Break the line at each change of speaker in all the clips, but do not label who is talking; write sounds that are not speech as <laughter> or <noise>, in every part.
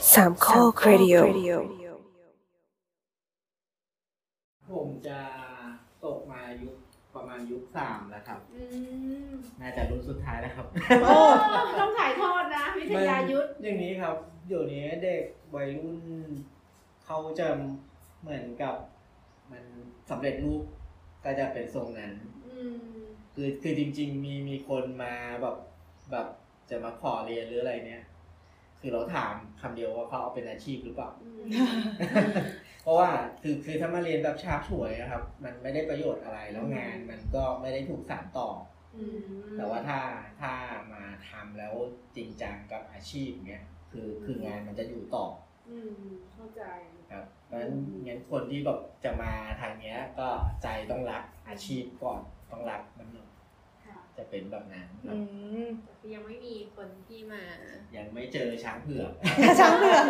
Talk Radio
ผมจะตกมายุคประมาณยุคสามแล้วครับ
อืม
น่าจะรุ่นสุดท้ายแล้วครับ
โอ้ต้องถ่ายทอดนะ วิทยายุทธ
<laughs> มันอย่างนี้ครับเดี๋ยวนี้เด็กวัยรุ่น เขาจะเหมือนกับมันสำเร็จรูปก็จะเป็นทรงนั้น
อืม
คือคือจริง ๆ มีมีคนมาแบบแบบจะมาขอเรียนหรืออะไรเนี้ยคือเราถามคำเดียวว่าเขาเอาเป็นอาชีพหรือเปล่า
อืม
<laughs> เพราะว่าคือคือถ้ามาเรียนแบบชาบฉวยนะครับ มันไม่ได้ประโยชน์อะไรแล้วงานมันก็ไม่ได้ถูกสานต่อ
อืม
แต่ว่าถ้าถ้ามาทำแล้วจริงจังกับอาชีพเนี้ยคือคืองานมันจะอยู่ต่อ
อืมเข้าใจ
ครับเพราะฉะนั้นงั้นคนที่แบบจะมาทางเนี้ยก็ใจต้องรักอาชีพก่อนต้องรักมันหน่อย
ค่ะ
จะเป็นแบบนั้นครับ
อืม
ยังไม่มีคนที่มา
ยังไม่เจอช้างเผือก
ช้างเผือก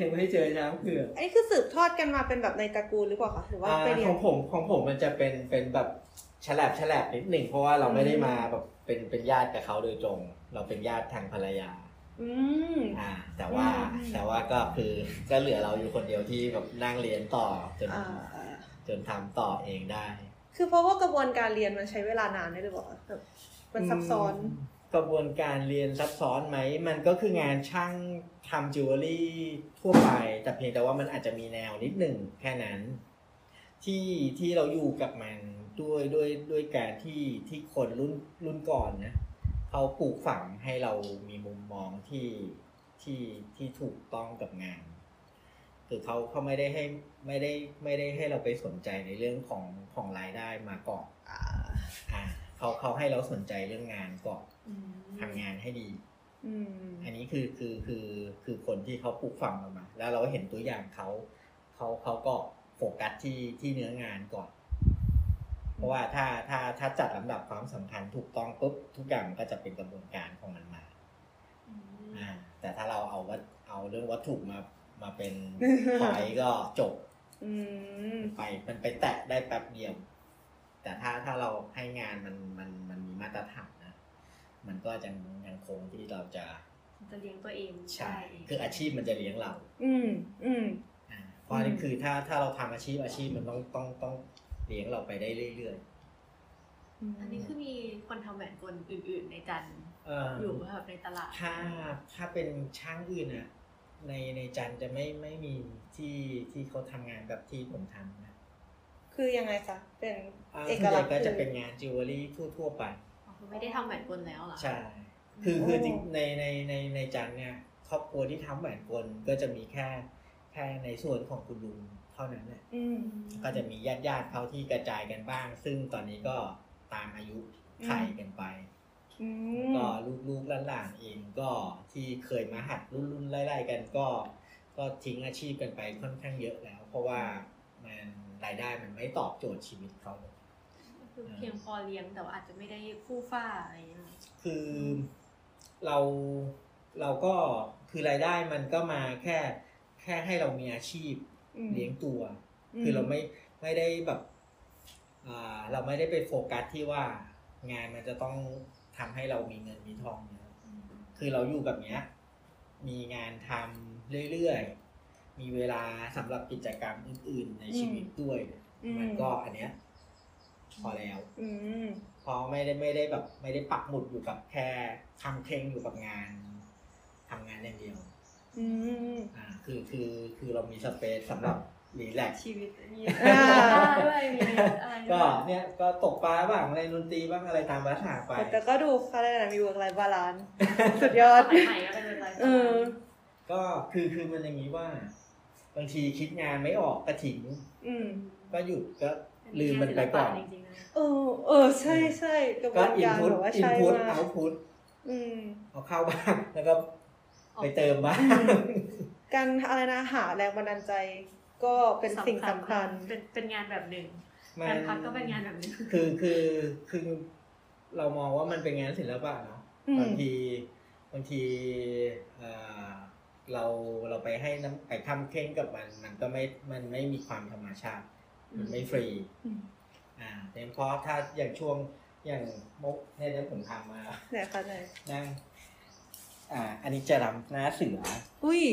ยังไม่เจอช้างเผือก
อันนี้คือสืบทอดกันมาเป็นแบบในตระกูลหรือเปล่าคะหรือว่า
อ่า
ไปเรีย
ข
น
องผมของผมมันจะเป็นเป็นแบบฉลบฉลบนิดหนึ่งเพราะว่าเราไม่ได้มาแบบเป็นเป็นญาติกับเขาโดยตรง เราเป็นญาติทางภรรยา
อืม
อ่า แต่ว่า
อืม
แต่ว่าก็คือก็เหลือเราอยู่คนเดียวที่แบบนั่งเรียนต่อจน
อ่า
จนทำต่อเองได้
คือเพราะว่ากระบวนการเรียนมันใช้เวลานานด้วยหรือเปล่าคะแบบมันซับซ้อน
อืมกระบวนการเรียนซับซ้อนไหม มันก็คืองานช่างทำจิวเวลรี่ทั่วไป แต่เพียงแต่ว่ามันอาจจะมีแนวนิดหนึ่งแค่นั้น ที่ที่เราอยู่กับมันด้วยด้วยด้วยการที่ที่คนรุ่นรุ่นก่อนนะเขาปลูกฝังให้เรามีมุมมองที่ที่ที่ถูกต้องกับงานคือเขาเขาไม่ได้ให้ไม่ได้ไม่ได้ให้เราไปสนใจในเรื่องของของรายได้มาก่อน
อ่า
อ่าเขาเขาให้เราสนใจเรื่องงานก่อน
อืม
ทำงานให้ดี
อืม
อันนี้คือคือคือคือคนที่เขาปลูกฝังเรามา แล้วเราเห็นตัวอย่างเขาเขาเขาก็โฟกัสที่ที่เนื้องานก่อน เพราะว่าถ้าถ้าถ้าจัดลำดับความสำคัญถูกต้องปุ๊บทุกอย่างมันก็จะเป็นกระบวนการของมันมาอ่าแต่ถ้าเราเอาวัตเอาเรื่องวัตถุมามาเป็น
<laughs>
ไฟก็จบ
อืม
ไปมันไปแตะได้แป๊บเดียว แต่ถ้าถ้าเราให้งานมันมันมันมีมาตรฐานนะ มันก็ยังยังคงที่เราจะ
จะเลี้ยงตัวเอง
ใช่คืออาชีพมันจะเลี้ยงเรา
อืมอืม
อ่าเพราะอันนี้
อืม
คือถ้าถ้าเราทำอาชีพอาชีพมันต้องต้องต้องเลี้ยงเราไปได้เรื่อย
อันนี้คือมีคนทำแหวนกลอื่น ๆ ในจันทร์
ๆเอ่อ
อยู่แบบในตลาด
ถ้าถ้าเป็นช่างอื่นอะในในจันทร์จะไม่ไม่มีที่ที่เขาทำงานแบบที่ผมทำนะ
คือยังไงจ๊ะเป็น
อ่า
เอ
ส่วน
ก
ให
ลัก
ญ่
ษณ์
ก็จะ
คือ
เป็นงานจิวเวลรี่ทั่วๆไป
อ๋อคือไม่ได้ทำแหวนกลแล้วเหรอ
ใช่ คือ
โอ้
คือจริงในในในในจันทร์เนี่ยครอบครัวที่ทำแหวนกลก็จะมีแค่แค่ในส่วนของคุณลุงเท่านั้นแหละ
อืม
ก็จะมีญาติญาติๆเขาที่กระจายกันบ้าง ซึ่งตอนนี้ก็ตามอายุไขยกันไป
อืม
ก็ลูกลูกๆหลานๆเองก็ที่เคยมาหัดรุ่นรุ่นๆไล่ๆกันก็ ก็ทิ้งอาชีพกันไปค่อนข้างเยอะแล้ว เพราะว่ามันรายได้มันไม่ตอบโจทย์ชีวิตเขา
ก็คือเพียงพอเลี้ยงแต่ว่าอาจจะไม่ได้คู่ฟ้าอะไรอย่างเงี้ยหรอ
คือเราเราก็คือรายได้มันก็มาแค่แค่ให้เรามีอาชีพเลี้ยงตัว คือเราไม่ไม่ได้แบบอ่าเราไม่ได้ไปโฟกัสที่ว่างานมันจะต้องทำให้เรามีเงินมีทองเยอะคือเราอยู่แบบเนี้ย มีงานทำเรื่อยๆ มีเวลาสำหรับกิจกรรมอื่น ๆ ในชีวิตด้วย
อื
มันก็อันเนี้ยพอแล้ว
อืม
เพราะไม่ได้ไม่ได้แบบไม่ได้ปักหมุดอยู่กับแค่ทำเพลงอยู่กับงานทำงานอย่างเดียว
อืม
อ่าคือคือคือเรามีสเปซสำหรับรีแลกซ์
ชีวิตมี
อ่า
ด้วยมีอะไรด้วย
ก็เนี่ยก็ตกปลาบ้างเล่นดนตรีบ้างอะไรตามภาษ <laughs> าไป
แต่ก็ดูเขาเรียกอะไรนะมีเวิร์กไลฟ์บาลานซ์สุดยอ
ส
ด
มัยใหม่ก็เป็นอะไร
เออ
ก็คือคือมันอย่างนี้ว่า บางทีคิดงานไม่ออกกระถิ่ง
อืม
ก็หยุดก็ ลืมมันไปก่อน
เป็งานศิลปะจริงๆนะ
เออ เออ ใช่ใช่กระบ
ก็
วน
อิน
การ
พุต
แบบว่า
อิน
ใช่
พุต
มาก
เอาพุต
อืม
เอาเข้าบ้างแล้วก็ไปเติมบ้าง
การอะไรนะหาแรงบันดาลใจก็เป็นสิ่งสำคัญ
เป็นเป็นงานแบบหนึ่งการพักก็เป็นงานแบบหนึ่ง
คือคือคือเรามองว่ามันเป็นงานศิลปะเนาะ
อืม
บางทีบางทีเอ่อเราเราไปให้น้ำไปทำเค้งกับมัน มันก็ไม่มันไม่มีความธรรมชาติ มันไม่ฟรี
อืม
อ่าเนื่องเพราะถ้าอย่างช่วงอย่างมกเนี่ยเดี๋ยวผมทำมา
ไหนคะไหน
นั่งอ่าอันนี้จะรำหน้าเสือ
อุ้ย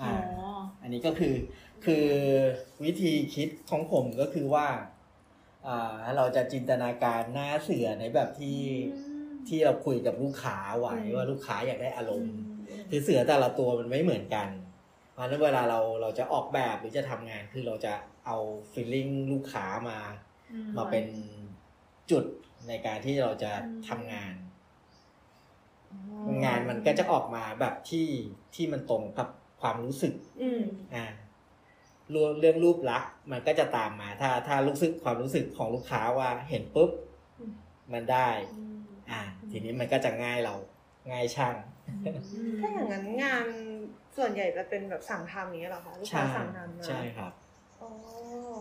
อ๋อ
อ่า อันนี้ก็คือคือวิธีคิดของผมก็คือว่าอ่าเราจะจินตนาการหน้าเสือในแบบที่ที่เราคุยกับลูกค้าไว้
อืม
ว่าลูกค้าอยากได้อารมณ์
อืม
คือเสือแต่ละตัวมันไม่เหมือนกัน เพราะฉะนั้นเวลาเราเราจะออกแบบหรือจะทำงานคือเราจะเอาฟีลลิ่งลูกค้ามา
อื
มาเป็นจุดในการที่เราจะทำงาน
อ๋อง
านมันก็จะออกมาแบบที่ที่มันตรงกับความรู้สึก
อืม
อ่าเรื่องเรื่องรูปลักษณ์มันก็จะตามมา ถ้าถ้ารู้สึกความรู้สึกของลูกค้าว่าเห็นปุ๊บ
อืม
มันได้ อ่า ทีนี้มันก็จะง่ายเราง่ายช่าง
ถ้าอย่างนั้นงานส่วนใหญ่จะเป็นแบบสั่งทำอย่างเงี้ยเหรอคะลูกค้า
ใช่
สั่งทำมา
ใช่ครับ
อ๋อ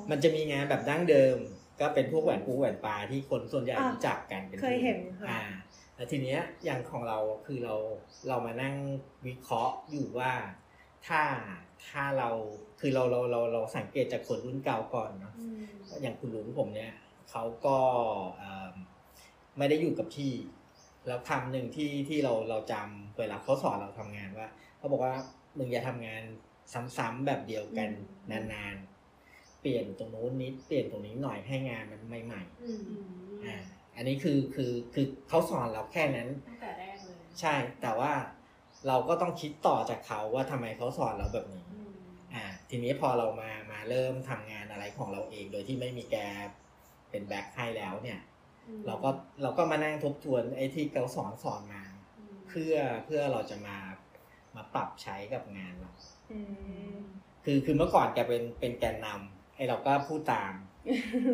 มันจะมีงานแบบดั้งเดิม ก็เป็นพวกแหวนปูแหวนปลาที่คนส่วนใหญ่
อ่ะ
รู้จักกันป็น
เคยเห็นค่ะ
อ่าแล้วทีเนี้ยอย่างของเราคือเราเรามานั่งวิเคราะห์อยู่ว่าถ้าถ้าเราคือเราเราเราเราสังเกตจากคนรุ่นเก่าก่อนเนาะ
อืม
อย่างคุณลุงผมเนี่ยเขาก็เอิ่มไม่ได้อยู่กับที่ แล้วคำหนึ่งที่ที่เราเราจำเวลาเขาสอนเราทำงานว่าเขาบอกว่ามึงอย่าทำงานซ้ำๆแบบเดียวกันนานๆ เปลี่ยนตรงนู้นนิดเปลี่ยนตรงนี้หน่อยให้งานมันใหม่
อืม
ๆอ่าอันนี้คือคือคือเขาสอนเราแค่นั้น
ตั้งแต่แรกเลย
ใช่แต่ว่าเราก็ต้องคิดต่อจากเขาว่าทำไมเขาสอนเราแบบนี้
อืม
อ่าทีนี้พอเรามามาเริ่มทำงานอะไรของเราเอง โดยที่ไม่มีแกเป็นแบ็คให้แล้วเนี่ย
อืม
เราก็เราก็มานั่งทบทวนไอ้ที่เขาสอนสอนมา เพื่อเพื่อเราจะมามาปรับใช้กับงานเรา
อืม
คือคือเมื่อก่อนแกเป็นเป็นแกนนำไอ้เราก็พูดตาม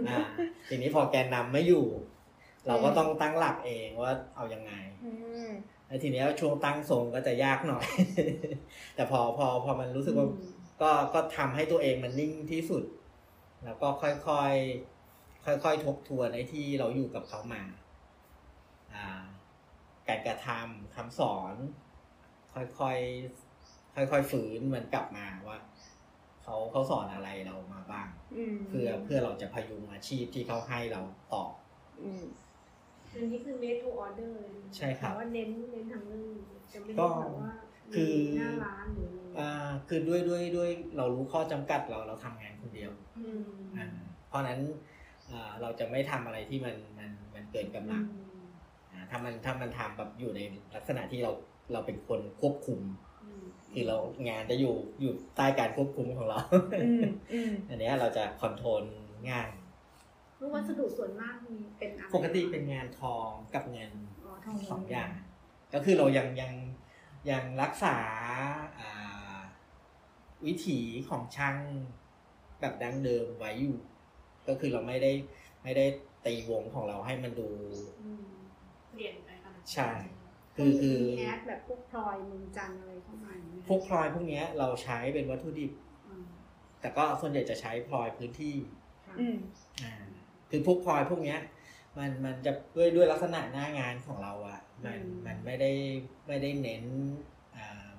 อ่าทีนี้พอแกนนำไม่อยู่ เราก็ต้องตั้งหลักเองว่าเอายังไง
อืม
แล้วทีเนี้ยช่วงตั้งทรงก็จะยากหน่อย <laughs> แต่พอพอพอมันรู้สึกว่า
อืม
ก็ก็ทำให้ตัวเองมันนิ่งที่สุด แล้วก็ค่อยๆ ค่อยๆ ทบทวนไอ้ที่เราอยู่กับเขามา อ่า การกระทำคำสอน ค่อยๆ ค่อยๆ ฝืนมันกลับมาว่าเขาเขาสอนอะไรเรามาบ้าง
อืม
เพื่อเพื่อเราจะพยุงอาชีพที่เขาให้เราต่อ
ม
อันนี้คือ made to order เลยนะ
ใช่ครับ
แต่ว่าเน้นเน้นทางเรื่องจะไม่
ก็
ได้แบบว่า
คือ
หน้าร้านหรืออะไร
อ่าคือด้วยด้วยด้วยเรารู้ข้อจำกัดเราเราทำงานคนเดียว
อืม
อ่า เพราะฉะนั้นอ่าเราจะไม่ทำอะไรที่มันมันมันเกินกำลัง อ่าถ้ามันถ้ามันทำแบบอยู่ในลักษณะที่เราเราเป็นคนควบคุม
อืม
คือเรางานจะอยู่อยู่ใต้การควบคุมของเรา
อืมอืม
อันเนี้ยเราจะคอนโทรลง่าย
รู้วัสดุส่วนมากมีเป็นอะไร
ปกติเป็นงานทองกับเงิน
อ๋อทองเหลื
สองอย่าง ก็คือเรายังยังยังรักษาอ่าวิถีของช่างแบบดั้งเดิมไว้อยู่ ก็คือเราไม่ได้ไม่ได้ตีวงของเราให้มันดู
อืม
เปลี่ยนไปขนาดนั้น
ใช่ คือคือ
มีแอดแบบพวกพลอยเมืองจันทร์อะไรเข้ามาอย่างเงี้ย
พวกพลอยพวกเนี้ยเราใช้เป็นวัตถุดิบ
อืม
แต่ก็ส่วนใหญ่จะใช้พลอยพื้นที่
ค่ะ
อืม
อ่าคือพวกพลอยพวกเนี้ย มันมันจะด้วยด้วยลักษณะหน้างานของเราอะมันมันไม่ได้ไม่ได้เน้นอ่า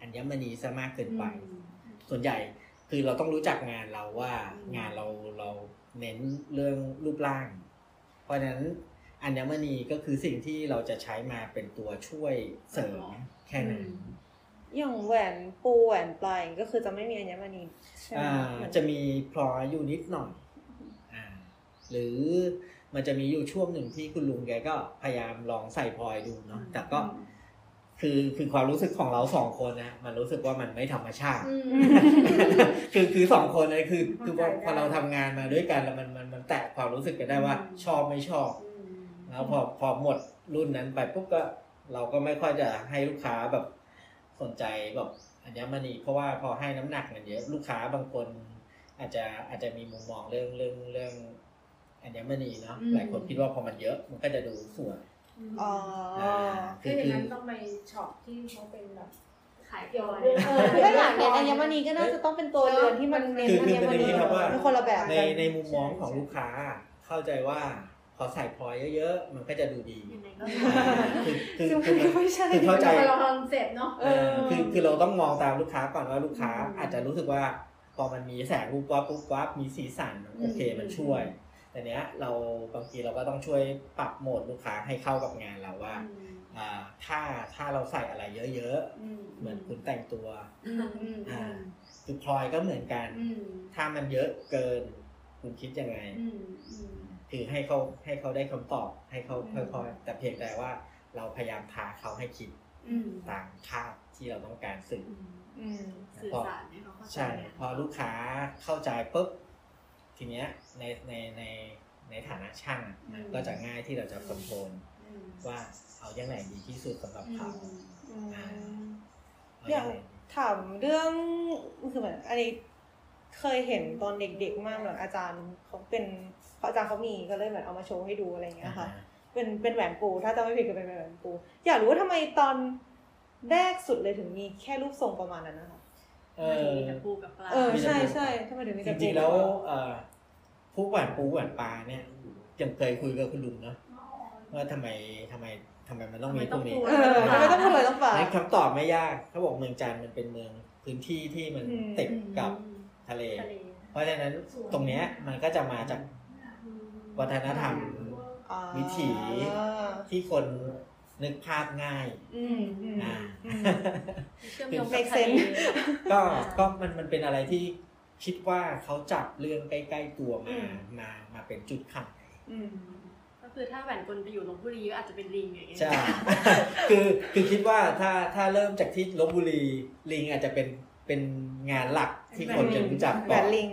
อัญมณีซะมากเกินไป
อืม
ส่วนใหญ่คือเราต้องรู้จักงานเราว่า
อืม
งานเราเราเน้นเรื่องรูปร่าง เพราะฉะนั้นอัญมณีก็คือสิ่งที่เราจะใช้มาเป็นตัวช่วยเสริมแค่นั้น
อย่างแหวนปูแหวนปลายก็คือจะไม่มีอัญมณีใช่ไหม
อ่า
เหมือน
จะมีพลอยอยู่นิดหน่อยอ่าหรือมันจะมีอยู่ช่วงหนึ่งที่คุณลุงแกก็พยายามลองใส่พลอยดูเนาะแต่ก็คือคือความรู้สึกของเราสองคนนะมันรู้สึกว่ามันไม่ธรรมชาติ
อืม
<laughs> คือคือสองคนเลยคือคือพอ
เข้าใจได้
พอเราทำงานมาด้วยกันแล้วมันมันมันแตะความรู้สึกกันได้ว่า
อืม
ชอบไม่ชอบ
อืม
แล้วพอพอหมดรุ่นนั้นไปปุ๊บก็เราก็ไม่ค่อยจะให้ลูกค้าแบบสนใจแบบอัญมณีเพราะว่าพอให้น้ำหนักมันเยอะลูกค้าบางคน อาจจะอาจจะมีมุมมองเรื่องเรื่องเรื่องอัญมณีเนาะ
อืม
หลายคนคิดว่าพอมันเยอะมันก็จะดูสวย
อ๋ออา
ถ้าอย่างนั้นต้องไปช็อปที่เขาเป็นแบบ
ขายพ
เกี่ยว
ลอ
กับ
ย
เรื่องเออ
คือถ้าอยากเน้นอัญมณีก็น่าจะต้องเป็นตัวเรือนที่มันเน้น
คือ
อั
คือ
ญ
เป็น
มณี
อย่างนี้ครับว่า
เป็นคนละแบบ
ใน
กัน
ในมุมมองของลูกค้าเข้าใจว่าพอใส่พลอยเยอะๆมันก็จะดูดี
ยังไงก็
คือคือ
ซึ่ง
คือ
มันก็ไม่ใช่
คือเข้าใจ
คนละคอนเซ็ปต์เนาะ
เออ
คือคือเราต้องมองตามลูกค้าก่อนว่าลูกค้า
อืม
อาจจะรู้สึกว่า พอมันมีแสงปุ๊บวับปุ๊บวับมีสีสันโอเค
อืม
มันช่วย แต่เนี้ยเราบางทีเราก็ต้องช่วยปรับโหมดลูกค้าให้เข้ากับงานเราว่า
อืม
อ่าถ้าถ้าเราใส่อะไรเยอะ
อืม
ๆ เหมือนคุณแต่งตัว
อืมอืมอืม
คือพลอยก็เหมือนกัน
อืม
ถ้ามันเยอะเกิน คุณคิดยังไง
อืมอืม
คือให้เขาให้เขาได้คำตอบ ให้เขา
อืม
ค่อยๆ แต่เพียงแต่ว่าเราพยายามพาเขาให้คิด
อืม
ตามภาพที่เราต้องการสื่อ
อืม
อืม
สื่อสารให้เขาเข้าใจ
ใช่
นะ
พอลูกค้าเข้าใจปุ๊บทีเนี้ยในในในในฐานะช่างมันก็จะง่ายที่เราจะคอนโทรล
อืม
ว่าเอาอย่างไหนดีที่สุดสำหรับ
อื
เขา
ม
อ่าเอา
อ
ยั
ยาก
งไง
ถามเรื่องคือเหมือนอันนี้เคยเห็นตอนเด็กๆมากเหมือนอาจารย์เขาเป็นเพราะอาจารย์เขามีก็เลยเหมือนเอามาโชว์ให้ดูอะไรอย่างเงี้ยค่ะ เป็นเป็นแหวนปู ถ้าจำไม่ผิดก็เป็นแหวนปู อยากรู้ว่าทำไมตอนแรกสุดเลยถึงมีแค่รูปทรงประมาณนั้นนะคะ
เอ
มั
อ
นถึงมีแต่ปูกับปลา
เออ
มีแต่
ใช่
ปู
ใช่ทำไมถึงมี
จ
แต่ปู
ริงๆแล้วเอ่อผู้หวานปูหวานปลาเนี่ยยังเคยคุยกับคุณลุงเนาะว่าทำไมทำไมทำไมมันต้องมีพวกนี้
เออทำไมต้องพูดเลยต้องฝ่า
ในคำตอบไม่ยากเขาบอกเมืองจันทร์มันเป็นเมืองพื้นที่ที่มัน
อืม
ติดกับทะเล
ทะเล
เพราะฉะนั้นตรงเนี้ยมันก็จะมาจากวัฒนธรรม
อ่า
วิถี ที่คนนึกภาพง่าย
อืมอืม
อ่า
อืม
เชื่อมโยงกับ
Make
ทะเล
sense
ก็ก็มันมันเป็นอะไรที่คิดว่าเขาจับเรื่องใกล้ๆตัวมามามาเป็นจุดขาย
อืม
ก็คือถ้าแหวนกลไปอยู่ลบบุรีก็อาจจะเป็นลิงอย่างเงี้ย
ใช่ <laughs> คือคือคิดว่าถ้าถ้าเริ่มจากที่ลบบุรีลิงอาจจะเป็นเป็นงานหลักที่คนจะรู้จัก
แหว
ก่อน
นลิง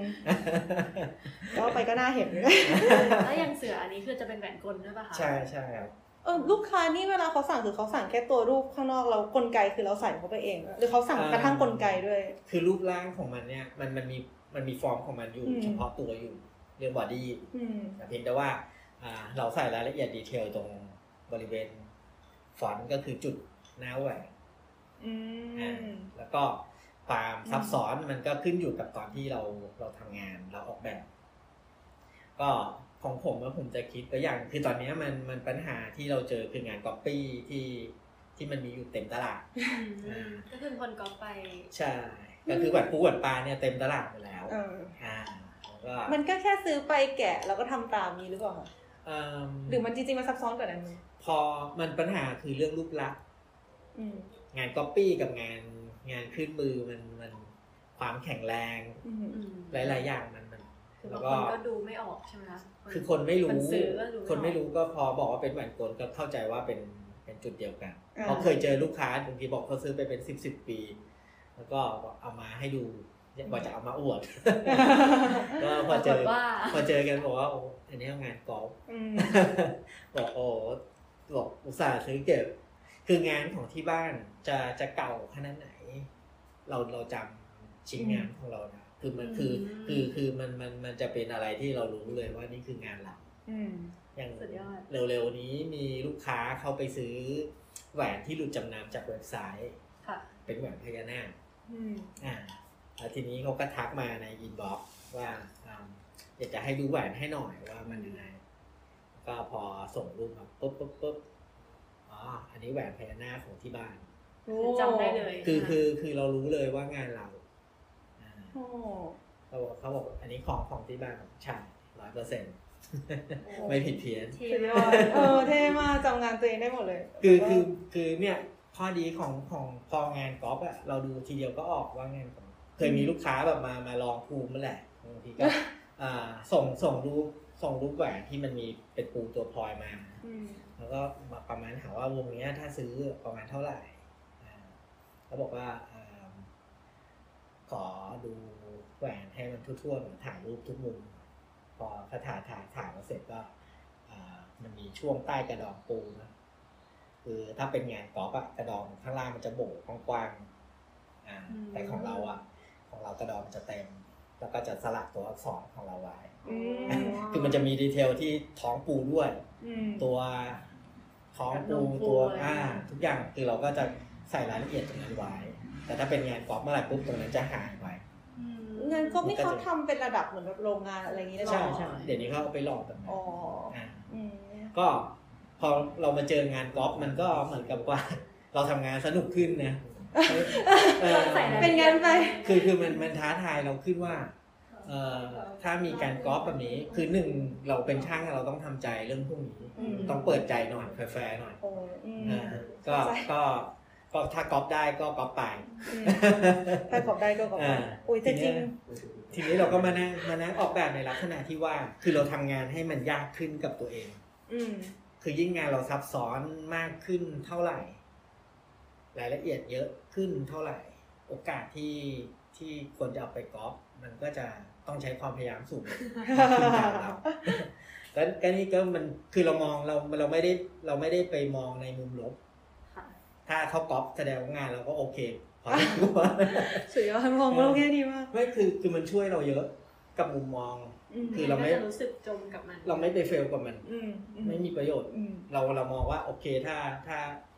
แล้วไปก็น่าเห็น
แล้วอยังเสืออันนี้คือจะเป็นแหวนกลด้วยป่ะคะ
<laughs> ใช่ใช่ครับ
เออลูกค้านี่เวลาเขาสั่งคือเขาสั่งแค่ตัวรูปข้างนอกแล้วกลไกคือเราใส่เข้าไปเอง หรือเขาสั่งกระทั่งกลไกด้วย
คือรูปร่างของมันเนี่ยมันมันมีมันมีฟอร์มของมันอยู่
อืม
เฉพาะตัวอยู่เรื่องบอดี้
อืม
แต่เพียงแต่ว่าอ่าเราใส่รายละเอียดดีเทลตรงบริเวณฟอนต์ก็คือจุดหน้าแหวน
อื
อ่าม แล้วก็ความซับซ้อนมันก็ขึ้นอยู่กับตอนที่เราเราทำงานเราออกแบบ ก็ของผมว่าผมจะคิดตัวอย่าง คือตอนเนี้ยมันมันปัญหาที่เราเจอคืองานก๊อปปี้ที่ที่มันมีอยู่เต็มตลาด
อืมก็คือคนก๊อปไป
ใช่ ก็คือหวัดปูหวัดปลาเนี่ยเต็มตลาดไปแล้ว
เออ
อ่าแล้วก็
มันก็แค่ซื้อไปแกะแล้วก็ทำตามนี้หรือเปล่าคะ
เอิ่ม
หรือมันจริงๆมันซับซ้อนกว่านั้นไหม
พอมันปัญหาคือเรื่องรูปลักษณ์
อืม
งานก๊อปปี้กับงานงานขึ้นมือมันมันความแข็งแรง
อืม
อืม
หลาย ๆ อย่างมันมัน
คือบา
แล้ว
งค
ก็
นก็ดูไม่ออกใช่ไหมคะ
คือคนไม่รู้
คนซื้อก็ดู
คนไม่
ออก
รู้ก็พอบอกว่าเป็นแหวนกลก็เข้าใจว่าเป็นเป็นจุดเดียวกัน
อ่า
เพราะเคยเจอลูกค้าบางทีบอกเขาซื้อไปเป็นสิบสิบปี แล้วก็เอามาให้ดูว่าจะเอามาอวด ก็พอเจอ
ปรากฏว่า
พอเจอกันบอกว่าโอ้อันนี้งานกอล์ฟ
อืม
<laughs> บอกโอ้บอกอุตส่าห์ซื้อเก็บ คืองานของที่บ้านจะจะเก่าขนาดไหน เราเราจำชิ้นงานของเรานะคือมันคือ
อืม
คือคือมันมันมันจะเป็นอะไรที่เรารู้เลยว่านี่คืองานเรา
อืม
อย่าง
สุดยอด
เร็วๆนี้มีลูกค้าเข้าไปซื้อแหวนที่หลุดจำนำจากเว็บไซต์
ค่ะ
เป็นแหวนพญานาค
อืม
อ่าแล้วทีนี้เขาก็ทักมาในอินบ็อกซ์ว่าอ่าอยากจะให้ดูแหวนให้หน่อยว่ามันยังไงก็พอส่งรูปมาปุ๊บปุ๊บปุ๊บอ๋ออันนี้แหวนพญานาคของที่บ้าน
จำได้เลย
คือ
นะะ
คือคือเรารู้เลยว่างานเราอ่า
โอ้
เขาบอกเขาบอกอันนี้ของของที่บ้านของฉันร้อยเปอร์เซ็น <laughs> ต์
โอ้
ไม่ผิดเพี้ยน
เท่
สุดยอ
มา
ก ดเออเท่มากจำงานตัวเองได้หมดเลย
คือคือคือเนี่ยข้อดีของของพองานกอล์ฟอะเราดูทีเดียวก็ออกว่างานของเคยมีลูกค้าแบบมามาลองภูมิมาแหละบางทีก็ อ่าส่งส่งรูปส่งรูปแหวนที่มันมีเป็นปูตัวพลอยมา
อืม
แล้วก็มาประมาณถามว่าวงเนี้ยถ้าซื้อประมาณเท่าไหร่อ่าแล้วบอกว่าอ่าขอดูแหวนให้มันทั่วๆหน่อยถ่ายรูปทุกมุม พอคาถาถ่ายถ่ายมาเสร็จก็อ่ามันมีช่วงใต้กระดองปูนะคือถ้าเป็นงานกอล์ฟอะกระดองข้างล่างมันจะโบกกว้างๆอ่า
อืม
แต่ของเราอะของเรากระดองมันจะเต็ม แล้วก็จะสลักตัวอักษรของเราไว้
อืม
คือมันจะมีดีเทลที่ท้องปูด้วย
อืม
ตัวท้องปู
กระดมปู
ตัว
อะไร
อ่า
อย่างเงี้ย
ทุกอย่างคือเราก็จะใส่รายละเอียดตรงนั้นไว้ แต่ถ้าเป็นงานกรอบเมื่อไหร่ปุ๊บตรงนั้นจะหายไป
อืม
งานก็นี่เขาทำเป็นระดับเหมือนแบบโรงงานอะไรอย่างนี้เลย
หล่อ
ใช่ใช่เดี๋ยวนี้เขาเอาไปหลอกแบบนั้น
อ๋อ
อ่า
อืม
ก็พอเรามาเจองานกรอบมันก็เหมือนกับว่า <laughs> เราทำงานสนุกขึ้น
<laughs>
นะเออ
ใส่รายละอียด
เป็นงั้นไป
คือคือมันมันท้าทายเราขึ้นว่า เอ่อถ้ามีการกอล์ฟแบบนี้ คือหนึ่งเราเป็นช่างเราต้องทำใจเรื่องพวกนี้
อืม
ต้องเปิดใจหน่อยแฟร์ๆหน่อย
โอ้อืม
อ่าก็
เข้าใจ
ก็ก็ถ้ากอล์ฟได้ก็กอล์ฟไป
อืมถ้าขอบได้ก็ขอบได้
อ่า
อุ้ยแต่จริง
ทีนี้เราก็มานั่งมานั่งออกแบบในลักษณะที่ว่า คือเราทำงานให้มันยากขึ้นกับตัวเอง
อืม
คือยิ่งงานเราซับซ้อนมากขึ้นเท่าไหร่ รายละเอียดเยอะขึ้นเท่าไหร่ โอกาสที่ที่ควรจะเอาไปกอล์ฟมันก็จะต้องใช้ความพยายามสูง <laughs> มากขึ้นตามเราแล้วก็นี่ก็มันคือเรามองเราเราไม่ได้เราไม่ได้ไปมองในมุมลบ
ค่ะ
ถ้าเขากอล์ฟแสดงว่างานเราก็โอเคพอสมคว <laughs> ร
สุดยอดมองโลกแง่ดีมาก
ไม่คือคือมันช่วยเราเยอะกับมุมมอง
อืม
คือเราไม่
ก็จะรู้สึกจมกับมัน
เราไม่ไปเฟลกับมัน
อืมอื
ไม่มีประโยชน์
อืม
เราเรามองว่าโอเคถ้าถ้า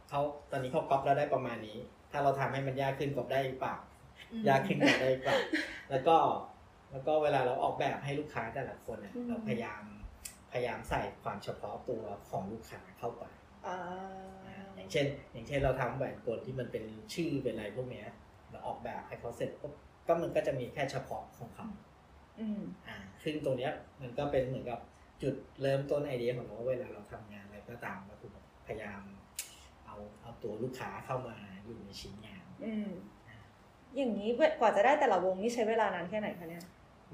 เขาตอนนี้เขาก๊อปเราได้ประมาณนี้ ถ้าเราทำให้มันยากขึ้นก๊อปได้หรือเปล่า
อืม
ยากขึ้นก๊อปได้ห
<laughs>
รือเปล่าแล้วก็แล้วก็เวลาเราออกแบบให้ลูกค้าแต่ละคนเนี่ย
อืม
เราพยายามพยายามใส่ความเฉพาะตัวของลูกค้าเข้าไป
อ่า
อย่างเช่น อย่างเช่นเราทำแหวนกลที่มันเป็นชื่อเป็นอะไรพวกเนี้ยเราออกแบบให้เขาเสร็จปุ๊บก็มันก็จะมีแค่เฉพาะของเขา
อืม
อ่าซึ่งตรงเนี้ยมันก็เป็นเหมือนกับจุดเริ่มต้นไอเดียของเราว่าเวลาเราทำงานอะไรก็ตามเราคือพยายามเอาเอาตัวลูกค้าเข้ามาอยู่ในชิ้นงาน
อืม อย่างนี้เว้ยกว่าจะได้แต่ละวงนี่ใช้เวลานานแค่ไหนคะเนี่ย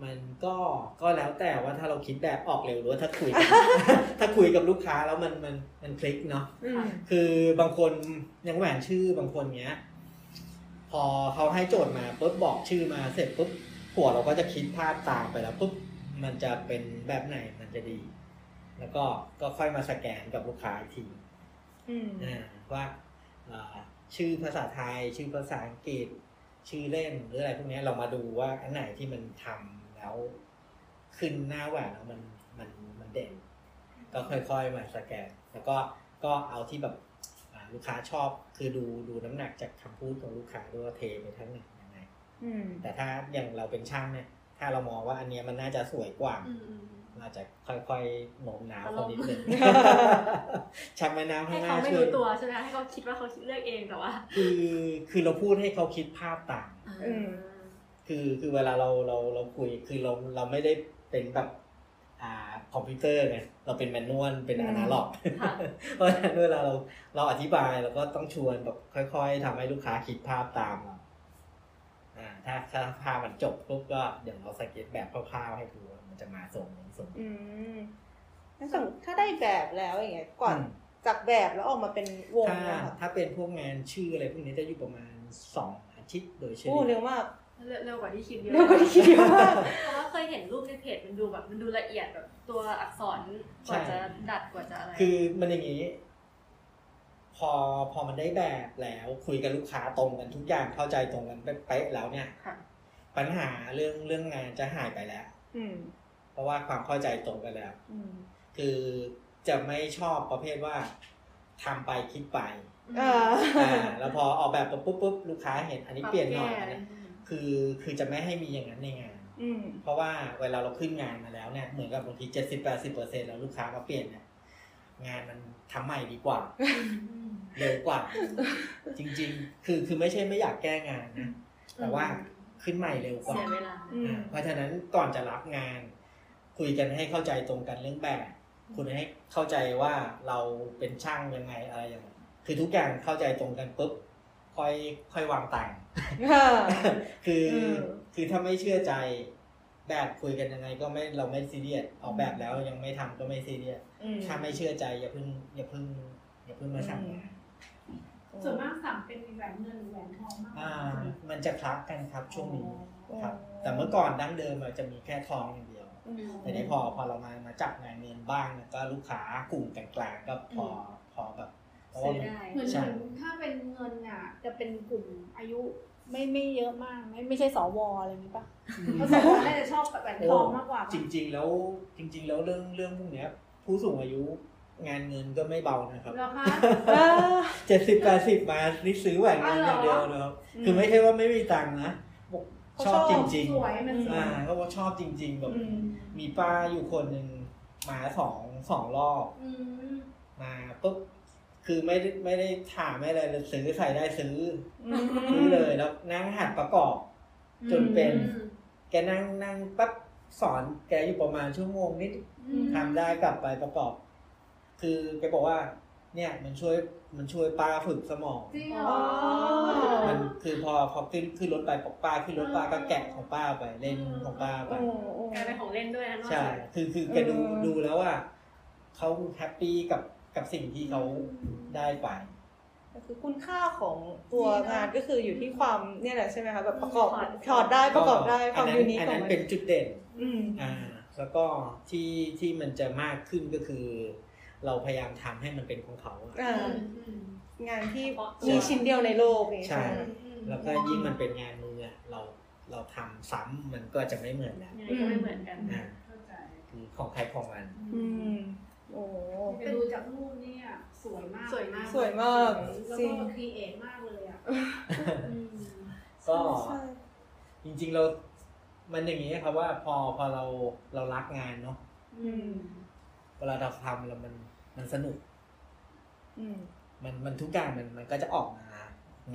มันก็ก็แล้วแต่ว่าถ้าเราคิดแบบอ <laughs> อกเร็วหรือว่าถ้าคุยกัน ถ้าคุยกับลูกค้าแล้วมันมันมันคลิกเนาะ
อืม
คือบางคนยังแหวนชื่อบางคนเนี้ย พอเขาให้โจทย์มาปุ๊บบอกชื่อมาเสร็จปุ๊บหัวเราก็จะคิดภาพตามไปแล้วปุ๊บมันจะเป็นแบบไหนมันจะดี แล้วก็ก็ค่อยมาสแกนกับลูกค้าอีกที
อืม
อ่าว่าเอ่อชื่อภาษาไทย ชื่อภาษาอังกฤษ ชื่อเล่นหรืออะไรพวกเนี้ยเรามาดูว่าอันไหนที่มันทำแล้วขึ้นหน้าแหวนแล้วมันมันมันเด่น ก็ค่อยๆมาสแกน แล้วก็ก็เอาที่แบบอ่าลูกค้าชอบคือดูดูน้ำหนักจากคำพูดของลูกค้าด้วยว่าเทไปทั้งไหนยังไง
อืม
แต่ถ้าอย่างเราเป็นช่างเนี่ยถ้าเรามองว่าอันเนี้ยมันน่าจะสวยกว่า
อืมอืม
อาจจะค่อยๆโน้มน้าวคนนิด
<laughs>
หนึ่ง ชักแม่น้ำ
ให้
ข้างหน้า
เขาไม่
ช่ว
รู้
ย
ตัวใช่ไหมคะให้เขาคิดว่าเขาคิดเลือกเองแต่ว่า
คือคือเราพูดให้เขาคิดภาพต่าง
อืม
คือคือเวลาเราเราเราคุยคือเราเราไม่ได้เป็นแบบอ่าคอมพิวเตอร์ไงเราเป็นแมนนวลเป็น
อืม
อนาล็อก
ค่ะ
เพราะฉะนั้นเวลาเราเราอธิบายเราก็ต้องชวนแบบค่อย ๆทำให้ลูกค้าคิดภาพตามเราอ่าถ้าถ้าภาพมันจบปุ๊บก็เดี๋ยวเราสเก็ตแบบคร่าวๆให้ดูว่ามันจะมาทรงนี้ทรงนี้
อืมงั้นสมมติถ้าได้แบบแล้วอย่างเงี้ย ก่อน
อืม
จากแบบแล้วออกมาเป็นวง
ถ้า
เนะคะ
ถ้าเป็นพวกงานชื่ออะไรพวกนี้จะอยู่ประมาณ 2 อาทิตย์โดยเฉลี่
โอ้เร็วย มาก
เร็วเร็วกว่าที่คิดเยอะ
เร็วกว่าที่คิดเยอะมาก
เพราะว่าเคยเห็นรูปในเพจมันดูแบบมันดูละเอียดแบบตัวอักษรกว่าจะดัดกว่าจะอะไร
คือมันอย่างนี้ พอพอมันได้แบบแล้วคุยกับลูกค้าตรงกันทุกอย่างเข้าใจตรงกันเป๊ะๆแล้วเนี่ย
ค่ะ
ปัญหาเรื่องเรื่องงานจะหายไปแล้ว
อืม
เพราะว่าความเข้าใจตรงกันแล้ว
อืม
คือจะไม่ชอบประเภทว่าทำไปคิดไป
เออ
อ่
<laughs>
าแล้วพอออกแบบปุ๊บปุ๊บปุ๊บลูกค้าเห็นอันนี้เปลี่ยนหน่อย
ปรับแก้
นะคือคือจะไม่ให้มีอย่างนั้นในงาน
อืม
เพราะว่าเวลาเราขึ้นงานมาแล้วเนี่ยเหมือนกับบางทีเจ็ดสิบแปดสิบเปอร์เซ็นต์แล้วลูกค้ามาเปลี่ยนเนี่ยงานมันทำใหม่ดีกว่า
อืม
เร็วกว่า จริง ๆ คือคือไม่ใช่ไม่อยากแก้งานนะ แต่ว่าขึ้นใหม่เร็วกว่า
เสียเวลา
อืม
อ่าเพราะฉะนั้นก่อนจะรับงาน คุยกันให้เข้าใจตรงกันเรื่องแบบ คุณให้เข้าใจว่าเราเป็นช่างยังไงอะไรอย่างไรคือทุกอย่างเข้าใจตรงกันปุ๊บค่อยค่อยวางต่าง
ค่ะ
คือ
เออ
คือถ้าไม่เชื่อใจแบบคุยกันยังไงก็ไม่เราไม่ซีเรียสออกแบบแล้วยังไม่ทำก็ไม่ซีเรียส
อืม
ถ้าไม่เชื่อใจอย่าเพิ่งอย่าเพิ่งอย่าเพิ่งมาสั่งงาน
ส่วนมากสั่งเป็นแหวนเงินหรือแหวนทองมากกว่
อ่า
า
มันจะคลับกันครับช่วงนี้ครับ
โ
แต่เมื่อก่อนดั้งเดิมอะจะมีแค่ทองอย่างเดียว
อืม
แต่นี้พอพอเรามามาจับงานเงินบ้างแล้วก็ลูกค้ากลุ่มกลางๆก็พอพอแบบเพราะว่า
ซื้อ
มัน
ได้
เหมือน
ใช่
เหมือนถ้าเป็นเงินอ่ะ จะเป็นกลุ่มอายุไม่ไม่เยอะมาก ไม่ไม่ใช่สวอะไรอย่างนี้ป่ะเพราะสวน่าจะชอบแหวนทองมากกว่า
จริง ๆ แล้วจริง ๆ แล้วเรื่องเรื่องพวกเนี้ย ผู้สูงอายุงานเงินก็ไม่เบานะครับ
แล้วคะ
เออ
เจ็ดสิบแปดสิบมานี่ซื้อแหวนเงินอย่างเดียวนะครับ คือไม่ใช่ว่าไม่มีตังค์นะบอก
เขา
ชอบ
ช
จ
อบ
ริง
สวยมันสวย
ๆอ่าเขาบอกชอบจริง ๆ แบบ
อืม
มีป้าอยู่คนหนึ่งมาสองสองรอบ
อืม
มาปุ๊บคือไม่ได้ไม่ได้ถามไม่อะไรเลยซื้อใส่ได้ซื้อ
อืม
อซื้อเลยแล้วนั่งหัดประกอบ จนเป็น
อืม
แกนั่งนั่งปั๊บ สอนแกอยู่ประมาณชั่วโมงนิด
อืม
ทำได้กลับไปประกอบ คือแกบอกว่า เนี่ยมันช่วยมันช่วยป้าฝึกสมอง
จริงเหร
อ๋
อ
อ
มันคือพอพอขึ้นขึ้นรถไปปกป้าขึ้นรถป้าก็แกะของป้าไปเล่นของป้าไป
อืมอืม
กลายเป็นของเล่นด้วยนะนอก
ใช่
จาก
คือคือแกดู
เออ
ดูแล้วว่าเขาแฮปปี้กับกับสิ่งที่เขาได้ไป
คือคุณค่าของตัวงานก็คืออยู่ที่ความเนี่ยแหละใช่ไหมคะแบบประกอบถอดได้ประกอบได้ความ
นั้น
ยูนิค
อัน
ขอ
นั้
ง
น
มัน
เป็นจุดเด่น
อืม
อ่า แล้วก็ที่ที่มันจะมากขึ้นก็คือ เราพยายามทำให้มันเป็นของเขาอะ
อ่า
อืม
งานที่
ใช่
มีชิ้นเดียวในโลกอย่างเงี้ย
ใช่
ไหม
แล้วก็ยิ่งมันเป็นงานมืออะเราเราทำซ้ำมันก็จะไม่เหมือนแล้ว
ยังไงก็ไม่เหมือนกัน
อ่า
เข้าใจ
คือของใครของมัน
อืม โอ้
ไป
ไป
ดู
ดู
จา
จาก ก
รู
รู
ป
ป
เนี่
เนี่ย ยสวยมาก
สวยมาก
สวยมาก
แล้ว
จริง
ก็ครีเอทมากเลยอ่ะ
ก็
ใช่
จริงๆเรา มันอย่างนี้ครับว่าพอพอเราเรารักงานเนาะ
อืม
เวลาเราทำแล้วมันมันสนุก
อืม
มันมันทุกอย่างมันมันก็จะออกมา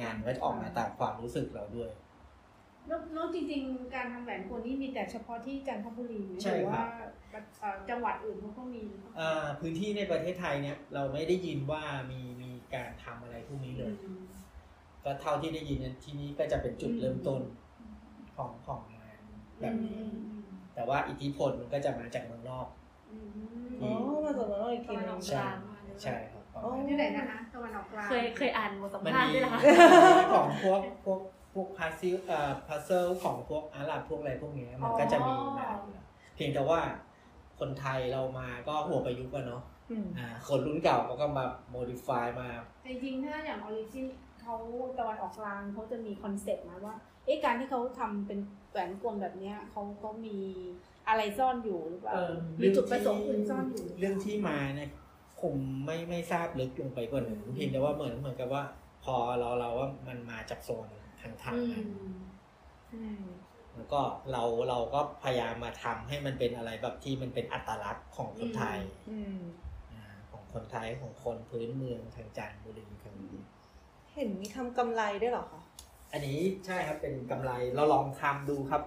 งานมันก็จะออกมาตามความรู้สึกเราด้วย
แล้วแล้วจริงๆ การทำแหวนคนนี่มีแต่เฉพาะที่จันทบุรีไหม
ใช่
หรือ
ครั
ว่า
บ
เอ่อจังหวัดอื่นเขาก็มี
อ่าพื้นที่ในประเทศไทยเนี่ย เราไม่ได้ยินว่ามีมีการทำอะไรพวกนี้เลย ก็เท่าที่ได้ยินเนี่ยที่นี้ก็จะเป็นจุดเริ่มต้นของของงานแบบนี้ แต่ว่าอิทธิพลมันก็จะมาจากเมืองนอก
อ๋อ มาจากเมืองนอกอีก
ตะ
ที
วัน
หนึ
ออง กก
ใช่
ลางมากเลย
ใช่ครับประมาณ
ที่ไหนนะคะตะวันออกกลาง
เคยเคยอ่านบทสัม
มัน
ภาษณ์
มี
ด้วยเหรอคะ
ของพวกพวกพวกพาซิลเอ่อพาเซลของพวกอาหรับพวกอะไรพวกเนี้ยมันก็จะมีมาอยู่แล้วเพียงแต่ว่าคนไทยเรามาก็หัวประยุกต์อะเนาะ
อืม
อ่าคนรุ่นเก่าเขาก็มาโมดิฟายมา
แต่จริงๆ ถ้าอย่างออริจินเขาตะวันออกกลางเขาจะมีคอนเซ็ปต์นะว่าเอ๊ะการที่เขาทำเป็นแหวนกลมแบบเนี้ยเขาเขามีอะไรซ่อนอยู่หรือเปล่า
เออ
หรือจุดประสงค์อื่นซ่อนอยู่
เรื่องที่มาเนี่ยผมไม่ไม่ทราบลึกลงไปกว่าหนึ่งเพียงแต่ว่าเหมือนเหมือนกับว่า พอเราเราว่ามันมาจากโซนทางทาง
อื
นั้น
มอืม
แล้วก็เราเราก็พยายามมาทำให้มันเป็นอะไรแบบที่มันเป็นอัตลักษณ์ของคนไทย
อืม
อ่าของคนไทยของคนพื้นเมืองทางจันทบุรีทางนี้
เห็นมีทำกำไรด้วยเหรอคะ
อันนี้ใช่ครับเป็นกำไรเราลองทำดูครับ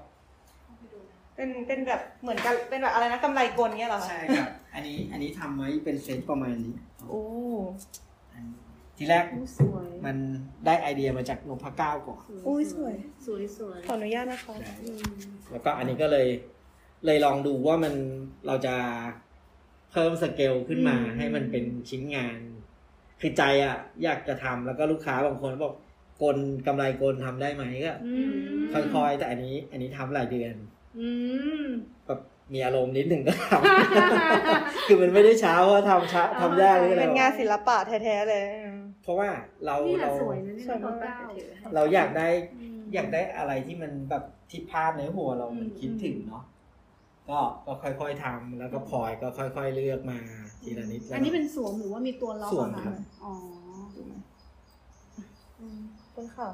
เป็น เป็นแบบเหมือนกันเป็นแบบอะไรนะกำไรกลเงี้ยเหรอคะ
ใช่ครับ อันนี้อันนี้ทำไว้เป็นเซตประมาณนี้
โอ้
อันทีแรก
สวย
มันได้ไอเดียมาจากนพเก้าก่อน
อุ้ยสวย
สวยสวย
ขออนุญาตนะคะ
แล้วก็อันนี้ก็เลยเลยลองดูว่ามันเราจะเพิ่มสเกลขึ้นมา
อืม
ให้มันเป็นชิ้นงาน คือใจอะอยากจะทำแล้วก็ลูกค้าบางคนบอกกลกำไรกลทำได้ไหมก็
อืม
ค่อยๆ แต่อันนี้อันนี้ทำหลายเดือน
อืม
แบบมีอารมณ์นิดหนึ่งก็ท
<laughs>
ำ คือมันไม่ได้เช้าว่าทำช้าทำยากหรืออะไร
เป็
หรอง
นาน
ก
ศิลปะแท้ๆเลยอืม
เพราะว่าเรา
นี่แหละ
เรา
สวยนะเนี่ย
สวย
ต
มาก
อนเก้า
เราอยากได้
ม
อยากได้อะไรที่มันแบบที่ภาพในหัวเรามัน
อืม
คิดถึงเนาะก็ก็ค่อยๆทำแล้วก็พลอยก็ค่อย ๆ เลือกมาทีละนิดละหย
อันนี้เป็นสวมหรือว่ามีตัวล็อก
สวม
อะ
ครั
คะ
บ
อ๋อ
อืมขอบคุณค่ะ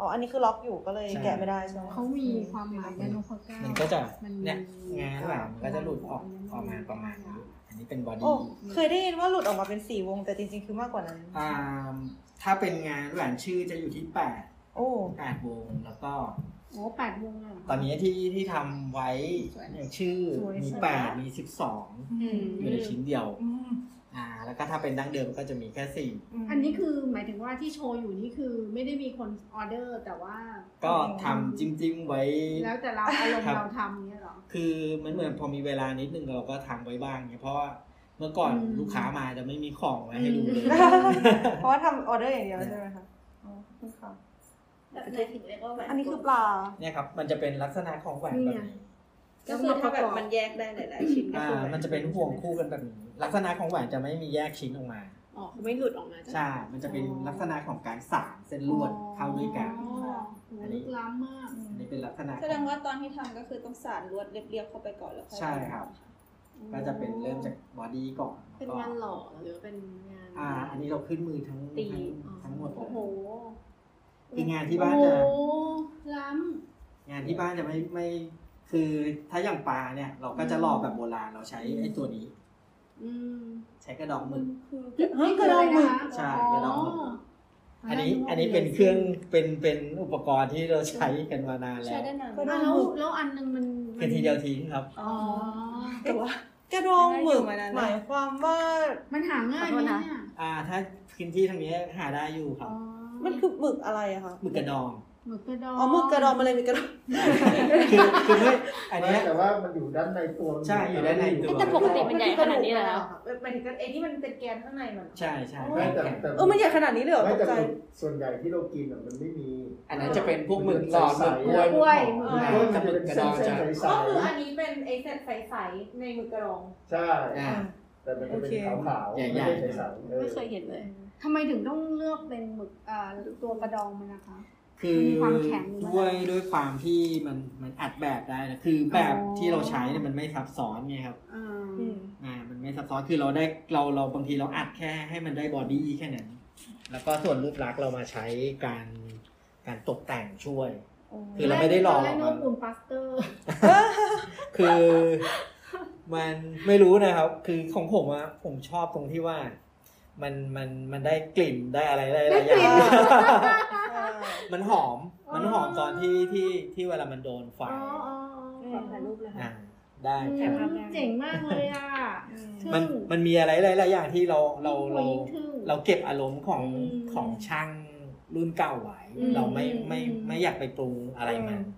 อ๋อ อันนี้คือล็อกอยู่ก็เลย
ใช่
แกะไม่ได้ใช่ไหม
เขามีความหมายนะโนพก้า
มั
มัน
ก็จะเนี่ยงานหลังมันก็จะหลุดออกออกมาประมาณนี้อันนี้เป็นบอ
โอ้
ดี้
เคยได้ยินว่าหลุดออกมาเป็นสี่วง แต่จริงๆคือมากกว่านั้น
อ่าถ้าเป็นงานแหวนชื่อจะอยู่ที่แปด
โอ้
แปดวงแล้วก็
โอ้แปดวงเลยเหรอ
ตอนนี้ที่ที่ทำไว้
สวย
อย่างชื่อ
สวย
มี
สวย
แปดมีสิบสอง
อืม
อยู่ในชิ้นเดียว
อืม
อ่า แล้วก็ถ้าเป็นดั้งเดิมก็จะมีแค่สี่
ม
อันนี้คือหมายถึงว่าที่โชว์อยู่นี่คือไม่ได้มีคนออเดอร์ แต่ว่า
ก็ทำจิ้มๆไว้
แล้วแต่เราอารมณ์
ครับ
เราทำอย่างเนี่ยเหรอ
คือมันเหมือนพอมีเวลานิดนึงเราก็ทำไว้บ้างเนี่ยเพราะว่าเมื่อก่อน
อืม
ลูกค้ามาจะไม่มีของไว้ให้ดูเลย
<laughs> เพราะว่าทำออเดอร์อย่างเดียวใช่ไหมคะอ๋อขอบคุณค่ะ
แบบไหนถึงเรียกว่าแหวน
อันนี้คือปลา
เนี่ยครับ มันจะเป็นลักษณะของแหวนแบบนี้
ก็คือถ้าแบบมันแยกได้หลายๆชิ้นก็
อ่า
คือแหว
มันจะเป็นห่วงคู่กันแบบนี้ ลักษณะของแหวนจะไม่มีแยกชิ้นออกมา
อ๋อไม่หลุดออกมาจาก
ใช่ มันจะเป็นลักษณะของการสานเส้นลวดเข้าด้วยกัน
อ๋อโหลึกล้ำมาก
อันนี้เป็นลักษณะ
แสดงว่าตอนที่ทำก็คือต้องสานลวดเรียบๆเข้าไปก่อนแล้วค่อย
ใช่ครับ ก็จะเป็นเริ่มจากบอดี้ก่อน
เป็น
แล้วก็
งานหล่อหรือเป็นงาน
อ่า อันนี้เราขึ้นมือทั้ง
ตี
ทั้งทั้งหมดเล
โอ้
ย
โห
คืองานที่บ้าน
โอ้
จะ
โหล้
งานที่บ้านจะไม่ไม่คือถ้าอย่างปลาเนี่ย เราก็จะหล่อแบบโบราณเราใช้ไอ้ตัวนี้
ำอืม
ใช้กระดองหมึก
คือ
เฮ้ยกระดองหมึก
ใช่กระดองหมึก
อ๋อ
อั
อั
นนี้อันนี้เป็นเครื่องเป็นเป็นอุปกรณ์ที่เราใช้กันมานานแล้
ใช้
ว
ได้นาน
ก็
อ่ะแล้วแล้วอันหนึงมัน
คือทีเดียวทิ้งครับ
อ๋อแต่ว่าก
ระดองหมึก
ได้อยู่มานานแล้ว
หมายความว่า
มันหาง่ายไหมเนี่ย
อ่า ถ้าพื้นที่ทางนี้หาได้อยู่ครั
อ๋
บ
อ
มันคือหมึกอะไรอะคะ
หมึกกระดอง
หมึกกระดอง
อ๋อหมึกกระดองมันเลยมีกระดอง
คือคือไม่อัน
ไม่
เนี้ย
แต่ว่ามันอยู่ด้านในตัวมั
ใช่อยู่ด้านในตัว
แต่ปกติมันใหญ่ขนาดนี้แล้ว
หมายถึงไอ้ที่มันเป็นแกนข้างในมัน
ใช่ใช่
ไม่แต่แต่
เออมันใหญ่ขนาดนี้เลยเหรอ
ไม่
ตก
แต่
ใจ
ส่วนใหญ่ที่เรากินอะมันไม่มี
อันนั้นจะเป็นพวกหมึกหลอดหมึกกล้วย
กล้วย
หมึก
มัน
ห
ก็
มึก
จะ
หมึกก
เป็น
ระด
เส้
อน
ก็
งจะ
ๆใส
คืออันนี้เป็นไอ้เส้นใสๆในมือกระรอง
ๆใช่
อ่า
แต่มันจะเป็นขาวๆ
โอเค
ไม่ได้ใสๆออ
ไม่เคยเห็นเลย
ทำไมถึงต้องเลือกเป็นหมึกอ่าตัวกระดองมันนะคะ
คือ
มีความแข็งหรือ
ด้ว
ว่าย
ด้วยความที่มันมันอัดแบบได้นะคือแบบ
อ๋อ
ที่เราใช้เนี่ยมันไม่ซับซ้อนไงครับ
อ่า
อ่ามันไม่ซับซ้อนคือเราได้เราเราบางทีเราอัดแค่ให้มันได้บอดี้แค่นั้น
แล้วก็ส่วนรูปลักษณ์เรามาใช้การการตกแต่งช่วย
คือเราไม่ได้ลอง
ตนแรกนึก
มัน
ว่าปูนปลาสเตอร์
คือมันไม่รู้นะครับ คือของผมอะผมชอบตรงที่ว่า มันมันมันได้กลิ่นได้อะไรได้หลายอย่าง มันหอม มันหอมตอนที่ที่ที่เวลามันโดนไฟ
อ๋ออ๋ออ๋อ
ขอถ่ายรูปเลยค่ะ
อ่าได้
อื
ครับ
มเจ๋งมากเลยอ่ะ ม
มันมันมีอะไรหลายๆอย่างที่เราเราเรา
ยิ่งทึ่ง
เราเก็บอารมณ์ของ
อืม
ของช่างรุ่นเก่าไว้
อืม
เราไม่
อืม
ไม่
อืม
ไม่อยากไปปรุงอะไรมัน
อืม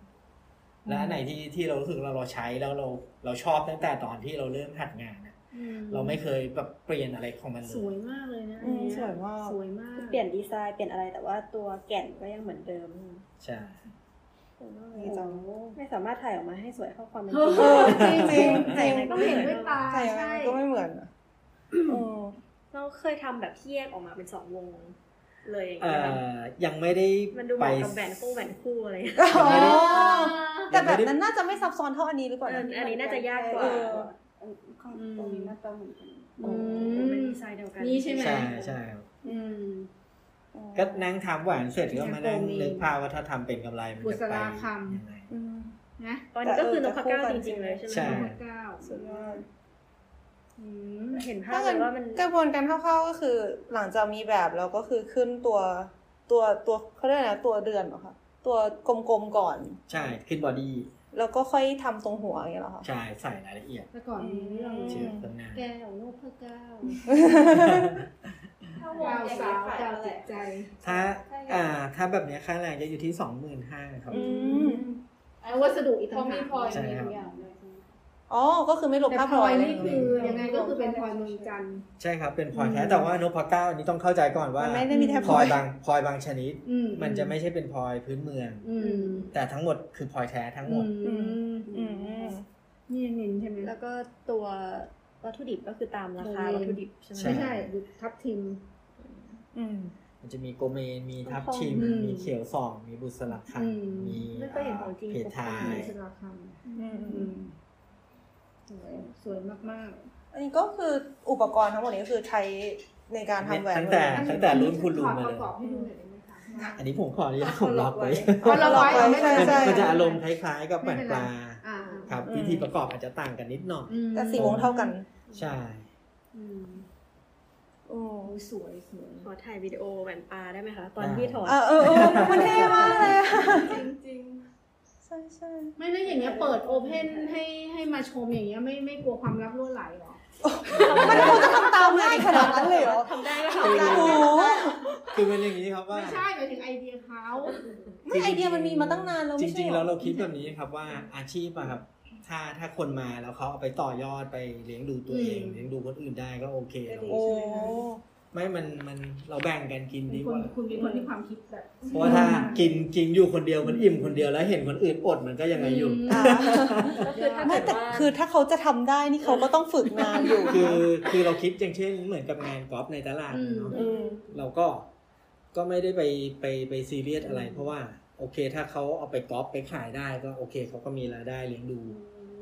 และอันไหนที่ที่เรารู้สึกเราเราใช้แล้วเราเราชอบตั้งแต่ตอนที่เราเริ่มหัดงานอะ
อืม
เราไม่เคยแบบเปลี่ยนอะไรของมันเล
สวย
ย
มากเลยนะ
อืม
อันเนี้
สวยมาก
สวยมาก
เปลี่ยนดีไซน์เปลี่ยนอะไรแต่ว่าตัวแก่นก็ยังเหมือนเดิม
ใช่
โอ้โ
ดีจัง
หไม่สามารถถ่ายออกมาให้สวยเท่าความเป็นจ
เอ
ริง
อ
จริงจริงจริง
ต้องเห็นด้วยตา
<laughs>
ใส่อะไร
ใช่
มันก็ไม่เหมือนอะเออ
เราเคยทำแบบที่แยกออกมาเป็นสองวง เลยอย่าง
เอ่
เงี้ยค่ะ
อยังไม่ได้
มันดูเห
ไป
มาะกับแหวนคู่แหวนคู่อะไรอย่างเงี้ย
ยังไม่ได้
แต่แบบนั้นน่าจะไม่ซับซ้อนเท่าอันนี้หรือเปล่า
เอออันนี้น่าจะยากกว่า
เออ
ของ
ตรงนี้น่าจะเหมือนกัน
อืมเป็นดีไซน์เดียวกัน
นี่ใช่ไหม
ใช่ใช่ครับ
อืม
ก็นั่งทำหวานเสร็จก็มานั่ง
โปรมี
นึกภาพว่าถ้าทำเป็นกำไรมัน
บุ
จะ
ษ
ไป
ราคำ
ยังไง
อืม
นะ
ตอนนี้ก็คือนพเก้าจริงๆเลยใช่ไหม
ใช่
พ
คะ
ระเก้า
สุดยอด
อืม
เห็นภาพเลยว่ามัน
กระบวนการคร่าวๆก็คือ หลังจากมีแบบแล้วก็คือขึ้นตัวตัวตัวเขาเรียกอะไรนะตัวเดือนเหรอคะตัวกลมๆก่อน
ใช่ขึ้นบอดี้
แล้วก็ค่อยทำตรงหัวอย่างเงี้ยเหรอคะ
ใช่ใส่รายละเอียด
แต่ก่อนนี้เรา
อืม
เชื่อมตำนาน
แก้วนกพระเก้า
ถ้าวง
เก้า
อย่าง
สาว
นี้ขาย
เก้า
เท่าไห
จิ
ร่
ตใจ
ถ้าอ่าถ้าแบบเนี้ยค่าแรงจะอยู่ที่สองหมื่นห้าครับ
อืม
ไอ้วัสดุอีก
เพ
ต่าง
ราะมี
หาก
พลอย
ใช่
มี
ครั
ทุ
บ
กอย่างเลยใช่ไหม
อ๋อ ก็คือไม่ลบ
แต่
ค่า
พ
พ
ล
ล
อ
อย ยเลย
นี่คือยังไงก็คือเป็นพลอยเมืองจันทร์
ใช่ครับ เป็นพลอย
อืม
แท้แต่ว่าโนพเก้าอันนี้ต้องเข้าใจก่อนว่า
มันไม่ได้มีแทบ
พลอยบางพลอยบางชนิด
อื
มันจะไม่ใช่เป็นพลอยพื้นเมือง
อืม
แต่ทั้งหมดคือพลอยแท้ทั้งหมด
อืม
อืม
นี่นินใช่ไหม
แล้วก็ตัววัตถุดิบก็คือตามราคาวัตถุดิบใช่ไหม
ใช่
ไม่ใช่ดูทับทิม
อืม
มันจะมีโกเมน มีทับทิม
อืม
มีเขียวซอง มีบุษราคัง
อืม
มี
ไม่เคยเห็นของจริง
เพทา
ใน
ย
ชราค
อืม
ำอืมสวยสวยมาก
อันนี้ก็คืออุปกรณ์ทั้งหมดนี้ก็คือใช้ในการทำแหวน
ตั้งแต่
ๆอั
ตั้งแต่รุ่นคุณลุงมา
ขอป
เลย
ระกอบให้ดูหน่อยได้ไหมคะ
อันนี้ผมขออนุญาตผมล็อกไว้
อ๋อเราไว้
เอาไว้
ใช่
มัน
ใช่
มันจะอารมณ์คล้ายๆ กับแหวนปลา
อ่า
ครับวิธีประกอบอาจจะต่างกันนิดหน่อย
อืม
แต่สีวงเท่ากัน
ใช่
อืม
โอ้
โอ้ยสวยสวย
ขอถ่ายวิดีโอแหวนปลาได้ไหมคะ ตอนที่ถอด
เออเออเออมันเท่มากเลยอะใช่ใช่
ไม่แล้วอย่างเงี้ยเปิดโอเพนให้ให้มาชมอย่างเงี้ยไม่ไม่กลัวความลับรั่วไหลเหรอ
มันคงจะทำตามง่ายขนาดนั้นเลยเหรอ
ทำได้ไหมคะ
โอ้โห
คือเป็นอย่างนี้ครับว่า
ไม่ใช่หมายถึงไอเดียเขา
ไม่ไอเดียมันมีมาตั้งนานแล้ว
จ
ไม่ใช่
ริงๆ
เหร
แล้
อ
วเราคิดแบบนี้ครับว่าอาชีพอะครับถ้าถ้าคนมาแล้วเขาเอาไปต่อยอดไปเลี้ยงดูตัวเอง
อืม
เลี้ยงดูคนอื่นได้ก็โอเคเรา
โอ้
ไม่มันมันเราแบ่งกันกิน
เป็น
ดีก
คน
ว่า
คุณเป็นคนที่ความคิดแบบ
เพราะว่าถ้ากินกินอยู่คนเดียวมันอิ่มคนเดียวแล้วเห็นคนอื่นอดมันก็ยังไงอยู่
อ่า
ก็คือถ้า
ไม่
เกิด
แต่
ว่า
คือถ้าเขาจะทำได้นี่เขาก็ต้องฝึกงานอยู่นะ
คือคือเราคิดอย่างเช่นเหมือนกับงานกอล์ฟในตลาดเนาะ
อืม
เราก็ก็ไม่ได้ไปไปไปซีเรียสอะไร เพราะว่าโอเค ถ้าเขาเอาไปกอล์ฟไปขายได้ก็โอเคเขาก็มีรายได้เลี้ยงดู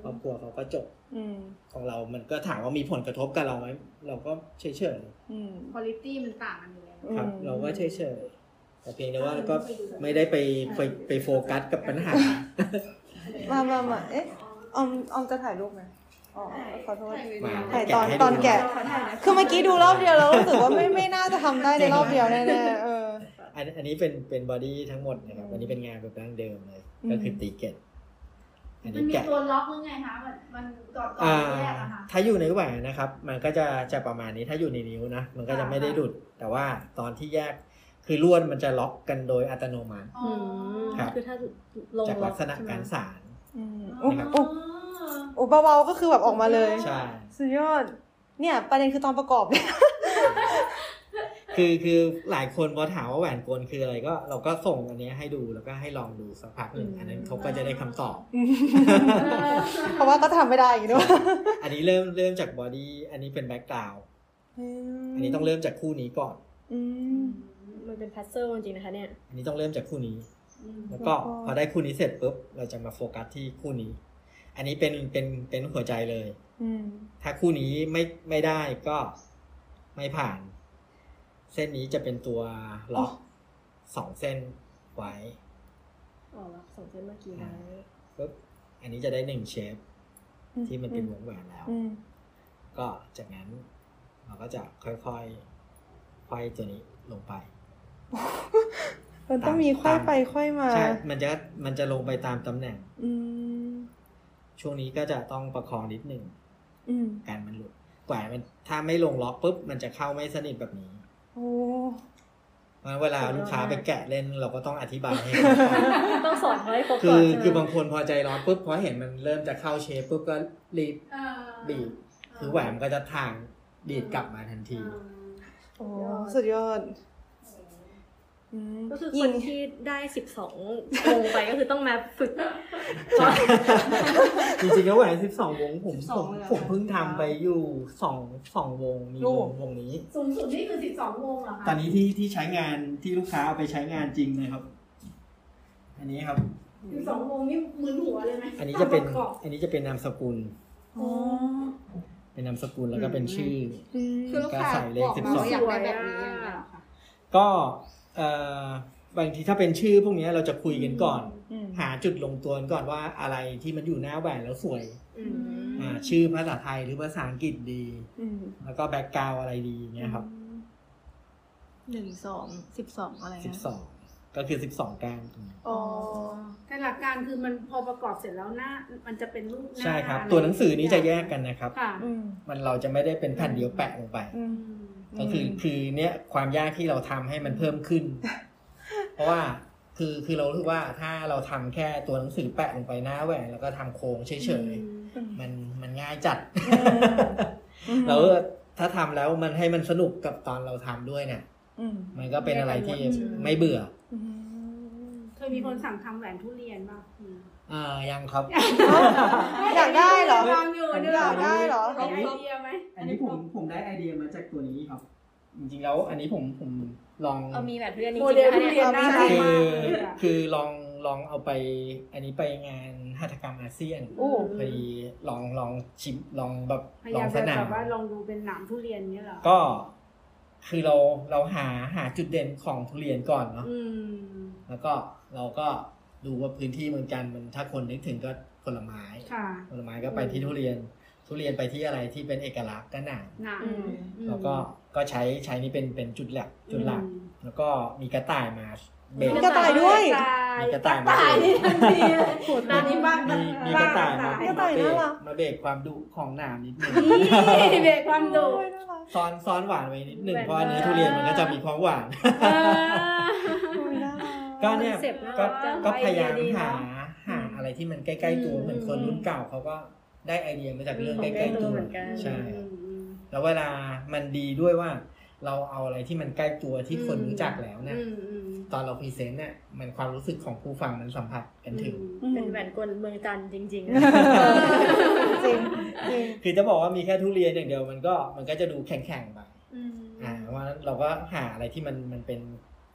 ครอบครัวเขาก็จบ
อืม
ของเรา มันก็ถามว่ามีผลกระทบกับเราไหม เราก็เฉยๆ
อืม
คุณตี้มันต่างกันอยู่แล้ว
ครับ
อืม
เราก็เฉยๆ แต่เพียงแต่ว่าก็ไม่ได้ไปไปไปโฟกัสกับปัญหา
มามามาเอ๊ะออมออมจะถ่ายรูปไหมอ๋อขอโทษ
มา
ถ่าย
แกะ
ตอน
ให้
ตอน
ดู
แกะ คือเมื่อกี้ดูรอบเดียวแล้วรู้สึกว่าไม่ไม่น่าจะทำได้ในรอบเดียวแน่ๆเออ
อันอันนี้เป็นเป็นบอดี้ทั้งหมดนะครับ อันนี้เป็นงานแบบดั้งเดิมเลย ก็คือตีเกต อัน
มั
นี้
นมี
แกะ
ตัวล็อกหรือไงคะมันมันก่อนก่อน
อ่า
แยกอะค่ะ
ถ้าอยู่ในแหวนนะครับ มันก็จะจะประมาณนี้ถ้าอยู่ในนิ้วนะมันก็จะไม่ได้ดุด แต่ว่าตอนที่แยกคือล้วนมันจะล็อกกันโดยอัตโนมัติ
อ๋อ
ครับ
คือถ้าลง
จากลักษณะ
ใช่ไหม
การสาร
อืม
อ๋อ
โอ้โอ้โอ้เบาๆก็คือแบบออกมาเลย
ใช่
สุดยอด เนี่ยประเด็นคือตอนประกอบเนี่ย <laughs>
คือคือหลายคนพอถามว่าแหวนกลคืออะไรก็เราก็ส่งอันเนี้ยให้ดูแล้วก็ให้ลองดูสักพักหนึ่งอันนั้นเขาก็จะได้คำต <laughs> อบ
เพราะว่าก็ทำไม่ได้อยู่ด้วย
อันนี้เริ่มเริ่มจากบอดี้อันนี้เป็นแบ็กกราวด์อันนี้ต้องเริ่มจากคู่นี้ก่อน
อืม
มันเป็นพัซเซิลจริงๆนะคะเนี่ย
อันนี้ต้องเริ่มจากคู่นี้ แล้วก็
แล้วก็
พอได้คู่นี้เสร็จปุ๊บเราจะมาโฟกัสที่คู่นี้ อันนี้เป็นเป็นเป็นหัวใจเลย
อืม
ถ้าคู่นี้ไม่ไม่ได้ก็ไม่ผ่าน เส้นนี้จะเป็นตัวล็อกสองเส้นไว้
อ๋อรับสองเส้นเมื่อกี้ไว้
ปุ๊บอันนี้จะได้หนึ่งเชฟที่มันเป็นวงแหวนแล้ว
อืม
ก็จากนั้นเราก็จะค่อยๆค่อยตัวนี้ลงไป
มันต้องมีค่อยไปค่อยมา
ใช่ มันจะมันจะลงไปตามตำแหน่ง
อืม
ช่วงนี้ก็จะต้องประคองนิดหนึ่ง
อืม
การมันหลุดแหวนมันถ้าไม่ลงล็อกปุ๊บมันจะเข้าไม่สนิทแบบนี้
โอ้
เพราะเวลา
สุดยอด
ลูกค้าไปแกะเล่นเราก็ต้องอธิบายให้
ต้องสอนเขาให้ครบ
คื
ก่อน
อ
ใช่ไหม
คือบางคนพอใจร้อนปุ๊บพอเห็นมันเริ่มจะเข้าเชฟปุ๊บก็รีบ
เออ
บีบคือแหวนมันก็จะทางดีดกลับมาทันที
โอ้ สุดยอด อืม
ก็คือค
ยิ
น
ง
ที่ได้สิบสองวงไปก็คือต้องมาฝึก
<laughs> จริงๆแล้วแหวนสิบสองวงผม
12
ผม
เลยเหรอ
ผมเพิ่งทำไปอยู่สองสองวงมี
ลู
ว
ก
งวงนี้
สูงสุดนี่คือสิบสองวงเหรอคะ
ตอนนี้ที่ที่ใช้งานที่ลูกค้าเอาไปใช้งานจริงนะครับ อันนี้ครับ
สิบสองวงนี่มึนหัวเลยไหม
อันนี้จะเป็นอันนี้จะเป็นนามสกุล
โอ้
เป็นนามสกุลแล้วก็เป็นชื่อ
อืม
คือลูกค้า
ก็ใส่เลข
บอกมาว่า
12
อยากได้แบบนี้อย่างเงี้ยเหรอคะ
ก็เอ่อบางทีถ้าเป็นชื่อพวกเนี้ยเราจะคุยกันก่อน
อืม
หาจุดลงตัวกันก่อนว่าอะไรที่มันอยู่หน้าแหวนแล้วสวย
อืม
อ่าชื่อภาษาไทยหรือภาษาอังกฤษดี
อืม
แล้วก็แบ็กกราวอะไรดีเงี้ยครับ
หนึ่งสองสิบสองอะไร
สิบ
นะ
สองก็คือสิบสองก้านตรงนี้
อ๋อแต่หลักการคือมันพอประกอบเสร็จแล้วหน้า มันจะเป็นรูปหน้า
ใช่ครับ
อะไ
ตัวหนังสือนี้จะแยกกันนะครับ
ค่ะ
อืม
มันเราจะไม่ได้เป็นแผ่นเดียวแปะลงไป
อืม
ก็คืออ
ม
คือเนี้ยความยากที่เราทำให้มันเพิ่ม <laughs> ขึ้น เพราะว่าคือคือเรารู้สึกว่าถ้าเราทำแค่ตัวหนังสือแปะลงไปหน้าแหวนแล้วก็ทำโครงเฉยๆมันมันง่ายจัด
อืม
แล้วถ้าทำแล้วมันให้มันสนุกกับตอนเราทำด้วยเนี่ย
อืม
มันก็เป็นอะไรที่ไม่เบื่อ
อืม
เคยมีคนสั่งทำแหวนทุเรียนบ้างอืม
อ่ายังครับ
อยากได้เหรอ
วางอยู่เนี่ย
อยากได้เหรอ
มีไอเดียไหม
อันนี้ผมผมได้ไอเดียมาจากตัวนี้ครับ จริงๆแล้วอันนี้ผมผมลอง
เอามีแบบเพื่อนจริง
โม
ๆ
เดล
นะคะ
ทุ
เนี่ย
เรียนน่ารัก
คื
มา
อก
เลยอะ
คือลองลองเอาไป อันนี้ไปงานหัตถกรรมอาเซียน
โอ้
พอดีลองลองชิมลองแบบ
พ
ลอย
ยาาม
งส
จะ
นาม
แบบว่าลองดูเป็นหนามทุเรียนเนี่ยเหรอ
ก็คือเราเราหาหาจุดเด่นของทุเรียนก่อนเนาะ
อืม
แล้วก็เราก็ดูว่าพื้นที่เมืองจันทร์มันถ้าคนนึกถึงก็ผลไม้
ค่ะ
ผลไม้ก็ไปที่ทุเรียน ทุเรียนไปที่อะไรที่เป็นเอกลักษณ์ก็หนาม
หนาม
อืม
อืม
แล้วก็ก็ใช้ใช้นี่เป็นเป็นจุดหลักจุดหลัก
อืม
แล้วก็มีกระต่ายมาเบส
มีกระต่ายด้วย
กระต่าย
มีกระต่ายมา
ตาย
เบร
นี่
ก
ทันทีเลยตอนนี้บ้าง
มีมีกระต่าย
บ้
มาง
กระต่าย
เบร
น่าก รัก
มาเบรกความดุของหนามนิดนึง
นี่เบรกความดุ
โอ้ยน่ารัก
ซ้อนซ้อนหวานไว้นิดหนึ่ง
แหวน
เพราะอันนี้
เวลา
ทุเรียนมันก็จะมีความหวาน
โอ้ยน่ารัก
ก็เนี่ย
คอนเซ็ปต์น่ารั
ก็
กจัง
ก็พยายาม
ไอเดียดีเนอะ
หาหาอะไรที่มันใกล้ๆตัวเหมือนคนรุ่นเก่าเขาก็ได้ไอเดียมาจากเรื่อง
ข
ใก
องใกล้
ล้ๆ
ตั
ตัวว
เหมือนกัน
ใช่
อืมอืม
แล้วเวลามันดีด้วยว่า เราเอาอะไรที่มันใกล้ตัวที่คนรู้จักแล้วเนี่ย
อืมอืม
ตอนเราพรีเซนต์เนี่ยมันความรู้สึกของผู้ฟังมันสัมผัสกันถึง
เป็นแหวนกลเมืองจันทร์จริงๆ
<laughs>
จริงจริง
คือจะบอกว่ามีแค่ทุเรียนอย่างเดียวมันก็มันก็จะดูแข็งๆไปอ่าเพราะฉะนั้นเราก็หาอะไรที่มันมันเป็น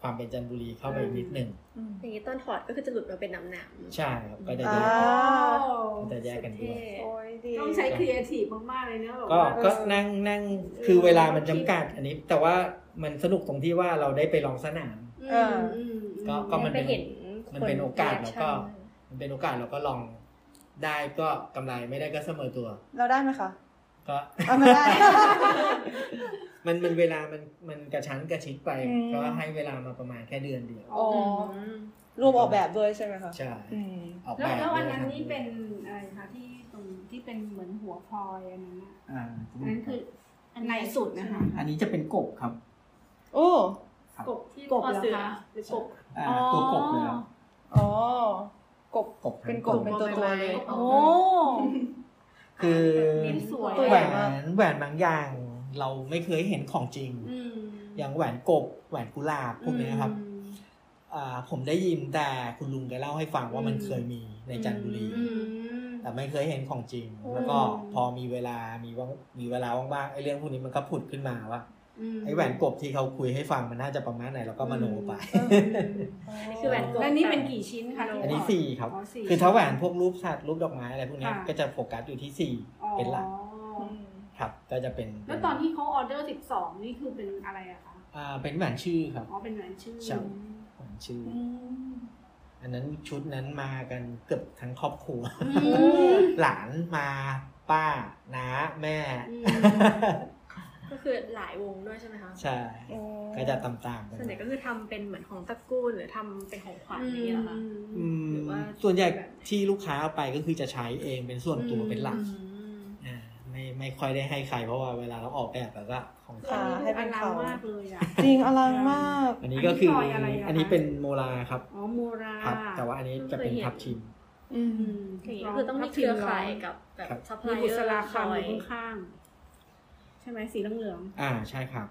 ความเป็นจันทบุรีเข้าไปนิดหนึ่ง
อืม
อย่างนี้ตอนถอดก็คือจะหลุดมาเป็นหนาม
ใช่ครับก็จะแย
อ่า
กก็จะแยกกันด้
ๆเท่
วย
โอ้ยดี
ต้องใช้ครีเอทีฟมากๆเลยเนอะแบบ
ก็
ว่า
ก็นั่งนั่งคือเวลามันจำกัด อันนี้ แต่ว่ามันสนุกตรงที่ว่าเราได้ไปลองสนาม
เอ
อืม
อ
อืม
ก็ก็มันเป็น
ได้ไปเห็นคน
มันเป็นโอกาสแล้วก็
reaction
มันเป็นโอกาสเราก็ลองได้ก็กำไรไม่ได้ก็เสมอตัว
เราได้ไหมคะ
ก็ <laughs>
เอาไม่ได้
มันมันเวลามันมันกระชั้นกระชิดไป
อืม
ก็ให้เวลามาประมาณแค่เดือนเดียว
อ๋อ รวมออกแบบด้วยใช่ไหมคะ
ใช่
อืม
ออกแบ
แล้ว
บ
แล้วอันนั้น
ด้วย
นี่เป็นอะไรคะที่ตรงที่เป็นเหมือนหัวพลอยอันนั้นอะ
อ่า
อันนั้นคืออันในสุดนะคะ
อันนี้จะเป็นกบครับ
โอ้
กบที่
กบ
คอ
เหรอ
เสือ
คะหรือกบ
อ่าตัวกบเลยครับ
อ๋อ กบ
กบทั้ง
เป็นกบเป็นตัวตัวๆเลย
โอ้
โอ้
คือ
นิ้นสวย
ตัว
แหว
ใหญ่มาก
นแหวนบางอย่างเราไม่เคยเห็นของจริง
อืม
อย่างแหวนกบแหวนกุหลาบพวกเนี้ยครับ
อืม
อ่าผมได้ยินแต่คุณลุงแกเล่าให้ฟังว่ามัน
อืม
เคยมีในจันทบุรี
อืม
แต่ไม่เคยเห็นของจริง
อืม
แล้วก็พอมีเวลามีว่างมีเวลาว่างๆไอ้เรื่องพวกนี้มันก็ผุดขึ้นมาว่า
ม
ไอ้แหวนกบที่เขาคุยให้ฟังมันน่าจะประมาณไหนเราก็มาโนไป
นี่คือแหวนกบ
แล้วนี่เป็นกี่ชิ้นคะ
อันนี้
ที่
สี่ครับ
อ๋อสี่
<laughs> คือถ้าแหวนพวกรูปสัตว์รูปดอกไม้อะไรพวกเนี้ย
ค่ะ
ก็จะโฟกัสอยู่ที่สี่
อ๋อ
เป็นหลักครับ ก็จะเป็น
แล้วตอนที่เขาออเดอร์สิบสองนี่คือเป็นอะไรอะคะ
อ่าเป็นแหวนชื่อครับ
อ๋อเป็นเหมือนชื่อ
ใช่ แหวนชื่อออันนั้นชุดนั้นมากันเกือบทั้งครอบครัว
อืม
หลานมาป้าน้าแม่
อืม
ก็คือหลายวงด้วยใช่ไหมคะ
ใช่ ก็จะตามๆกัน
ส่วนใหญ่ก็คือทำเป็นเหมือนของตระกูลหรือทำเป็นของขวัญอย่างเงี้ยเหรอคะ
อืม
หรือว่า
ส่วนใหญ่ที่ลูกค้าเอาไปก็คือจะใช้เองเป็นส่วนตัวเป็นหลัก
อืม
อ่าไม่ไม่ค่อยได้ให้ใครเพราะว่าเวลาเราออกแบบแล้วก็ของ
ค่ะ
ให้เป็นเขามากเลยอะ
จริงอลังมาก
อันนี้ก็คือ
อันนี้ซอย
อ
อะไรอะคะ
อันนี้เป็นโมลาครับ
อ๋อโมรา
ครับ แต่ว่าอันนี้จะเป็นทับทิม
อื
อื
ม
ม
อย่างงี้ก็คือต้องมีเครือข่ายกับแบบ
ครับ
ซัพพลา
มี
ยเอ
บุษ
อ
รา
ร์ค
คำ
อ
อย ยู่ข้างๆใช่ไหมสีเหลือง
อ่าใช่ครับ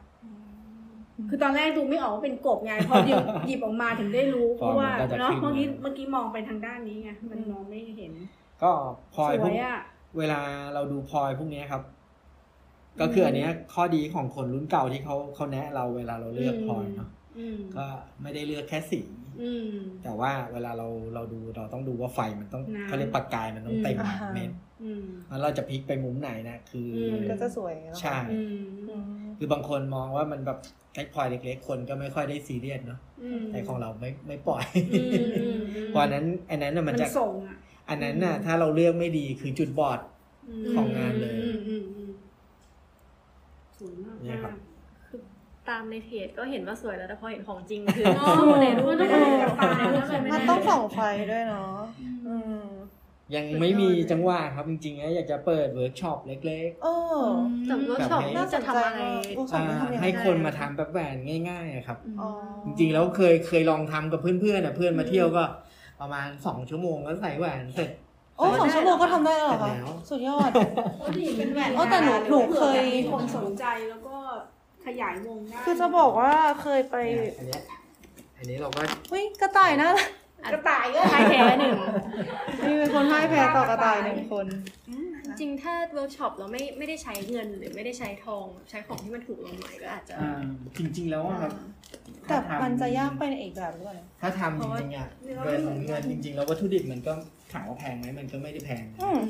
ๆคือตอนแรกดูไม่ออกว่าเป็นกบ
<laughs>
ไง พอหยิบหยิบออกมาถึงได้รู้ เพ
ตอ
ราะ
นมั
ว่าน
ก็จะ
เนาะ
ขึ้นมา
เมื่อกี้เมื่อกี้มองไปทางด้านนี้ไงมันมองไม่เห็น
ก็พลอย
ส
พ
ว
วก
ยอะ
เวลาเราดูพลอยพวกเนี้ยครับ ก็คืออันเนี้ยข้อดีของคนรุ่นเก่าที่เขาเขาแนะเราเวลาเราเลือกพลอยเนาะ
อืม
ก็ไม่ได้เลือกแค่สี
อืม
แต่ว่าเวลาเราเราดูเราต้องดูว่าไฟมันต้อง
น้ำ
เขาเรียกประกายมันต้องเต็ม
อืม
เม็ด
อืม
แล้วเราจะพลิกไปมุมไหนนะคืออ
ม
ก็จะสวยเนอะ
ใช่
อื
อื
ม
ม
คือบางคนมองว่ามันแบบแค่พลอยเล็กๆคนก็ไม่ค่อยได้ซีเรียสเนาะ
อืม
แต่ของเราไม่ไม่ปล่อย
อืมอืมอืม
เพราะอันนั้นอันนั้นน่ะ
มั
มัน
น
จะ
ส่งอ่ะ
อันนั้นน่ะถ้าเราเลือกไม่ดีคือจุดบอด
ม
ของงานเลย
อืมอืมอืมสวยมาก
เนี่ยครับ
ตามในเพจก็เห็นว่าสวยแล้วแต่พอเห็นของจริงคือ
โอ้โหในรูปไม่ได้กับตาแล้วเลย
มันต้องส่องไฟด้วยเนาะอืม
ยังไม่มีจังหวะครับจริงๆนะอยากจะเปิดเวิร์กช็อปเล็ก
เออ
แต่เวิร์กช็อป
แบบนี้
น่าจะทำอะไร
โอ้
ๆ
สองคน
อ่า
ทำยังไง
ให้คนมาทำแบบแหวนง่ายๆอะครับ
อ๋อ
จริงๆแล้วเคยเคยลองทำกับเพื่อนๆอ่ะเพื่อนมาเที่ยวก็ ประมาณสองชั่วโมงก็ใส่แหวนเสร็จ
โอ้สองชั่วโมงก็ทำได้แล้วเหรอ
เสร็
คะ
จแล้ว
สุดยอด
โอ้ดีเป็นแหวน
โอ้แต่หนูหนูเคย
มีคนสนใจแล้วก็ขยายวงได้
คือจะบอกว่าเคยไป
เนี่ยอันเนี้ยอันนี้เราก็
เฮ้ยกระต่าย
<laughs>
น่ารัก
กระต่ายก็
ใครแพ้
<laughs>
หนึ่ง
มีเป็นคนให้แพ้ต่อกระต่ายหนึ่งคน
จริงๆถ้าเวิร์กช็อปเราไม่ไม่ได้ใช้เงินหรือไม่ได้ใช้ทองใช้ของที่มันถูกลงหน่อยก็อาจจะ
อ่าจริง ๆ แล้วอะครับ
แต่
ถ้าทำ
มันจะยากไปในอีกแบบหรือเปล่าเนี่ย
ถ้าทำจริงๆอ่ะเงินเงินจริง ๆ แล้ววัตถุดิบมันก็ถามว่าแพงไหมมันก็ไม่ได้แพงนะ
อืม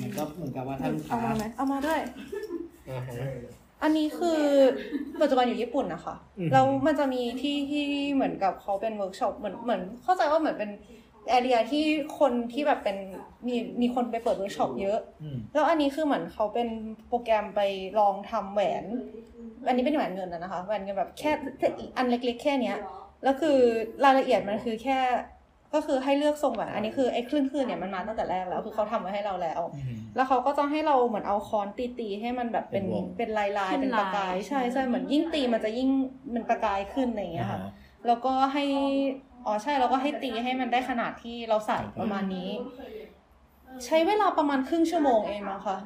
มันก็เหมือนกับว่าถ้าลูก
เอา
ค้า
มาไหมเอามาด้วย
อ่าฮะ
อันนี้คือปัจจุบันอยู่ญี่ปุ่นนะคะ
อืม
แล้วมันจะมีที่ที่เหมือนกับเขาเป็นเวิร์กช็อปเหมือนเหมือนเข้าใจว่าเหมือนเป็นแอเรียที่คนที่แบบเป็นมีมีคนไปเปิดเวิร์กช็อปเยอะ
อืม
แล้วอันนี้คือเหมือนเขาเป็นโปรแกรมไปลองทำแหวน อันนี้เป็นแหวนเงินนะนะคะแหวนเงินแบบแค่อันเล็กๆ แค่เนี้ยแล้วคือรายละเอียดมันคือแค่ก็คือให้เลือกทรงแหวนอันนี้คือไอ้คลื่นๆเนี่ยมันมาตั้งแต่แรกแล้วคือเขาทำมาให้เราแล้ว
อืม
แล้วเขาก็จะให้เราเหมือนเอาค้อนตีตีๆให้มันแบบเป็น
เป็นวง
เป็นลายลายๆ
ขึ้
เป็น
น
ป
ลาย
ระกายใช่ใช่เหมือนยิ่งตีมันจะยิ่งมันประกายขึ้นอะไรอย่างเงี้
อ่าย
ค่ะ
ฮะ
แล้วก็ให้อ๋อใช่แล้วก็ให้ตีให้มันได้ขนาดที่เราใส่ประมาณนี้ ใช้เวลาประมาณครึ่งชั่วโมงเองมั้งคะ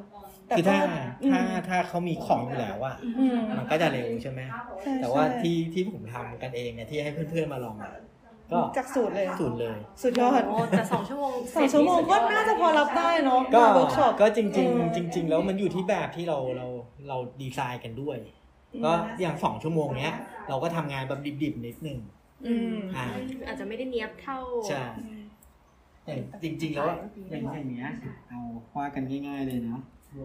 แต่
คือ
ก็
ถ้า
อืม
ถ้าถ้าเขามีของอยู่แล้วอ่ะ
อืม
มันก็จะเร็วใช่ไหม
ใช่
แต่ว่า
ใช่
ที่ที่ผมทำกันเองเนี่ยที่ให้เพื่อนๆมาลองอะก็
จากสูตรเลย
สูตรเลย
สุดยอด
โอ้แต่สองชั่วโมง
สองชั่วโมง
เส
ก็
ร็จนี่
น่า
สุด
จะ
ยอด
พอรับได้เนาะ
ก็
เวิร์กช็อป
ก็จริง
เออ
ๆจริง ๆ แล้วมันอยู่ที่แบบที่เราเราเราดีไซน์กันด้วย ก็อย่างสองชั่วโมงเนี้ย เราก็ทำงานแบบดิบๆนิดนึง
อืม
อ่า
อาจจะไม่ได้เนี้ยบเท่า
ใช่อย่างจริง ๆ แล้วอะอย่างอย่างเนี้ยเอาว่ากันง่าย ๆเลยเนาะอ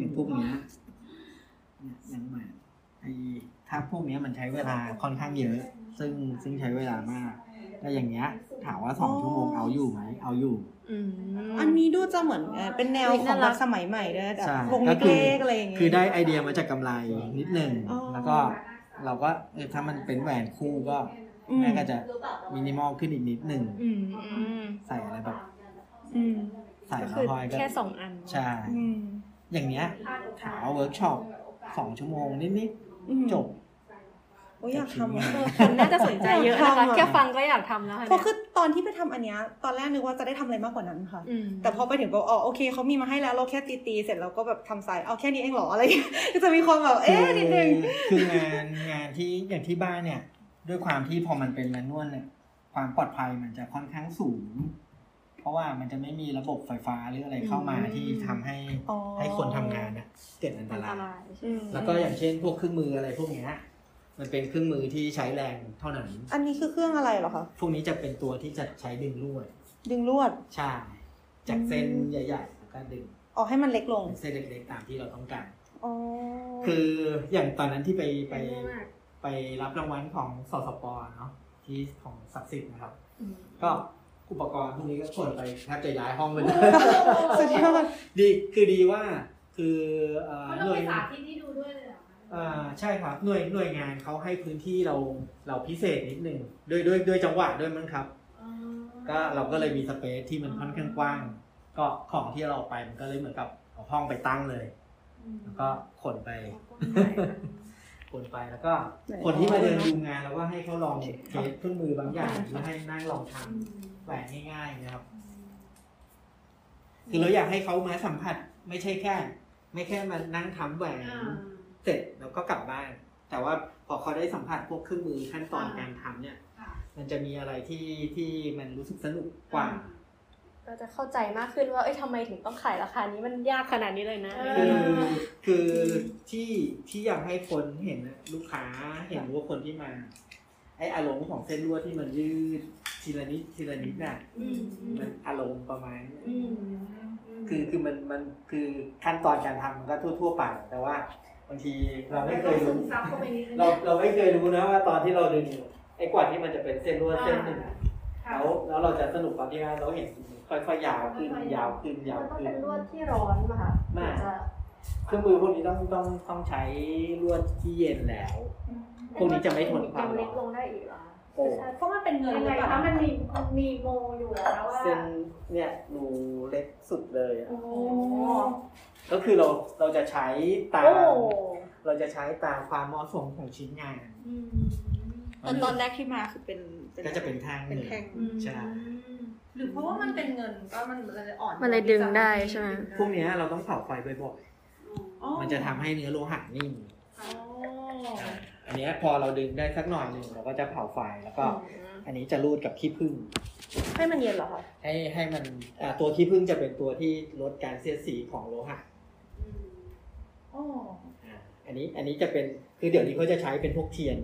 ย่างพวกเนี้ยเนี่ยอย่างหมาไอถ้าพวกเนี้ยมันใช้เวลาค่อนข้างเยอะ ซึ่งซึ่งใช้เวลามากแล้วอย่างเงี้ย ถามว่าสองชั่วโมงเอาอยู่ไหมเอาอยู่
อันนี้ดูจะเหมือนเอ่อเป็นแนวข
น่า
อง
รั
แบ
ก
บสมัยใหม่ด้วยแบบ
ใช่
วง
ก็คือ
เล็กๆอะไรอย่างเงี้ย
คือได้ไอเดียมาจากกำไรนิดหนึ่ง
อ๋อ
แล้วก็ เราก็เออถ้ามันเป็นแหวนคู่ก็
อืม
แม่ก็จะมินิมอลขึ้นอีกนิดหนึ่ง
อืม
ใส่อะไรแบบ
อืม
ใส่
ก็
แล้ว
คือ
พลอยก็
แค่สองอัน
ใช่
อืม
อย่างเนี้ยขาวเวิร์กช็อปสองชั่วโมงนิด
อืม
ๆจบ
โอ้ยอยากทำอะ
เอ
คนน่าจะสนใจเยอะนะคะ
ากทำ
แค่ฟังก็อยากทำแล้วค่ะ
เพราะคือตอนที่ไปทำอันเนี้ยตอนแรกนึกว่าจะได้ทำอะไรมากกว่านั้นค่ะ
อืม
แต่พอไปถึงบอกอ๋อโอเคเขามีมาให้แล้วเราแค่ตีตีๆเสร็จเราก็แบบทำสายเอาแค่นี้เองเหรออะไรอย่างเงี้ย <laughs> ก็จะมีความแบบเอ๊ะนิดนึง
คืองานงานที่อย่างที่บ้านเนี่ย ด้วยความที่พอมันเป็นแมนนวลเนี่ยความปลอดภัยมันจะค่อนข้างสูง เพราะว่ามันจะไม่มีระบบไฟฟ้าหรืออะไรเข้ามาที่ทำให้
อ๋อ
ให้คนทำงานน่ะเกิดอันต
อัน
รา
ต
ย
ราย
อืม
แล้วก็อย่างเช่นพวกเครื่องมืออะไรพวกเนี้ยมันเป็นเครื่องมือที่ใช้แรงเท่านั้น
อันนี้คือเครื่องอะไรเหรอคะ
พวกนี้จะเป็นตัวที่จะใช้ดึงลวด
ดึงลวด
ใช่จากเส้นใหญ่ๆแล้วก็ดึง
อ๋อให้มันเล็กลง
เป็นเส้นเล็กๆตามที่เราต้องการ
อ๋อ
คืออย่างตอนนั้นที่ไปไปไปรับรางวัลของสสปเนาะที่ของศักดิ์สิทธิ์นะครับ ก็อุปกรณ์พวกนี้ก็ขนไปแทบจะย้ายห้องไป
<laughs>
เลย
สุดยอด
<laughs> ดีคือดีว่าคือเอ่อห
เขาต้อง
น่ว
ไป
ย
สาธิตที่ดูด้วยเลยเหรอคะ
อ่าใช่ครับหน่วยหน่วยงานเขาให้พื้นที่เราเราพิเศษนิดนึงด้วยด้วยด้วยจังหวะด้วยมั้งครับ
อ๋อ
ก็เราก็เลยมีสเปซที่มันค่อนข้างกว้าง ก็ของที่เราเอาไปมันก็เลยเหมือนกับเอาห้องไปตั้งเลย แล้วก็ขนไป ขนไปแล้วก็ คนที่มาเดินดูงานแล้วก็ให้เขาลองเทสเครื่องมือบางอย่างแล้วให้นั่งลองทำแหวนง่ายๆนะครับ คือเราอยากให้เขามาสัมผัสไม่ใช่แค่ ไม่แค่มานั่งทำแหวนเสร็จแล้วก็กลับบ้าน แต่ว่าพอเขาได้สัมผัสพวกเครื่องมือขั้นตอนการทำเนี่ย
ค่ะ
มันจะมีอะไรที่ที่มันรู้สึกสนุกกว่า
ก็จะเข้าใจมากขึ้นว่า เอ้ยทำไมถึงต้องขายราคานี้มันยากขนาดนี้เลยนะ
คือคือที่ที่อยากให้คนเห็นน่ะลูกค้าเห็นว่าคนที่มา ไออารมณ์ของเส้นลวดที่มันยืดทีละนิดทีละนิดน่ะ
อืมอืม
มันอารมณ์ประมาณเนี้ย
อืม
คือคือมันมันคือขั้นตอนการทำมันก็ทั่วทั่วๆไป แต่ว่าบางทีเราไม่เคย
ซึ
รู้
มซับเข้าไปนิดนึง
เราเราไม่เคยรู้นะว่าตอนที่เราดึงไอ้กว่าที่มันจะเป็นเส้นลวดเส้นหนึ่งอะ
ค่ะ
แล้วแล้วเราจะสนุกตอนที่ว่าเราเห็นค่อยๆยาวขึ้นยาวขึ้นยาว
มันต้อง
ขึ้น
เป็นลวดที่ร้อนป่ะคะ
ไม่
ถึงจะ
เครื่องมือพวกนี้ต้องต้องต้องใช้ลวดที่เย็นแล้ว พวกนี้จะไม่ทนความ
ยัง
ร้
เล็
อก น
ลงได้อีกเหรอ
โอ้
เพราะมันเป็นเงิน
ยัง
ห
ไง
รือเปล่า
คะมันมีมันมีโมอยู่แล้วว่า
เส้นเนี่ยรูเล็กสุดเลยอะ
โอ้โห
ก็คือเราเราจะใช้ตาม
โอ้
เราจะใช้ตามความเหมาะสมของชิ้นงาน
อืม
ตอนตอนแรกที่มาคือเป็น
ก็จะเป็นทางห
เป็น
นึ่ง
แท่ง
อืม
ใช่
หรือเพราะว่ามันเป็นเงินก็มันเลยอ่อน
มันเลยดึงได้ใช่ไหม
พวกเนี้ยเราต้องเผาไฟบ่อย
อ๋อ
ๆมันจะทำให้เนื้อโลหะนิ่ม
อ๋อ
อันเนี้ยพอเราดึงได้สักหน่อยหนึ่งเราก็จะเผาไฟแล้วก็ อันนี้จะรูดกับขี้ผึ้ง
ให้มันเย็นเหรอคะ
ให้ให้มันอ่าตัวขี้ผึ้งจะเป็นตัวที่ลดการเสียดสีของโลหะอ่าอันนี้อันนี้จะเป็นคือเดี๋ยวนี้เขาจะใช้เป็นพวกเทียน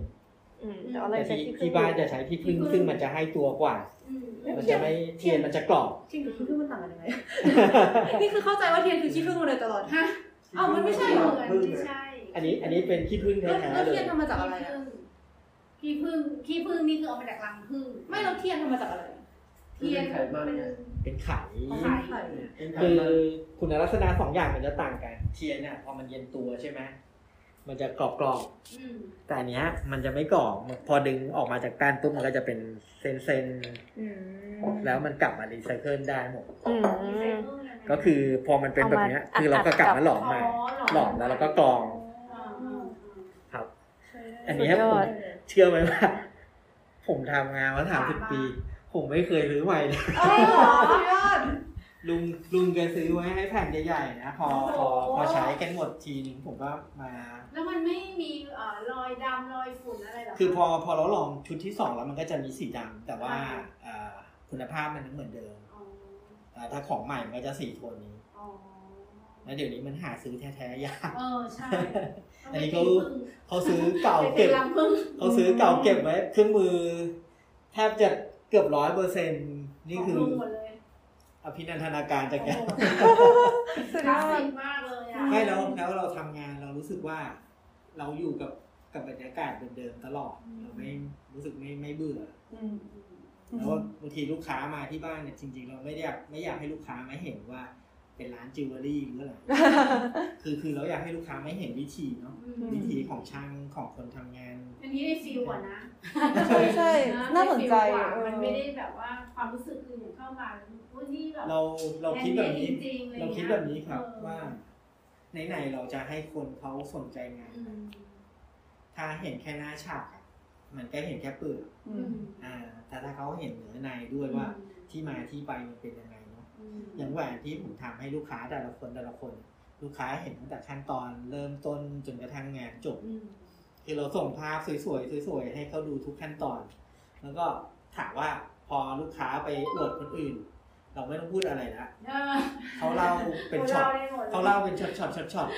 อืมแต่อะไร
แต่
จะ
ที่
ที่ขึ้น
ที่บ้านจะใช้ขี้ผึ้งซึ่งมันจะให้ตัวกว่า
อืม
มันจะไม่
เที
เที
ย
ย
น
นมันจะกรอบ
จริงหรือคิดว่ามันต่างกันยังไง นี่คือเข้าใจว่าเทียนคือขี้ผึ้งมาโดยตลอดฮะ
เอ้ามันไม่ใช่เหรอไม่ใช่
<laughs> อันนี้อันนี้เป็นขี้ผึ้งแท้
แล้ว
ๆเลย
เทียนทำมาจากอะไรอะ
ขี้ผึ้งขี้ผึ้งนี่คือเอามาจากรังผึ้ง
ไม่เราเทียนทำมาจากอะไร
เทียนเป็น
เป็นไข
ไข่
คือคุณลักษณะสองอย่างมันจะต่างกันเทียนเนี่ยพอมันเย็นตัวใช่ไหมมันจะกรอบกรอบ
อืม
ๆแต่อันเนี้ยมันจะไม่กรอบพอดึงออกมาจากก้านปุ๊บมันก็จะเป็นเส้นเส้น
อืม
ๆแล้วมันกลับมารีไซเคิลได้หมด
มีไซเคิลยังไง
ก็คือพอมันเป็นแบบเนี้ย
เอามา
คือเราก็กลับ
อัดๆ
มาหลอมใหม่หลอมแล้วเราก็กรอง
อ๋อ
ครับ
ใช่
อันเนี้ยผ
สุดย
ม
อด
เชื่อไหมว่า ผมทำงานมาสามสิบปี ผมไม่เคยซื้อใหม่เลย
เอ้ยเหรอ
ลุงลุงแกซื้อไว้ให้แผ่นใหญ่ๆนะพอพอพอใช้กันหมดทีนึงผมก็มา
แล้วมันไม่มีเอ่อรอยดำรอยฝุ่นอะไรเหรอ
คือพ
อ
อพอเราลองชุดที่สองแล้วมันก็จะมีสีดำแต่ว่าเอ่อคุณภาพมันยังเหมือนเดิม
อ๋อ
แต่ถ้าของใหม่มันก็จะสีโทนนี้
อ๋อ
แล้วเดี๋ยวนี้มันหาซื้อแท้ๆยาก <laughs>
เออใช่
อันนี้ก็ เขาซื้อเก่าเก็บ
รังผึ้ง
เขาซื้อเก่าเก็บไว้เครื่องมือ แทบจะเกือบร้อยเปอร์เซ็นนี่คือ
ขงลุงหมดเลย
อภินันทนาการจากแก
คลาสสิกมากเลยอ่ะ
ไม่แล้วแล้วเราทำงานเรารู้สึกว่า เราอยู่กับกับบรรยากาศเดิมๆตลอดเราไม่รู้สึกไม่ไม่เบื่อ
อืม
แล้วบางทีลูกค้ามาที่บ้านเนี่ยจริงๆ เราไม่ได้อยากไม่อยากให้ลูกค้ามาเห็นว่า เป็นร้านจิวเวลรี่หรืออะไร คือคือเราอยากให้ลูกค้าไม่เห็นวิธีเนาะ
อืม
วิธีของช่างของคนทำงาน
อันนี้ได้ฟิลอะนะ
ใช่ใช่
ะ
น่าสนใจ
ได้ฟิลกว่า
เออ
มันไม่ได้แบบว่าความรู้สึกอื่นเข้ามาโอ้ยนี่แบบ
เราเราคิดแบบนี้
แอนเนียจริงๆอะไรอย่างเงี้ย
เราคิดแบบนี้ครับ
เออ
ว่าไหนๆเราจะให้คนเขาสนใจงาน
อืม
ถ้าเห็นแค่หน้าฉากอะมันก็เห็นแค่เปลือก
อื
อื
ม
ม
อ่า แต่ถ้าเขาเห็นเนื้อในด้วยว่า ที่มาที่ไปมันเป็นยังไงเนาะ
อืม
อย่างแหวนที่ผมทำให้ลูกค้าแต่ละคนแต่ละคน ลูกค้าเห็นตั้งแต่ขั้นตอนเริ่มต้นจนกระทั่งงานจบ คือเราส่งภาพสวยๆสวยๆให้เขาดูทุกขั้นตอน แล้วก็ถามว่าพอลูกค้าไปอวดคนอื่น เราไม่ต้องพูดอะไรละเขาเล่าเป็น
<laughs>
ช็อตเขาเล่าเป็นช็อตช็อตช็อตช็อต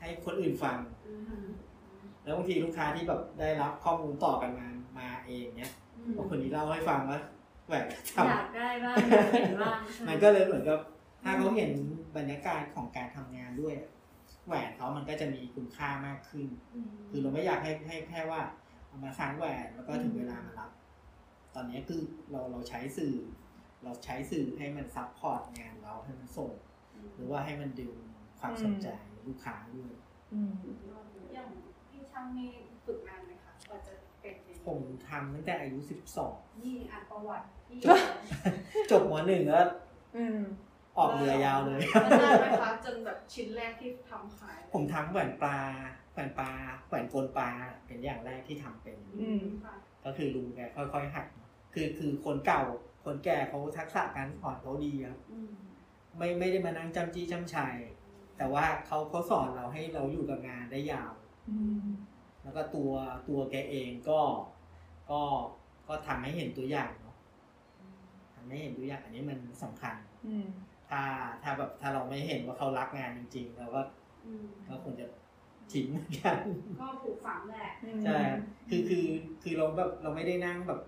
ให้คนอื่นฟัง แล้วบางทีลูกค้าที่แบบได้รับข้อมูลต่อกันมามาเองเนี้ยบางคนนี้เล่าให้ฟังว่าแหวนทำ
อยากได้บ้างอยากเห็นบ้างใช่ไหม
มันก็เลยเหมือนกับถ้าเขาเห็นบรรยากาศของการทำงานด้วยอะแหวนเขามันก็จะมีคุณค่ามากขึ้น คือเราไม่อยากให้ให้แค่ว่าเอามาค้างแหวนแล้วก็ถึงเวลามารับ ตอนนี้คือเราเราใช้สื่อ เราใช้สื่อให้มันซัพพอร์ตงานเราให้มันส่ง หรือว่าให้มันดึงความสนใจลูกค้าด้วย
อืม
อย่างพี่ช่างนี่ฝึกนานไหมคะกว่าจะเป็นเนี่ย
ผมทำตั้งแต่อายุ
นี่อ่านประวัติที่
จบ 12 <laughs> จบมหนึ่งแล้ว
อืม
ออกเรือยาวเลย
มันนานไหมคะจนแบบชิ้นแรกที่ทำขาย
ผมทำแหวนปลาแหวนปลาแหวนกลปลาเป็นอย่างแรกที่ทำเป็น
อืม
ค่ะ
ก็คือลุงแกค่อยๆหัก คือคือคนเก่า คนแก่เขาทักษะการสอนเขาดีครับ ไม่ไม่ได้มานั่งจำจี้จำชัย แต่ว่าเขาเขาสอนเราให้เราอยู่กับงานได้ยาว
อืม
แล้วก็ตัวตัวแกเองก็ ก็ก็ทำให้เห็นตัวอย่างเนาะทำให้เห็นตัวอย่างอันนี้มันสำคัญ
อืม
ถ้าถ้าแบบถ้าเราไม่เห็นว่าเขารักงานจริงๆเราก็ก็คงจะทิ้งเหมือนกัน
ก็ถูกฝังแหละ
ใช่ครับคือคือคือเราแบบเราไม่ได้นั่งแบบ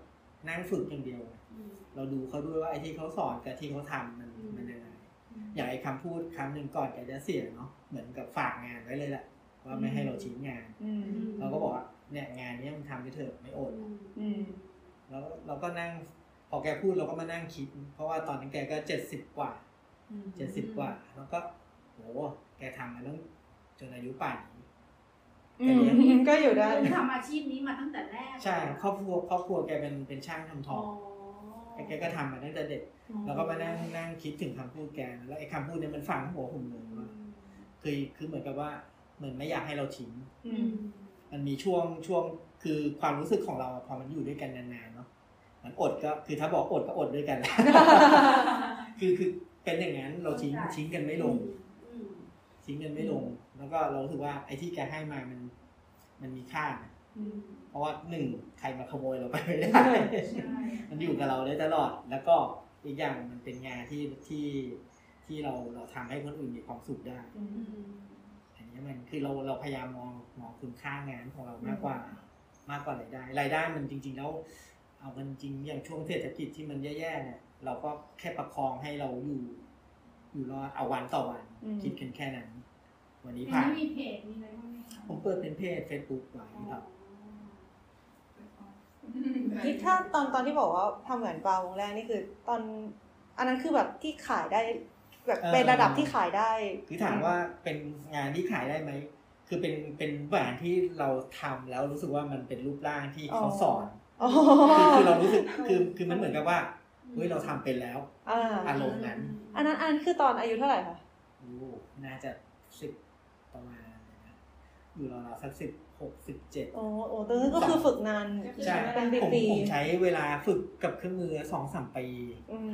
นั่งฝึกอย่างเดียวนะเราดูเขาด้วยว่าไอ้ที่เขาสอนกับที่เขาทำมันมันยังไงอย่างไอ้คำพูดคำหนึ่งก่อนแกจะเสียเนาะเหมือนกับฝากงานไว้เลยแหละว่าไม่ให้เราทิ้งงาน
อืม
เราก็บอกว่าเนี่ยงานเนี้ยมันทำไปเถอะไม่อด
อืม
แล้วเราก็นั่งพอแกพูดเราก็มานั่งคิด เพราะว่าตอนนั้นแกก็เจ็ดสิบกว่าเจ็ดสิบกว่า แล้วก็โหแกทำมาตั้งจนอายุป่านนี้
อืม ก็อยู่ได้
คือทำอาชีพนี้มาตั้งแต่แรก
ใช่ครับครอบครัวครอบครัวแกเป็นเป็นช่างทำท
อ๋
อ
อง
แกก็ทำมาตั้งแต่เด็ก แล้วก็มานั่งนั่งคิดถึงคำพูดแก แล้วไอ้คำพูดเนี่ยมันฝังหัวผมเลยว่าคือคือเหมือนกับว่าเหมือนไม่อยากให้เราทิ้ง
อื
อื
ม
ม
มันมีช่วงช่วงคือความรู้สึกของเราอะพอมันอยู่ด้วยกันนานๆเนาะ มันอดก็คือถ้าบอกอดก็อดด้วยกัน
<laughs>
คือคือเป็นอย่างนั้นเราทิ้ง
เข้าใจ
ทิ้งกันไม่ลง
อืม
ทิ้งกันไม่ลง แล้วก็เราถือว่าไอ้ที่แกให้มามันมันมีค่านะเพราะว่าหนึ่งใครมาขโมยเราไปไม่ได้
ใช่
มันอยู่กับเราได้ตลอด แล้วก็อีกอย่างมันเป็นงานที่ที่ที่เราเราทำให้คนอื่นมีความสุขได้
อืม
อันนี้มันคือเราเราพยายามมองมองคุณค่างานของเรามากกว่ามากกว่ารายได้ รายได้มันจริง ๆ แล้ว เอามันจริงอย่างช่วงเศรษฐกิจที่มันแย่ๆเนี่ยเราก็แค่ประคองให้เราอยู่ อยู่รอดเอาวันต่อวัน
อืม
คิดกันแค่นั้น วันนี้
อัน
ผ่าน
นี้มีเพจมีอะไรบ้างไหมคะ
ผมเปิดเป็นเพจ Facebook ไว้ครับ
นี่ถ้าตอนตอนที่บอกว่าทำเหมือนปลาวงแรกนี่คือ ตอน อันนั้นคือแบบที่ขายได้ แบบ
เอ่อ
เป็นระดับที่ขายได้
คือถามว่าเป็นงานที่ขายได้ไหม คือเป็นเป็นแหวนที่เราทำแล้วรู้สึกว่ามันเป็นรูปร่างที่เขาสอน
อ๋อ
คือคือเรารู้สึกคือคือมันเหมือนกับว่าเฮ้ยเราทำเป็นแล้ว
อ่า
อารมณ์นั้น
อันนั้นอันคือตอนอายุเท่าไหร่คะ
โอ้น่าจะสิบประมาณนะอยู่ราวๆสักสิบหกสิบเจ็ด
โอ้โอ้ตอนนั้นก็คือฝึกนาน
ใช่
เป็น
ผม
ปี
ผมใช้เวลาฝึกกับเครื่องมือสองสามปี
ๆอืม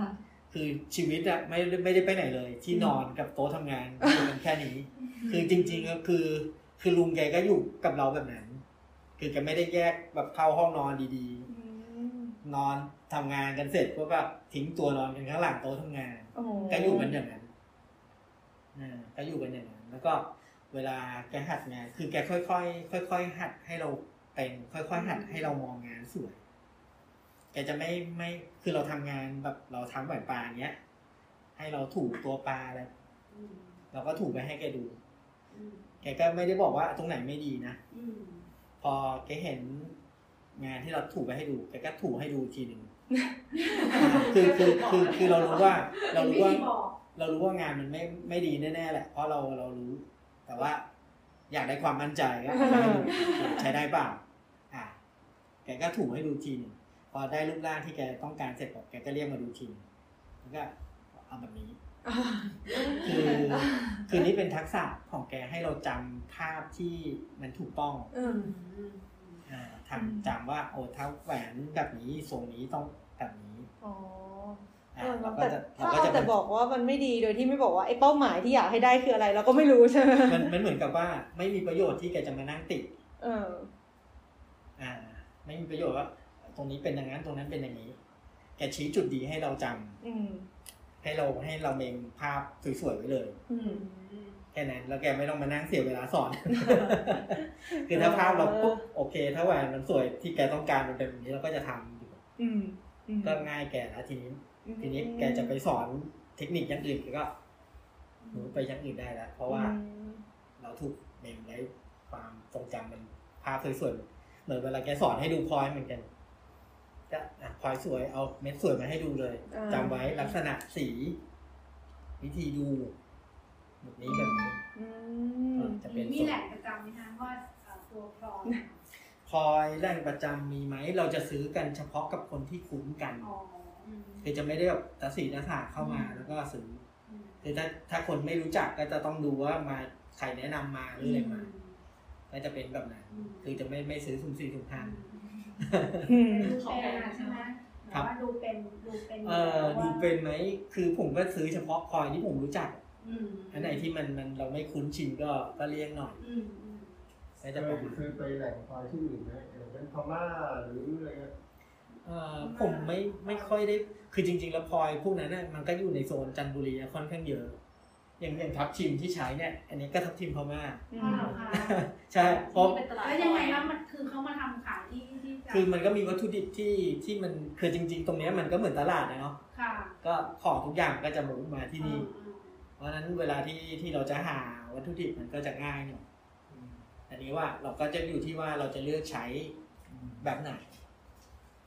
คือชีวิตอะไม่ไม่ได้ไปไหนเลย ที่นอนกับโต๊ะทำงานอยู่กันแค่นี้ คือจริงๆก็คือ คือลุงแกก็อยู่กับเราแบบนั้น คือแกไม่ได้แยกแบบเข้าห้องนอนดีๆ นอนทำงานกันเสร็จก็แบบทิ้งตัวนอนกันข้างหลังโต๊ะทำงาน
โอ้โห
ก็อยู่กันอย่างนั้นอ่าก็อยู่กันอย่างนั้น แล้วก็เวลาแกหัดงาน คือแกค่อยๆ ค่อยๆ หัดให้เราเป็น ค่อยๆ หัดให้เรามองงานสวย แกจะไม่ไม่ คือเราทำงานแบบเราทำแหวนปลาเนี้ย ให้เราถูตัวปลาอะไร
อืม
เราก็ถูไปให้แกดู
อืม
แกก็ไม่ได้บอกว่าตรงไหนไม่ดีนะ
อืม
พอแกเห็นงานที่เราถูไปให้ดู แกก็ถูให้ดูอีกทีหนึ่ง คือคือคือคือเรารู้ว่า เรารู้
ป็
ว่า
นวิธีบอก
เรารู้ว่างานมันไม่ไม่ดีแน่ๆแหละ เพราะเราเรารู้ แต่ว่า อยากได้ความมั่นใจ
<laughs>
ก็เอามาให้ดูใช้ได้เปล่าอ่ะแกก็ถูให้ดูทีหนึงพอได้รูปร่างที่แกต้องการเสร็จปุ๊บแกก็เรียกมาดูทีหนึ่งแล้วก็เอาแบบ
<laughs>
นี้ คือคือนี่เป็นทักษะของแกให้เราจำภาพที่มันถูกต้อง
อืม
อ่าทำจำว่าโอ้เท้าแหวนแบบนี้ทรงนี้ต้องแบบนี้
อ๋อ
อ่ะ
เออ
เราก็
แต่
จะ
ถ้า
เราก็
เอา
จะ
แต่บอกว่ามันไม่ดีโดยที่ไม่บอกว่าไอ้เป้าหมายที่อยากให้ได้คืออะไรเราก็ไม่รู้ใช่ไหม
มันมันเหมือนกับว่าไม่มีประโยชน์ที่แกจะมานั่งติด
เออ
อ่า ไม่มีประโยชน์ว่า ตรงนี้เป็นอย่างนั้นตรงนั้นเป็นอย่างนี้ แกชี้จุดดีให้เราจำ
อืม
ให้เราให้เราเมมภาพสวยๆไว้เลย
อืม
แค่นั้นแล้วแกไม่ต้องมานั่งเสียเวลาสอน <laughs> คือถ้าภาพเราปุ๊บโอเค ถ้าแหวนมันสวยที่แกต้องการมันเป็นแบบนี้เราก็จะทำอยู่
อืมอืม
ก็ง่ายแกแล้วทีนี้ ทีนี้แกจะไปสอนเทคนิคอย่างอื่นก็หนูไปอย่างอื่นได้แล้วเพราะว่า
อืม
เราถูกเมมไว้ความทรงจำมันภาพสวยๆเหมือนเวลาแกสอนให้ดูพลอยเหมือนกันก็อ่ะพลอยสวยเอาเม็ดสวยมาให้ดูเลย
อ่า
จำไว้ลักษณะสี วิธีดูแบบนี้แบบนี้
อืม
อ่ะจะเป็น
มี
ส่วน
แหล่งประจำไหมคะว่าเอ่อตัวพลอย
พลอยแหล่งประจำมีไหม เราจะซื้อกันเฉพาะกับคนที่คุ้นกัน
อ๋ออืม
คือจะไม่ได้แบบตาสีตาสาเข้ามาแล้วก็ซื้อ
อืม
คือถ้าถ้าคนไม่รู้จักก็จะต้องดูว่ามาใครแนะนำมาหรืออะไรมาก็จะเป็นแบบนั้น คือจะไม่ไม่ซื้อสุ่มสี่สุ่มห้า
ดูเป็นอะใช่ไหม
ครับ
แบบว่าดูเป็นดูเป็น
เออดูเป็นไหม คือผมก็ซื้อเฉพาะพลอยที่ผมรู้จัก
อืม
อันไหนที่มันมันเราไม่คุ้นชินก็ก็เลี่ยงหน่อย
อืมอืม
ก็
จะ
จะ
ไป
ประมาณ
ซื้อไปแหล่งพลอยที่อื่นไหมอย่างเป็นพม่าหรืออะไรเงี้ย
เออผมไม่ไม่ค่อยได้ คือจริง ๆ แล้วพลอยพวกนั้นน่ะมันก็อยู่ในโซนจันทบุรีค่อนข้างเยอะ อย่างอย่างทับทิมที่ใช้เนี่ย อันนี้ก็ทับทิมพม่า <laughs>
อื
อ๋อ
ม
เหรอคะ
ใช่เพราะ
เป็นตลาด
แล้วยังไงแล้วมันคือเขามาทำขายที่ที่จะ
คือมันก็มีวัตถุดิบที่ที่มันคือจริง ๆ ตรงเนี้ยมันก็เหมือนตลาดนะเนาะ
ค่ะ
ก็ของทุกอย่างก็จะหมุนมาที่นี่
อืม
เพราะฉะนั้นเวลาที่ที่เราจะหาวัตถุดิบมันก็จะง่ายหน่อยอันนี้ว่าเราก็จะอยู่ที่ว่าเราจะเลือกใช้แบบไหน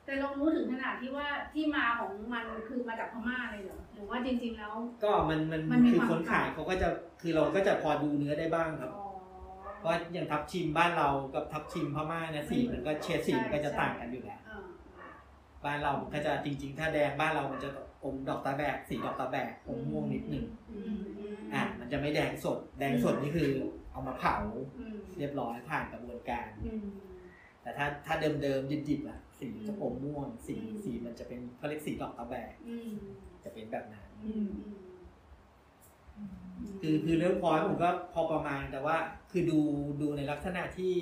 แต่เรารู้ถึงขนาดที่ว่าที่มาของมันคือมาจากพม่าเลยเหรอหรือว่าจริง ๆ แล้ว
ก็มันมัน
มันมี
คื
ค
อ
วาม
คนขายเขาก็จะคือเราก็จะพอดูเนื้อได้บ้างครับ
อ๋อ
เพราะอย่างทับทิมบ้านเรากับทับทิมพม่าเนี่ยสีมันก็เฉดสีมันก็จะ
ใช่
ต่างกันอยู่แล้ว
เออ
บ้านเรามันก็จะจริง ๆ ถ้าแดงบ้านเรามันจะอมดอกตาแบกสีดอกตาแบกอมม่วงนิดหนึ่ง
อืมอืม
อ่ะมันจะไม่แดงสด แดงสดนี่คือเอามาเผา
อืม
เรียบร้อยผ่านกระบวนการ
อืม
แต่ถ้าถ้าเดิมๆดิบๆอ่ะสีจะอมม่วงสี
อืม
สีมันจะเป็นเขาเรียกสีดอกตะแบก
อืม
จะเป็นแบบนั้น
อืม
คือคือเรื่องพอยผมก็พอประมาณแต่ว่า คือดูดูในลักษณะที่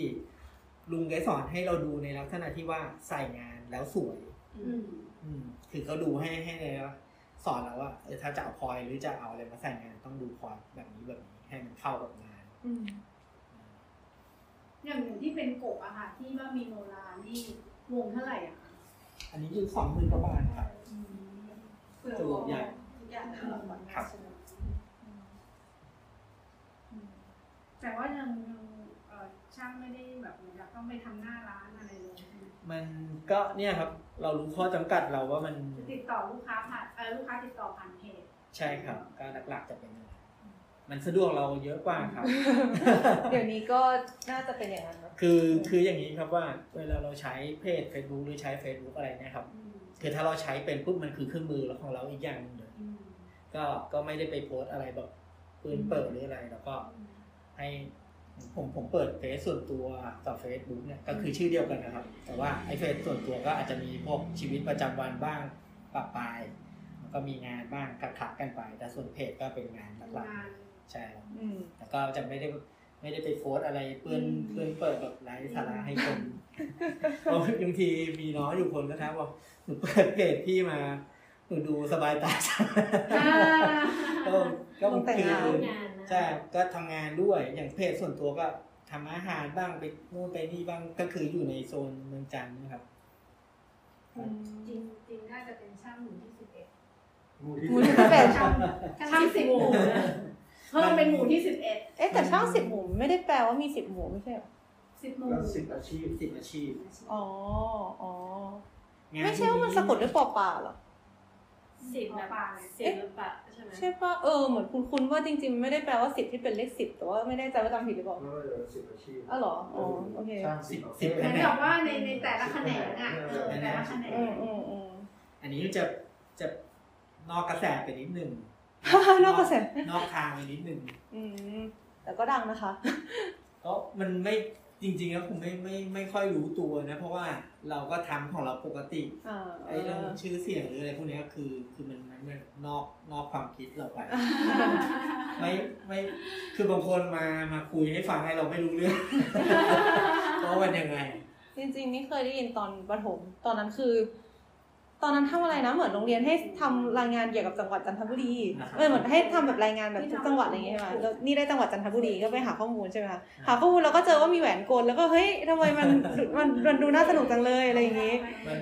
ลุงแกสอนให้เราดูในลักษณะที่ว่าใส่งานแล้วสวย
อืม
อืมคือเขาดูให้ให้ในว่าสอนเราว่าเออถ้าจะเอาพลอยหรือจะเอาอะไรมาใส่งานต้องดูพลอยแบบนี้แบบนี้ให้มันเข้ากับงาน
อืม
อย่างอย่างที่เป็นกบอะค่ะที่ว่ามีโนรานี่วงเท่าไหร่อะคะ
อันนี้คือสองหมื่นกว่าบาทครับ
อืม
เปลือก
ตัวใหญ่
อย่างนั้นเหรอคะ
ครับ
แต่ว่ายังยังเอ่อช่างไม่ได้แบบเหมือนกับต้องไปทำหน้าร้านอะไรเลยใช่ไหม
มันก็เนี่ยครับ เรารู้ข้อจำกัดเราว่ามัน
ติดต่อลูกค้าผ่านเออลูกค้าติดต่อผ่านเพจ
ใช่ครับก็หลักๆจะเป็นอย่างนั้นมันสะดวกเราเยอะกว่าครับ
เดี๋ยวนี้ก็น่าจะเป็นอย่างนั้นเนอะ
คือคืออย่างนี้ครับว่า เวลาเราใช้เพจ Facebook หรือใช้ Facebook อะไรเนี่ยครับ คือถ้าเราใช้เป็นปุ๊บมันคือเครื่องมือของเราอีกอย่างหนึงเลย
อืม
ก็ก็ไม่ได้ไปโพสต์อะไรแบบปืนเปิดหรืออะไร แล้วก็ให้ผมผมเปิดเฟซส่วนตัวกับ Facebook เนี่ยก็คือชื่อเดียวกันนะครับ แต่ว่าไอ้เฟซส่วนตัวก็อาจจะมีพวกชีวิตประจำวันบ้างปะปายแล้วก็มีงานบ้างขัดขกันไป แต่ส่วนเพจก็เป็นงานหลัก
งาน
ๆใช่
อืม
แล้วก็จะไม่ได้ไม่ได้ไปโพสต์อะไรเปื้อนเปื้อนเปิดแบบไร้สาระให้
<laughs>
คนเพราะบางทีมีน้องอยู่คนก็ทักว่าหนูเปิดเพจพี่มาหนูดูสบายตาจังก็ก็มัน
แต่
คือง
งาน
งานนะ
ใช่ก็ทำงานด้วยอย่างเพจส่วนตัวก็ทำอาหารบ้างไปนู่นไปนี่บ้างก็คืออยู่ในโซนเมืองจันทร์นะครับ
จริงจริงๆน่าจะเป็นช่างหมู่ที่สิบเอ็ด
หมูที่สิบเอ็ด
ช่างช่างสิบหมู่นะเพิ่มเป็นหมู่ที่สิบเอ็ด
เอ๊ะแต่ช่างสิบหมูไม่ได้แปลว่ามีสิบหมูไม่ใช่เหรอ
สิบหมู่
แล้วสิบอาชีพ
สิบอาชีพ
อ๋อ อ๋อ
งน
ไม่ใช่ว่ามันสะกดด้วยปอปลาเหรอ
สิบแบบ
ปลาเลย
สิบหรือปะใช่ไหม
ใช่ปะเออเหมือนคุณคุณว่าจริงๆ ไม่ได้แปลว่าสิบที่เป็นเลขสิบแต่ว่าไม่แน่ใจว่าจำผิดหรือเปล่า
ก็เดี๋ยวสิบอาชีพ
อ๋อเหรออ๋อโอเค
สร้างสิบ
สิบ
เหมือนแบบว่าในในแต่ละแขนงอ่ะเออแต่ละแขนง
อืมอืมอืม
อันนี้จะจะนอกกระแสไปนิดหนึ่ง
<laughs> นอกกระแส
นอกทางไปนิดหนึ่ง
อืมแต่ก็ดังนะคะ
ก็มันไม่จริงๆแล้วผมไม่ไม่ไม่ค่อยรู้ตัวนะ เพราะว่าเราก็ทำของเราปกติ
อ่า
ไอ้เรื่องชื่อเสียงหรืออะไรพวกเนี้ยคือ คือมันมันมันนอกนอกความคิด
<laughs>
เราไป ไม่ไม่คือบางคนมามาคุยให้ฟังให้เราไม่รู้เรื่อง
<laughs>
ว่ามันยังไง
จริงๆ นี่เคยได้ยินตอนประถม ตอนนั้นคือ ตอนนั้นทำอะไรนะ เหมือนโรงเรียนให้ทำรายงานเกี่ยวกับจังหวัดจันทบุรี
อ่าฮะ
เออเหมือนให้ทำแบบรายงานแบบทุกจังหวัดอะไรอย่างเงี้ยใช่ไหมแล้วนี่ได้จังหวัดจันทบุรีก็ไปหาข้อมูลใช่ไหมคะหาข้อมูลแล้วก็เจอว่ามีแหวนกลแล้วก็เฮ้ยทำไมมัน <laughs> มันมันดูน่าสนุกจังเลยอะไรอย่างงี้
มัน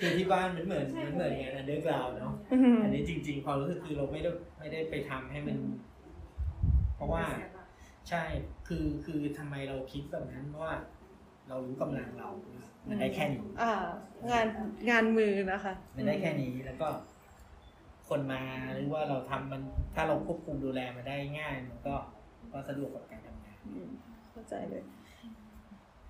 คือที่บ้านมันเหมือนมันเหมือนงานอันเดอร์กราวเนาะ
อืม
อันนี้จริงๆความรู้สึกคือเราไม่ได้ไม่ได้ไปทำให้มัน เพราะว่า ใช่ คือคือทำไมเราคิดแบบนั้นเพราะว่า เรารู้กำลังเรา มันได้แค่นี้
<laughs> อ่างานงานมือนะคะ
มันได้แค่นี้แล้วก็ คนมาหรือว่าเราทำมัน ถ้าเราควบคุมดูแลมันได้ง่าย มันก็ก็สะดวกกับการทำงาน
อืมเข้าใจเลย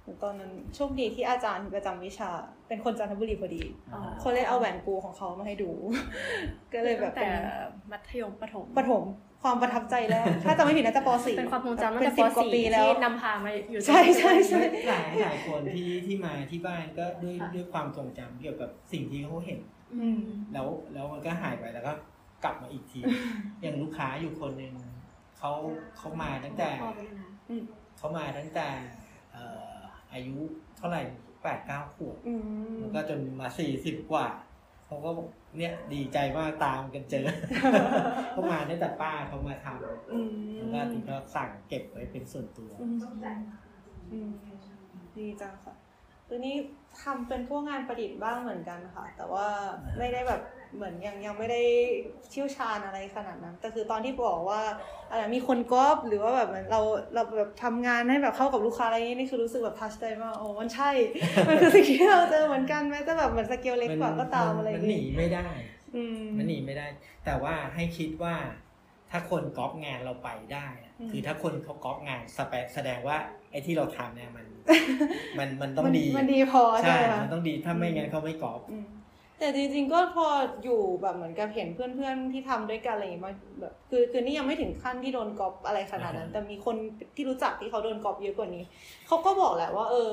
แต่ตอนนั้นโชคดีที่อาจารย์ประจำวิชา เป็นคนจันทบุรีพอดี
อ่า
เขาเลยเอาแหวนกูของเขามาให้ดู <laughs> ก็เลยแบบเป็
แต่
น
มัธยมประถม
ปฐมความประทับใจแร
<laughs>
ก ถ้าจะไม่ผิดน่าจะป .4
เป็นความทรงจำตั้ง
เป็
แต่
น
ป
สิบกว่า
สี่
ปี
ที่
แล้ว
นำพามาอยู่
ใช่ใช่ใช่
หลายหลายคนที่ที่มาที่บ้านก็ด้วยด้วยความทรงจำเกี่ยวกับสิ่งที่เขาเห็น
อืม
แล้วแล้วมันก็หายไปแล้วก็กลับมาอีกที อย่างลูกค้าอยู่คนหนึ่งเขาเขามาตั้งแต่
พ่อเป็นนะ
เขามาตั้งแต่เอ่ออายุเท่าไหร่แปดเก้าขวบ
อืม
แล้วก็จนมาสี่สิบกว่าเขาก็บอกเนี่ยดีใจมากตามกัน
<laughs>
เจอ เขามาตั้งแต่ป้าเขามาทำ
อืม
แล้วก็ถึงก็สั่งเก็บไว้เป็นส่วนตัว
อืมอืมดีจังค่ะตัวนี้ทำเป็นพวกงานประดิษฐ์บ้างเหมือนกันค่ะ แต่ว่าไม่ได้แบบเหมือนยังยังไม่ได้เชี่ยวชาญอะไรขนาดนั้น แต่คือตอนที่บอกว่าอะไรมีคนก๊อปหรือว่าแบบเหมือนเราเราแบบทำงานให้แบบเข้ากับลูกค้าอะไรอย่างนี้นี่คือรู้สึกแบบทัชใจมากโอ้มันใช่ <laughs> มันคือสิ่งที่เราเจอเหมือนกันแม้จะแบบเหมือนสเกลเล็กกว่าก็ตามอะไรอ
มั
ย่าน ง
หนี
นี้
ไม่ได้
อืม
มันหนีไม่ได้ แต่ว่าให้คิดว่าถ้าคนก๊อปงานเราไปได้อะ
อืม
คือถ้าคนเขาก๊อปงานสแปะแสดงว่าไอ้ที่เราทำเนี่ย
<laughs>
มัน มันมันต้อง
มัน
ดี
มันดีพอใช่
ใช่
ไหมคะ
มันต้องดีถ้าไม่งั้นเขาไม่ก๊อป
อืมแต่จริงๆก็พออยู่แบบเหมือนกับเห็นเพื่อนๆที่ทำด้วยกันอะไรอย่างเงี้ยมาแบบคือคือนี่ยังไม่ถึงขั้นที่โดนกอบอะไรขนาดนั้น
อ่าฮะ
แต่มีคนที่รู้จักที่เขาโดนกอบเยอะกว่านี้เขาก็บอกแหละว่า เออ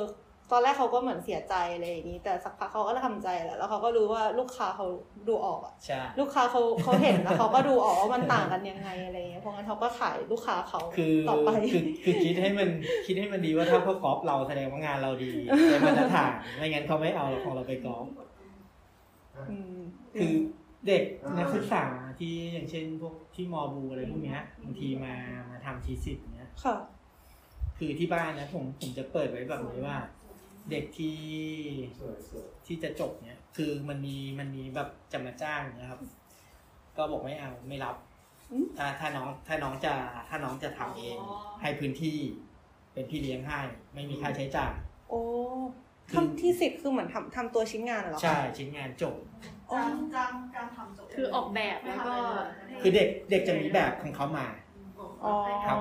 ตอนแรกเขาก็เหมือนเสียใจอะไรอย่างนี้ แต่สักพักเขาก็ทำใจแหละแล้วเขาก็รู้ว่าลูกค้าเขาดูออกอะ
ใช่
ลูกค้าเขาเขาเห็นแล้วเขาก็ดูออกว่ามันต่างกันยังไงอะไรอย่างเงี้ยเพราะงั้นเขาก็ขายลูกค้าเขา
คือ
ต่อไป
คือคือคิดให้มันคิดให้มันดีว่าถ้าเขากอล์ฟเราแสดงว่างานเรา
<laughs>
ดีในมาตรฐานไม่งั้นเขาไม่เอาของเราไปกอล์
ม
ฟคือเด็กนักศึกษาที่อย่างเช่นพวกที่มอบูอะไรพวกเนี้ยบางทีมามาทำทีสิทธิ์เนี้ย
ค่ะ
คือที่บ้านนะผมผมจะเปิดไว้แบบนี้ว่า เด็กที่
สวยสวย
ที่จะจบเนี้ยคือมันมีมันมีแบบจะมาจ้างนะครับ ก็บอกไม่เอาไม่รับ
อืม
ถ้าถ้าน้องถ้าน้องจะถ้าน้องจะทำเอง
อ๋อ
ให้พื้นที่เป็นพี่เลี้ยงให้ ไม่มีค่าใช้จ่าย
โอ้
คือ
ทำที่สิทธิ์คือเหมือนทำทำตัวชิ้นงานเหรอคะ
ใช่ชิ้นงานจบ
อ๋อ
จำจำการทำจบ
คือออกแบบแล้วก็
คือเด็กเด็กจะมีแบบของเขามา
อ๋อ
ครับ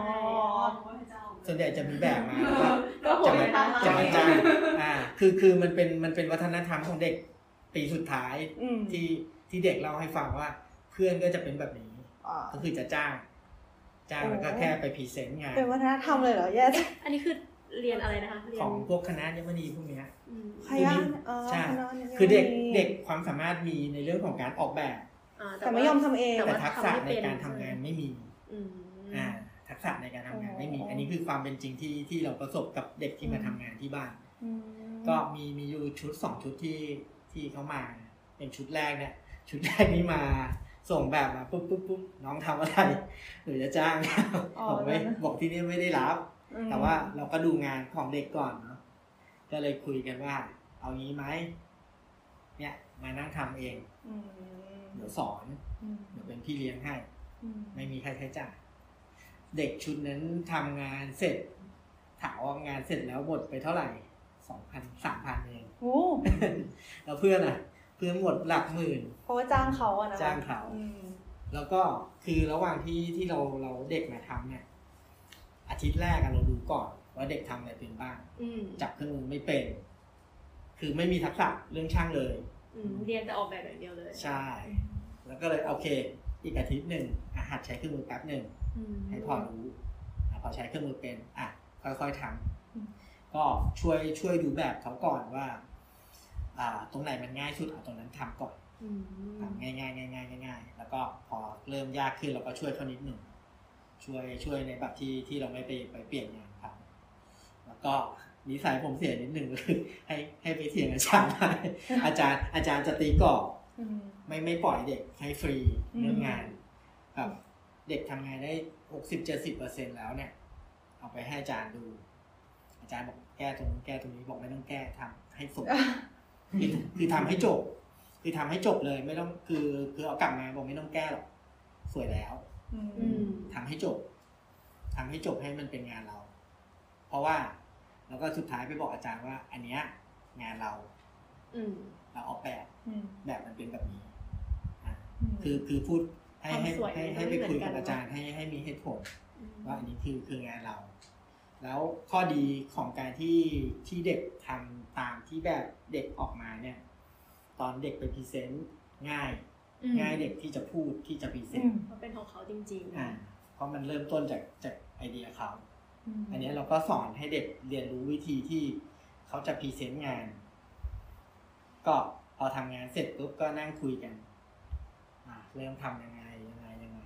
ส่วนใหญ่จะมีแบบมาแล้วก็
ก็โหด
จะมา
ทำมา
จะมาจ้างอ่า คือคือมันเป็นมันเป็นวัฒนธรรมของเด็กปีสุดท้าย
อืม
ที่ที่เด็กเล่าให้ฟังว่า เพื่อนก็จะเป็นแบบนี้
อ่า
ก็คือจะจ้าง จ้างแล้วก็
โอ้
แค่ไปพรีเซนต์งาน
เป็นวัฒนธรรมเลยเหรอแย่จัง
อันนี้คือเรียนอะไรนะคะ
ข
เรียน
องพวกคณะยมณีพวกเนี้ย
อืม
ใครอ่ะอ๋อ
ใช่
นนยัง
คือเด็ก
มี
เด็กความสามารถมีในเรื่องของการออกแบบ
อ่า
แต่
ว่า
ไม่ยอมทำเอง
แต่
แต่
ว่า
ทักษะ
ทำไม่
ใน
เป็น
การทำงานไม่มี
อืม
อ่าทักษะในการทำงานไม่มี
อ๋ออั
อันนี้คือความเป็นจริงที่ที่เราประสบกับเด็กที่มาทำงานที่บ้าน
อืม
ก็มีมีอยู่ชุดสองชุดที่ที่เขามา เป็นชุดแรกเนี่ย ชุดแรกนี่มาส่งแบบมาปุ๊บปุ๊บปุ๊บน้องทำอะไรหรือจะจ้างบอกไม่บอกที่นี่ไม่ได้รับ
อืม
แต่ว่าเราก็ดูงานของเด็กก่อนเนาะก็เลยคุยกันว่า เอางี้ไหมเนี่ย มานั่งทำเอง
อืม
เดี๋ยวสอน
อืม
เดี๋ยวเป็นพี่เลี้ยงให้
อืม
ไม่มีค่าใช้จ่าย เด็กชุดนั้นทำงานเสร็จ ถามว่างาน
<laughs>
เสร็จแล้วหมดไปเท่าไหร่สองพันสามพันเอง
โอ้
แล้วเพื่อนอ่ะ
คือหมดหลักหมื่น
เพราะว่าจ้างเขาอะนะ
จ้างเขา
อืม
แล้วก็คือระหว่างที่ที่เราเราเด็กมาทำเนี่ย อาทิตย์แรกอะเราดูก่อนว่าเด็กทำอะไรเป็นบ้าง
อืม
จับเครื่องมือไม่เป็น คือไม่มีทักษะเรื่องช่างเลย
อืมเรียนแต่ออกแบบอย่างเดียวเลย
ใช่ แล้วก็เลยโอเค อีกอาทิตย์หนึ่งอาหัดใช้เครื่องมือแป๊บหนึ่ง
อืม
ให้พอรู้อ่ะพอใช้เครื่องมือเป็น อ่ะ ค่อยๆทำก็ช่วยช่วยดูแบบเขาก่อนว่า อ่า ตรงไหนมันง่ายสุดเอาตรงนั้นทำก่อน
อืม
ทำง่ายๆง่ายๆง่ายๆแล้วก็พอเริ่มยากขึ้นเราก็ช่วยเขานิดหนึ่งช่วยช่วยในแบบที่ที่เราไม่ไปไปเปลี่ยนงานครับ แล้วก็นิสัยผมเสียนิดหนึ่งก็ <laughs> คือให้ให้ไปเถียงอาจารย์ได้อาจารย์ อาจารย์จะตีกรอบ ไม่ไม่ปล่อยเด็กให้ฟรีเรื่องงานแบบเด็กทำงานได้หกสิบเจ็ดสิบเปอร์เซ็นแล้วเนี่ย เอาไปให้อาจารย์ดู อาจารย์บอกแก้ตรงนู้นแก้ตรงนี้บอกไม่ต้องแก้ทำให้สุ <laughs> ดคือคือทำให้จบ คือทำให้จบเลยไม่ต้องคือคือเอากลับมาบอกไม่ต้องแก้หรอกสวยแล้ว
อืม
ทำให้จบทำให้จบให้มันเป็นงานเรา เพราะว่าแล้วก็สุดท้ายไปบอกอาจารย์ว่า อันเนี้ยงานเรา
อืม
เราออกแบบ
อืม
แบบมันเป็นแบบนี้อ่ะ คือคือพูดให้ให้
ความสวย
ให้
มัน
ให้
ไม่
ไป
เหมือน
คุย
กั
กับ
น
อา
เนอะ
จารย์ให้ให้มีเหตุผลว่าอันนี้คือคืองานเรา แล้วข้อดีของการที่ที่เด็กทำตามที่แบบเด็กออกมาเนี่ย ตอนเด็กไปพรีเซนต์ง่าย
อืม
ง่ายเด็กที่จะพูดที่จะพรีเซน
อืม
ต์
มันเป็นของเขาจริงๆ
อ่าเพราะมันเริ่มต้นจากจากไอเดียเขา
อืม
อันเนี้ยเราก็สอนให้เด็กเรียนรู้วิธีที่เขาจะพรีเซนต์งาน ก็พอทำงานเสร็จปุ๊บก็นั่งคุยกัน อ่ะเริ่มทำยังไงยังไงยังไง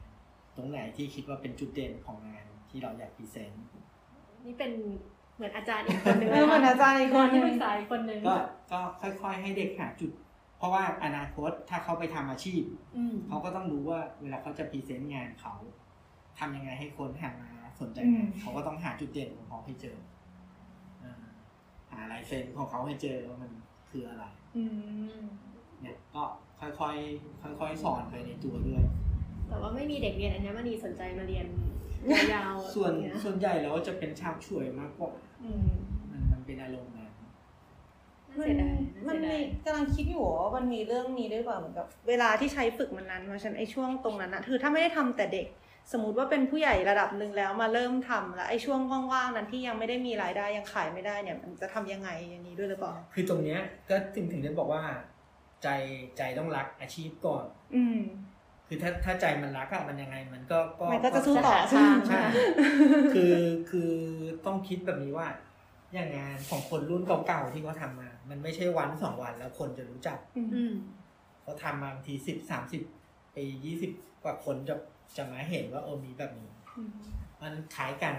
ตรงไหนที่คิดว่าเป็นจุดเด่นของงานที่เราอยากพรีเซนต์
นี่เป็นเหมือนอาจารย์อีกคนนึง
เออเหมือนอาจารย์อีกคนนึ
ที่
ง
ปรึกษาอีกคนนึง
ก็ก็ค่อยๆให้เด็กหาจุด เพราะว่าอนาคตถ้าเขาไปทำอาชีพ
อืม
เขาก็ต้องรู้ว่าเวลาเขาจะพรีเซนต์งานเขาทำยังไงให้คนหันมาสนใจงาน
อืม
เขาก็ต้องหาจุดเด่นของเขาให้เจออ่าหาลายเซ็นของเขาให้เจอว่ามันคืออะไร
อืม
เนี่ยก็ค่อยๆค่อยๆสอนไปในตัวด้วย
แต่ว่าไม่มีเด็กเรียนอัญมณีสนใจมาเรียนยาวๆ
ส่วน
เย
ส่วนใหญ่แล้วจะเป็นชาบช่วยมากกว่า
อืม
มันมันเป็นอารมณ์นั้น
มั
าน เสียดาย
มั
านเสีย
มี
ดาย
กำลังคิดอยู่ว่ามันมีเรื่องนี้ด้วยเปล่าเหมือนกับ เวลาที่ใช้ฝึกมันนั้นเพราะฉะนันไอ้ช่วงตรงนั้นนะคือถ้าไม่ได้ทำแต่เด็ก สมมติว่าเป็นผู้ใหญ่ระดับหนึ่งแล้วมาเริ่มทำแล้วไอ้ช่วงว่างๆนั้นที่ยังไม่ได้มีรายได้ยังขายไม่ได้เนี่ย มันจะทำยังไงอย่างนี้ด้วยหรือเปล่า
คือตรงเนี้ยก็ถึงถึงได้บอกว่า ใจใจต้องรักอาชีพก่อน
อืม
คือถ้าถ้าใจมันรักอะมันยังไง มันก็
มันก็จะสู้ต่อ
ใช่
ไหม
ใช่คือคือต้องคิดแบบนี้ว่า อย่างงานของคนรุ่นเก่าๆที่เขาทำมา มันไม่ใช่วันสองวันแล้วคนจะรู้จัก
อืม
เขาทำมาบางทีสิบสามสิบไปยี่สิบกว่าคนจะจะมาเห็นว่าเออมีแบบนี้ มันคล้ายกัน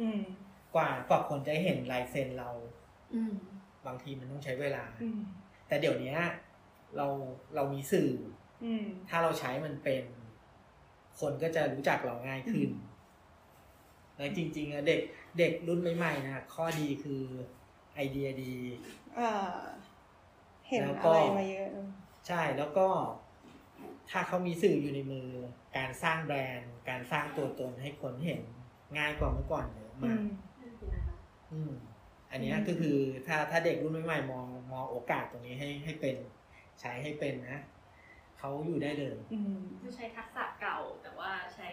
อืม
กว่ากว่าคนจะเห็นลายเซ็นเรา
อืม
บางทีมันต้องใช้เวลา
อืม
แต่เดี๋ยวเนี้ยเราเรามีสื่อ
อืม
ถ้าเราใช้มันเป็น คนก็จะรู้จักเราง่ายขึ้น และจริงๆอะเด็กเด็กรุ่นใหม่ๆนะข้อดีคือไอเดียดี
อ่า เห็น
แล้วก็
อะไรมาเยอะ
ใช่แล้วก็ถ้าเขามีสื่ออยู่ในมือ การสร้างแบรนด์ การสร้างตัวตนให้คนเห็นง่ายกว่าเมื่อก่อนเยอะ
อื
มาก
ม
อืมอันเนี้ย
อืม
ก็คือถ้าถ้าเด็กรุ่นใหม่ๆมองมองโอกาสตรงนี้ให้ให้เป็นใช้ให้เป็นนะเขาอยู่ได้เลย
อืม
คือใช้ทักษะเก่าแต่ว่าใช้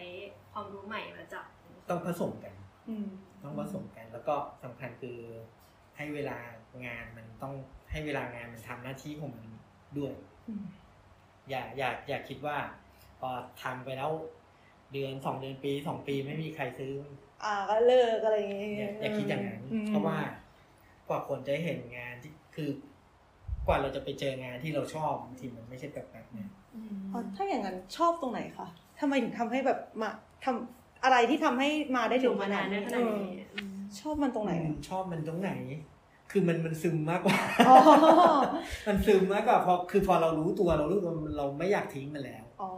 ความรู้ใหม่มาจับ
ต้องผสมกัน
อืม
ต้องผสมกันแล้วก็สำคัญคือให้เวลางานมันต้องให้เวลางานมันทำหน้าที่ของมันด้วย
อืม
อย่าอย่าอย่าคิดว่าพอทำไปแล้วเดือนสองเดือนปีสองปีไม่มีใครซื้อ
อ่า ก็เลิกอะไรอย่างเงี้
อย่าย อย่าคิดอย่างนั้นเพราะว่ากว่าคนจะเห็นงานที่คือกว่าเราจะไปเจองานที่เราชอบบางทีมันไม่ใช่แบบนั้นนะ
อ๋อถ้าอย่างนั้นชอบตรงไหนคะทำไมถึงทำให้แบบมาทำอะไรที่ทำให้มาได้ถึงขนาดนี้
อยู่มานานได้ขนาดนี้
เออชอบมันตรงไหน
อื
อะ
มชอบมันตรงไหน คือมันมันซึมมากกว่า <laughs>
อ๋อ
มันซึมมากกว่าพอคือพอเรารู้ตัวเรารู้ตัวมันเราไม่อยากทิ้งมันแล้ว
อ๋อ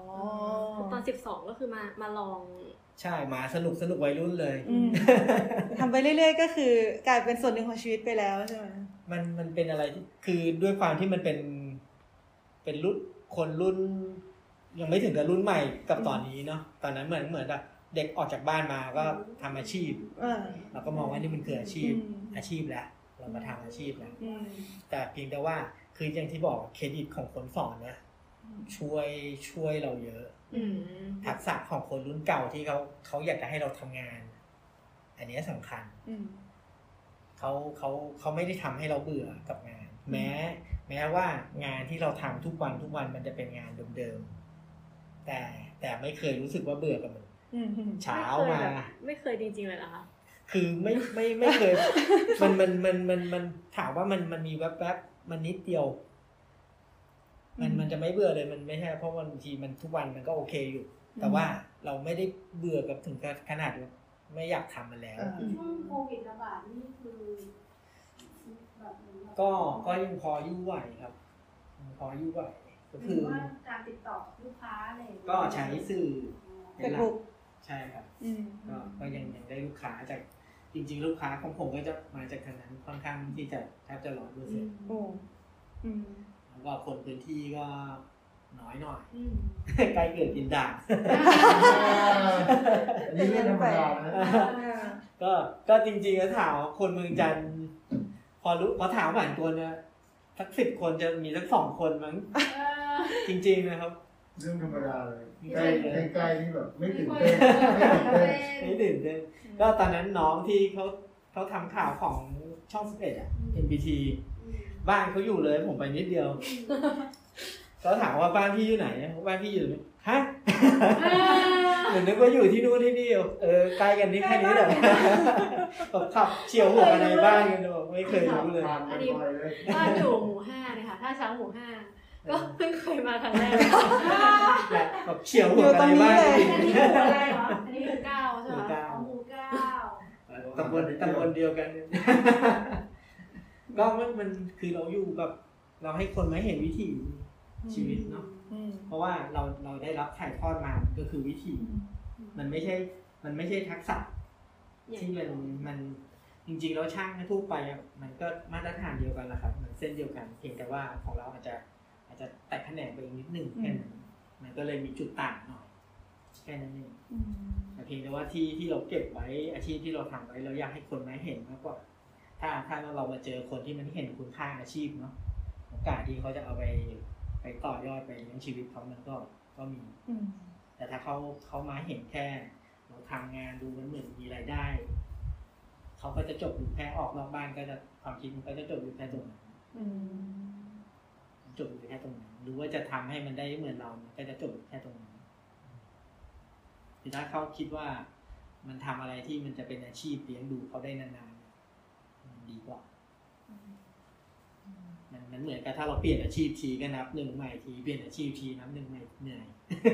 คือตอนสิบสองก็คือมามาลอง
ใช่มาสนุกสนุกวัยรุ่นเลย
อืมทำไปเรื่อยๆ ก็คือกลายเป็นส่วนหนึ่งของชีวิตไปแล้วใช่ไหม
มันมันเป็นอะไรที่คือด้วยความที่มันเป็นเป็นรุ่นคนรุ่น ยังไม่ถึงกับรุ่นใหม่กับตอนนี้เนาะตอนนั้นเหมือนเหมือนแบบเด็กออกจากบ้านมาก็ทำอาชีพ
อ่า
เราก็มองว่านี่มันคืออาชีพ
อืม
อาชีพแล้วเรามาทำอาชีพแล้ว
อืม
แต่เพียงแต่ว่า คืออย่างที่บอกเครดิตของคนสอนเนี่ยช่วยช่วยเราเยอะ
อืม
ทักษะของคนรุ่นเก่าที่เขาเขาอยากจะให้เราทำงาน อันเนี้ยสำคัญ
อืม
เขาเขาเขาไม่ได้ทำให้เราเบื่อกับงาน แม้ แม้ว่างานที่เราทำทุกวันทุกวันมันจะเป็นงานเดิมๆแต่แต่ไม่เคยรู้สึกว่าเบื่อกับมัน
อืม
เช้า
ไม่เคย
มา
แบบไม่เคยจริงๆเลยเหรอคะ
คือไม่ไม่ไม่เคย มันมันมันมันมันถามว่ามันมันมีแวบๆมันนิดเดียว มันมันจะไม่เบื่อเลยมันไม่ใช่เพราะมันบางทีมันทุกวันมันก็โอเคอยู่ แต่ว่าเราไม่ได้เบื่อกับถึงกับขนาดว่าไม่อยากทำมันแล้ว
อ่า
ช่วงโควิดระบาดนี่คือแบบเหมือนแบบ
ก็ก็ยังพออยู่ไหวครับยังพออยู่ไหวก็
ห
คื
รือ
อ
ว่าการติดต่อกับลูกค้าอะไรอย่างเงี้ย
ก็ใช้สื่อ
เฟซบุ๊ก
ใช่ครับ
อืม
ก็ก็ยังยังได้ลูกค้าจากจริง ๆ ลูกค้าของผมก็จะมาจากทางนั้นค่อนข้างที่จะแทบจะร้อยเปอร์เซ็นต์
โอ้อืม
แล้วก็คนพื้นที่ก็น้อยหน่อยใกล้เกิดกินด่าง <laughs>
อันนี้เรื่องธรรมดานะ
ก็ก็จริงๆแล้วถามว่าคนเมืองจันทร์พอรู้พอถามผ่านตัวเนี่ยสักสิบคนจะมีสักสองคนมั้งจริง ๆ นะครับ
เรื่องธรรมดาเลย
มี
ใกล้
ใคร
ใกล้ๆนี่แบบไม่
ไม่
ตื่น
ค่อย
เต้นไม่ตื่นเต้น
นี่ตื่นเต้นก็ตอนนั้นน้องที่เขาเขาทำข่าวของช่องสิบเอ็ดอ่ะ NBT
อืม
บ้านเขาอยู่เลยผมไปนิดเดียวเขาถามว่าบ้านพี่อยู่ไหนบ้านพี่อยู่นี่ฮ <laughs> ะเหมือนนึกว่าอยู่ที่นู่นที่นี่เออใกล้กันนี่แค่นี้แหละแบบขับเฉียวหัวกันในบ้านกันแบบไม่เคยรู้เลย
ผ่านกันบ่อยเลย
บ้านอยู่หมู่ห้าเนี่ยค่ะท่าช้างหมู่ห้าก็เพิ่งเคยมาครั้งแรก
แบบเฉียวหัวกันในบ้าน
อยู่ตรงนี้เลย
อันนี้คืออะไรเหรออันนี้
หมู่เก้าใช่
ห
ไหม
มู่เก้า
ของหมูเก้า
ตำบลตำบลเดียวกันเนี่ยก็มันมันคือเราอยู่แบบ เราให้คนมาเห็นวิถีชีวิตเนาะ
อืม
เพราะว่าเราเราได้รับถ่ายทอดมาก็คือวิธี มันไม่ใช่ มันไม่ใช่ทักษะ ที่มันมันจริงๆแล้วช่างทั่วไปอะมันก็มาตรฐานเดียวกันแหละครับมันเส้นเดียวกันเพียงแต่ว่าของเราอาจจะอาจจะแตกแขนงไปอีกนิดหนึ่ง
อืม
แค่นั้นมันก็เลยมีจุดต่างหน่อยแค่นั้นเอง
อืม
แต่เพียงแต่ว่าที่ที่เราเก็บไว้อาชีพที่เราทำไว้เราอยากให้คนมาเห็นมากกว่า ถ้าถ้าเรามาเจอคนที่มันเห็นคุณค่าอาชีพเนาะโอกาสที่เขาจะเอาไปไปต่อยอดไปเลี้ยงชีวิตเขามันก็ก็มี
อืม
แต่ถ้าเขาเขามาเห็นแค่เราทำงานดูมันเหมือนมีรายได้ เขาก็จะจบอยู่แค่ออกนอกบ้านก็จะความคิดมันก็จะจบอยู่แค่ตรงนั้น
อืม
จบอยู่แค่ตรงนั้นหรือว่าจะทำให้มันได้เหมือนเรามันก็จะจบอยู่แค่ตรงนั้นแต่ถ้าเขาคิดว่ามันทำอะไรที่มันจะเป็นอาชีพเลี้ยงดูเขาได้นานๆมันดีกว่า มันมันเหมือนกับถ้าเราเปลี่ยนอาชีพทีก็นับหนึ่งใหม่ทีเปลี่ยนอาชีพทีนับหนึ่งใหม่เหนื่อย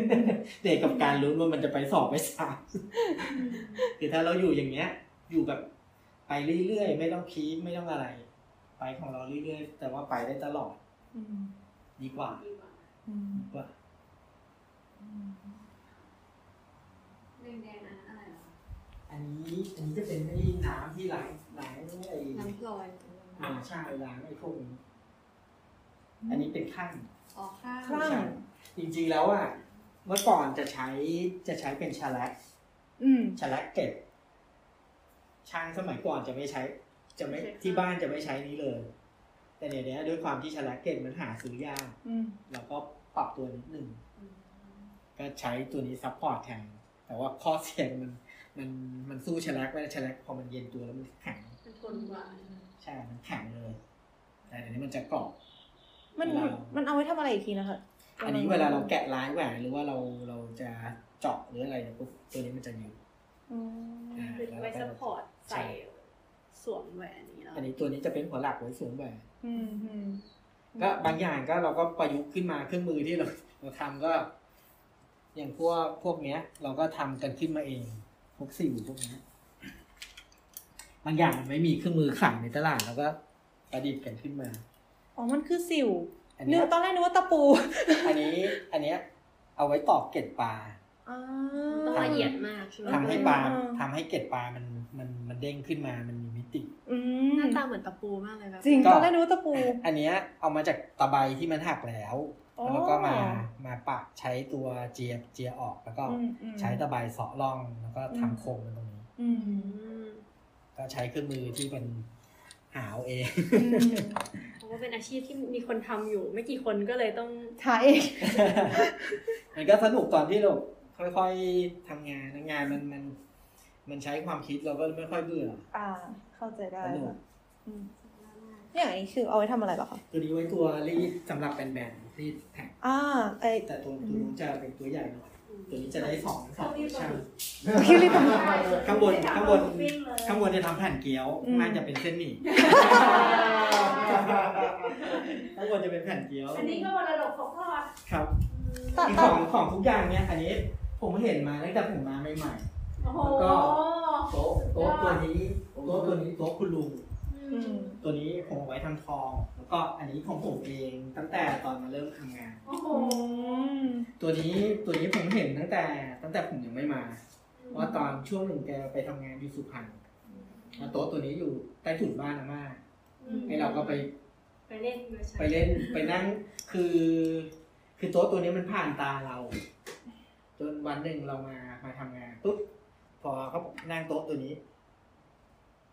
<laughs> เหนื่อยกับการลุ้นว่ามันจะไปสอบไปสาม <laughs> คือถ้าเราอยู่อย่างเงี้ย อยู่แบบไปเรื่อยๆไม่ต้องพีคไม่ต้องอะไร ไปของเราเรื่อยๆแต่ว่าไปได้ตลอด
อืม
ดีกว่า
ดีกว่า
อืม
ดีกว่า
แดงๆอันนั้นอะไรเหรอ
อันนี้อันนี้จะเป็นไอ้น้ำที่ไหลไหลไอ้
น้ำกลอย
อ่าใช่ล้างไอ้พวกนี้อันนี้เป็นข้าง
อ๋อข้าง
คลั่ง
จริงๆแล้วอ่ะเมื่อก่อนจะใช้จะใช้เป็นชาแลก
อืม
ชาแลกเก็บช่างสมัยก่อนจะไม่ใช้ จะไม่
ไม่ใช้ค่ะ
ที่บ้านจะไม่ใช้นี้เลย แต่เดี๋ยวนี้ด้วยความที่ชาแลกเก็บมันหาซื้อยาก
อืม
เราก็ปรับตัวนิดหนึ่งก็ใช้ตัวนี้ซัพพอร์ตแทนแต่ว่าข้อเสียมันมันมันสู้ชาแลกไม่ได้ชาแลกพอมันเย็นตัวแล้วมันแข็ง
มันทนกว่า
ใช่มันแข็งเลย แต่เดี๋ยวนี้มันจะกรอบ
มัน มันเอาไว้ทำอะไรอีกทีนะคะ
อันนี้เวลาเราแกะร้ายแหวนหรือว่าเราเราจะเจาะหรืออะไรเนี่ยปุ๊บตัวนี้มันจะยืด
อืม
เป็นไว้สปอร์ต
ใช่
ใส่สวมแหวนนี้แล้ว
อันนี้ตัวนี้จะเป็นหัวหลักไว้สวมแหวน
อืมอืม
ก็บางอย่างก็เราก็ประยุกต์ขึ้นมาเครื่องมือที่เราเราทำก็ อย่างพวกพวกเนี้ย เราก็ทำกันขึ้นมาเองพวกสิวพวกเนี้ยบางอย่างมันไม่มีเครื่องมือขายในตลาดเราก็ประดิษฐ์กันขึ้นมา
อ๋อ มันคือสิว
อัน
นึ
เนี้
ก
ย
ตอนแรกนึกว่าตะปู
อันนี้อันเนี้ย เอาไว้ตอกเกล็ดปลา
อ่า
ต้องละเอียดมากใช่ไหม
ทำให้ปลา
อืม
ทำให้เกล็ดปลามันมันมันเด้งขึ้นมา มันมีมิติ
อื
ห
ม
น้าตาเหมือนตะปูมากเลยครับ
จริง
ก็
ตอนแรกนึกว่าตะปู
อันเนี้ยเอามาจากตะไบที่มันหักแล้ว
อ๋อ
แล้วก็มามาปักใช้ตัวเจียเจียออก แล้วก็
อืมอืม
ใช้ตะไบเสาะร่องแล้วก็
อื
ทำ
ม
โครงมันตรงนี้
อืม
อืม
ก็ใช้เครื่องมือที่เป็น หาเอาเอง <laughs>
เพราะว่าเป็นอาชีพที่มีคนทำอยู่ ไม่กี่คนก็เลยต้อง
ใช่เอง
มันก็สนุกตอนที่เราค่อยๆทำงานนะงานมันมัน มันใช้ความคิดเราก็ไม่ค่อยเบื่อ
อ่า เข้าใจได้
สนุก
อืมเนี่ยอันนี้คือเอาไว้ทำอะไรเหรอคะ
ตัวนี้ไว้ตัวรีดสำหรับแบนๆรีดแท็ก
อ่าไอ
แต่ตัวตัวนู้นจะเป็นตัวใหญ่หน่อย ตัวนี้จะได้สองสองชั้น
คิวรีบ
ข้างบนข้างบนข้างบนจะทำแผ่นเกี๊ยว
อืม
น่างจะเป็นเส้นหมี่ข้างบนจะเป็นแผ่นเกี๊ยว
อันนี้ก็มรดกของพ่อ
ครับ
ตัดต
มีข
อ
อน งของทุกอย่างเนี่ยอันนี้ ผมเห็นมาตั้งแต่ผมมาใหม่
โอ้โห
ๆก็โต๊ะโต๊ะตัวนี้โต๊ะตัวนี้โต๊ะคุณลุง
อืม
ตัวนี้ผมเอาไว้ทำทอง แล้วก็อันนี้ของผมเองตั้งแต่ตอนมาเริ่มทำงาน
โอ้โห
อืม
ตัวนี้ตัวนี้ผมเห็นตั้งแต่ตั้งแต่ผมยังไม่มา ว่าตอนช่วงหนึ่งแกไปทำงานอยู่สุพรรณแล้วโต๊ะตัวนี้อยู่ใต้ถุนบ้านอาม่าไอ้เราก็ไป
ไปเล่นมาใช้
ไปเล่นไปนั่งคือ คือโต๊ะตัวนี้มันผ่านตาเรา จนวันหนึ่งเรามามาทำงานปุ๊บพอเขาบอกนั่งโต๊ะตัวนี้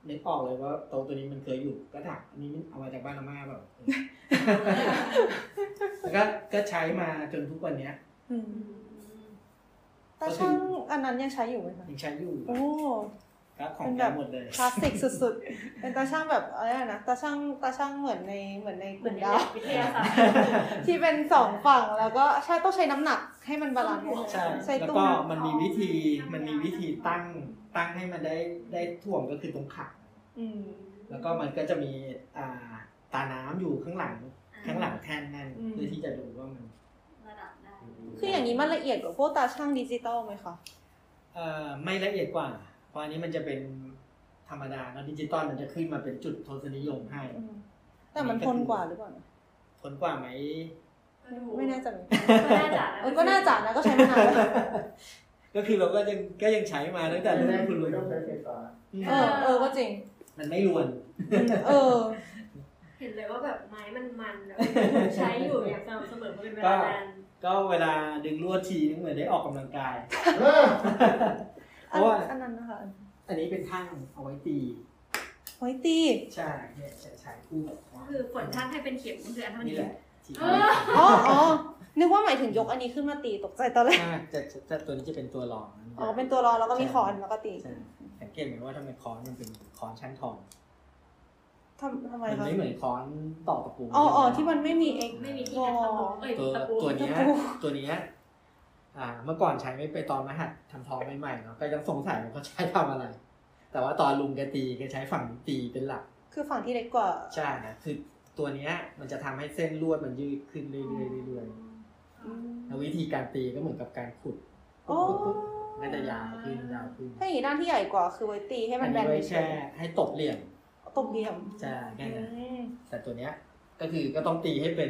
นึกออกเลยว่าโต๊ะตัวนี้มันเคยอยู่ก็ถักอันนี้มันเอามาจากบ้านอาม่า <laughs> แบบ แล้วก็ก็ใช้มาจนทุกวันเนี้ย
อืมตาช่างอันนั้นยังใช้อยู่ไหมคะ
ยังใช้อยู่
โอ้
ครับของ
เป็น
แก
แบบ
หมดเลย
คลาสสิกสุดๆ เป็นตาช่างแบบอะไรนะตาช่างตาช่างเหมือนในเหมือนในกลุ่มดาว
วิทยาศาสตร์
ที่เป็นสองฝั่งแล้วก็ใช่ต้องใช้น้ำหนักให้มันบาลานซ์
ใช่
ใช้
แล้ว
ตัว
ก็มันมีวิธีมันมีวิธีตั้งตั้งให้มันได้ได้ถ่วงก็คือตรงขา
อืม
แล้วก็มันก็จะมีอ่าตาน้ำอยู่ข้างหลังข้างหลังแท่นนั่นเพื่อที่จะดูว่ามัน
ระดับได้
คืออย่างนี้มันละเอียดกว่าพวกตาช่างดิจิตอลไหมคะ
เอ่อไม่ละเอียดกว่า เพราะอันนี้มันจะเป็นธรรมดาแล้วดิจิตอลมันจะขึ้นมาเป็นจุดทศนิยมให้
อืมแต่มันทนกว่าหรือเปล่านะ
ผลกว่าไหม
ไม่แน่ใจเหมือนกัน
ก็น่าจะ
เออก็น่าจะนะก็ใช้มาน <laughs> านแล้ว
ก็คือเราก็ยังก็ยังใช้มาตั้งแต่
ไม่
รุ่น
ได้
คุณลุง
ต้องใช้ไฟฟ้า
เออเออก็จริง
มันไม่รวน
อืมเออ
เห็นเลยว่าแบบไม้มันมันๆแบบใช้อยู่อย่างสม่ำเสมอมาเป็นเวลานาน
ก็เวลาดึงลวดทีนึงเหมือนได้ออกกำลังกาย เพ
อัน
ราะว่า
อันนั้นนะคะอัน
อันนี้เป็นทั่งเอาไว้ตี
ไว้ตี
ใช่เนี่ยใช้ใช้คู่กับว่า
คือฝนข้างให้เป็นเข็มก็คืออันเท่า
นี่
นี้
แหละที่
เออ
อ๋ออ๋อนึกว่าหมายถึงยกอันนี้ขึ้นมาตีตกใจตอนแรก
อ่าจะจะจะตัวนี้จะเป็นตัวรองนะ
อ๋อเป็นตัวรอแล้วก็มีคอนแล้วก็ตี
ใช่สังเกตไหมว่าทำไมค้อนมันเป็นค้อนช่างทอง
ทำทำไม
มัน
คะ
ไม่เหมือนค้อนตอกตะปู
อ๋ออ๋อที่มันไม่มีเอง
ไม่มีที่งัดตะปูเอ้ย
ตัว
ตะปู
ตัวเนี้ย
ตะปู
ตัวเนี้ยอ่า เมื่อก่อนใช้ไม่ไปนตอนมหัดทำทองใหม่ๆเนาะก็ยังสงสัยว่าเขาใช้ทำอะไร แต่ว่าตอนลุงแกตีแกใช้ฝั่งนี้ตีเป็นหลัก
คือฝั่งที่เล็กกว่า
ใช่นะคือตัวเนี้ยมันจะทำให้เส้นลวดมันยืดขึ้นเรื่อยๆเรื่อยๆแล้ววิธีการตีก็เหมือนกับการขุด
โอ้
ปุ๊บปุ๊บปุ๊บก็จะยาวขึ้นยาวขึ้น
ถ้าอย่างนี้ด้านที่ใหญ่กว่าคือไว้ตีให้
อั
มัน
น
แบ
นี้
น
ไว้แช่ให้ตบเหลี่ยม
ตบเหลี่ยม
ใช่แค่นั้น
อืม
แต่ตัวเนี้ยก็คือก็ต้องตีให้เป็น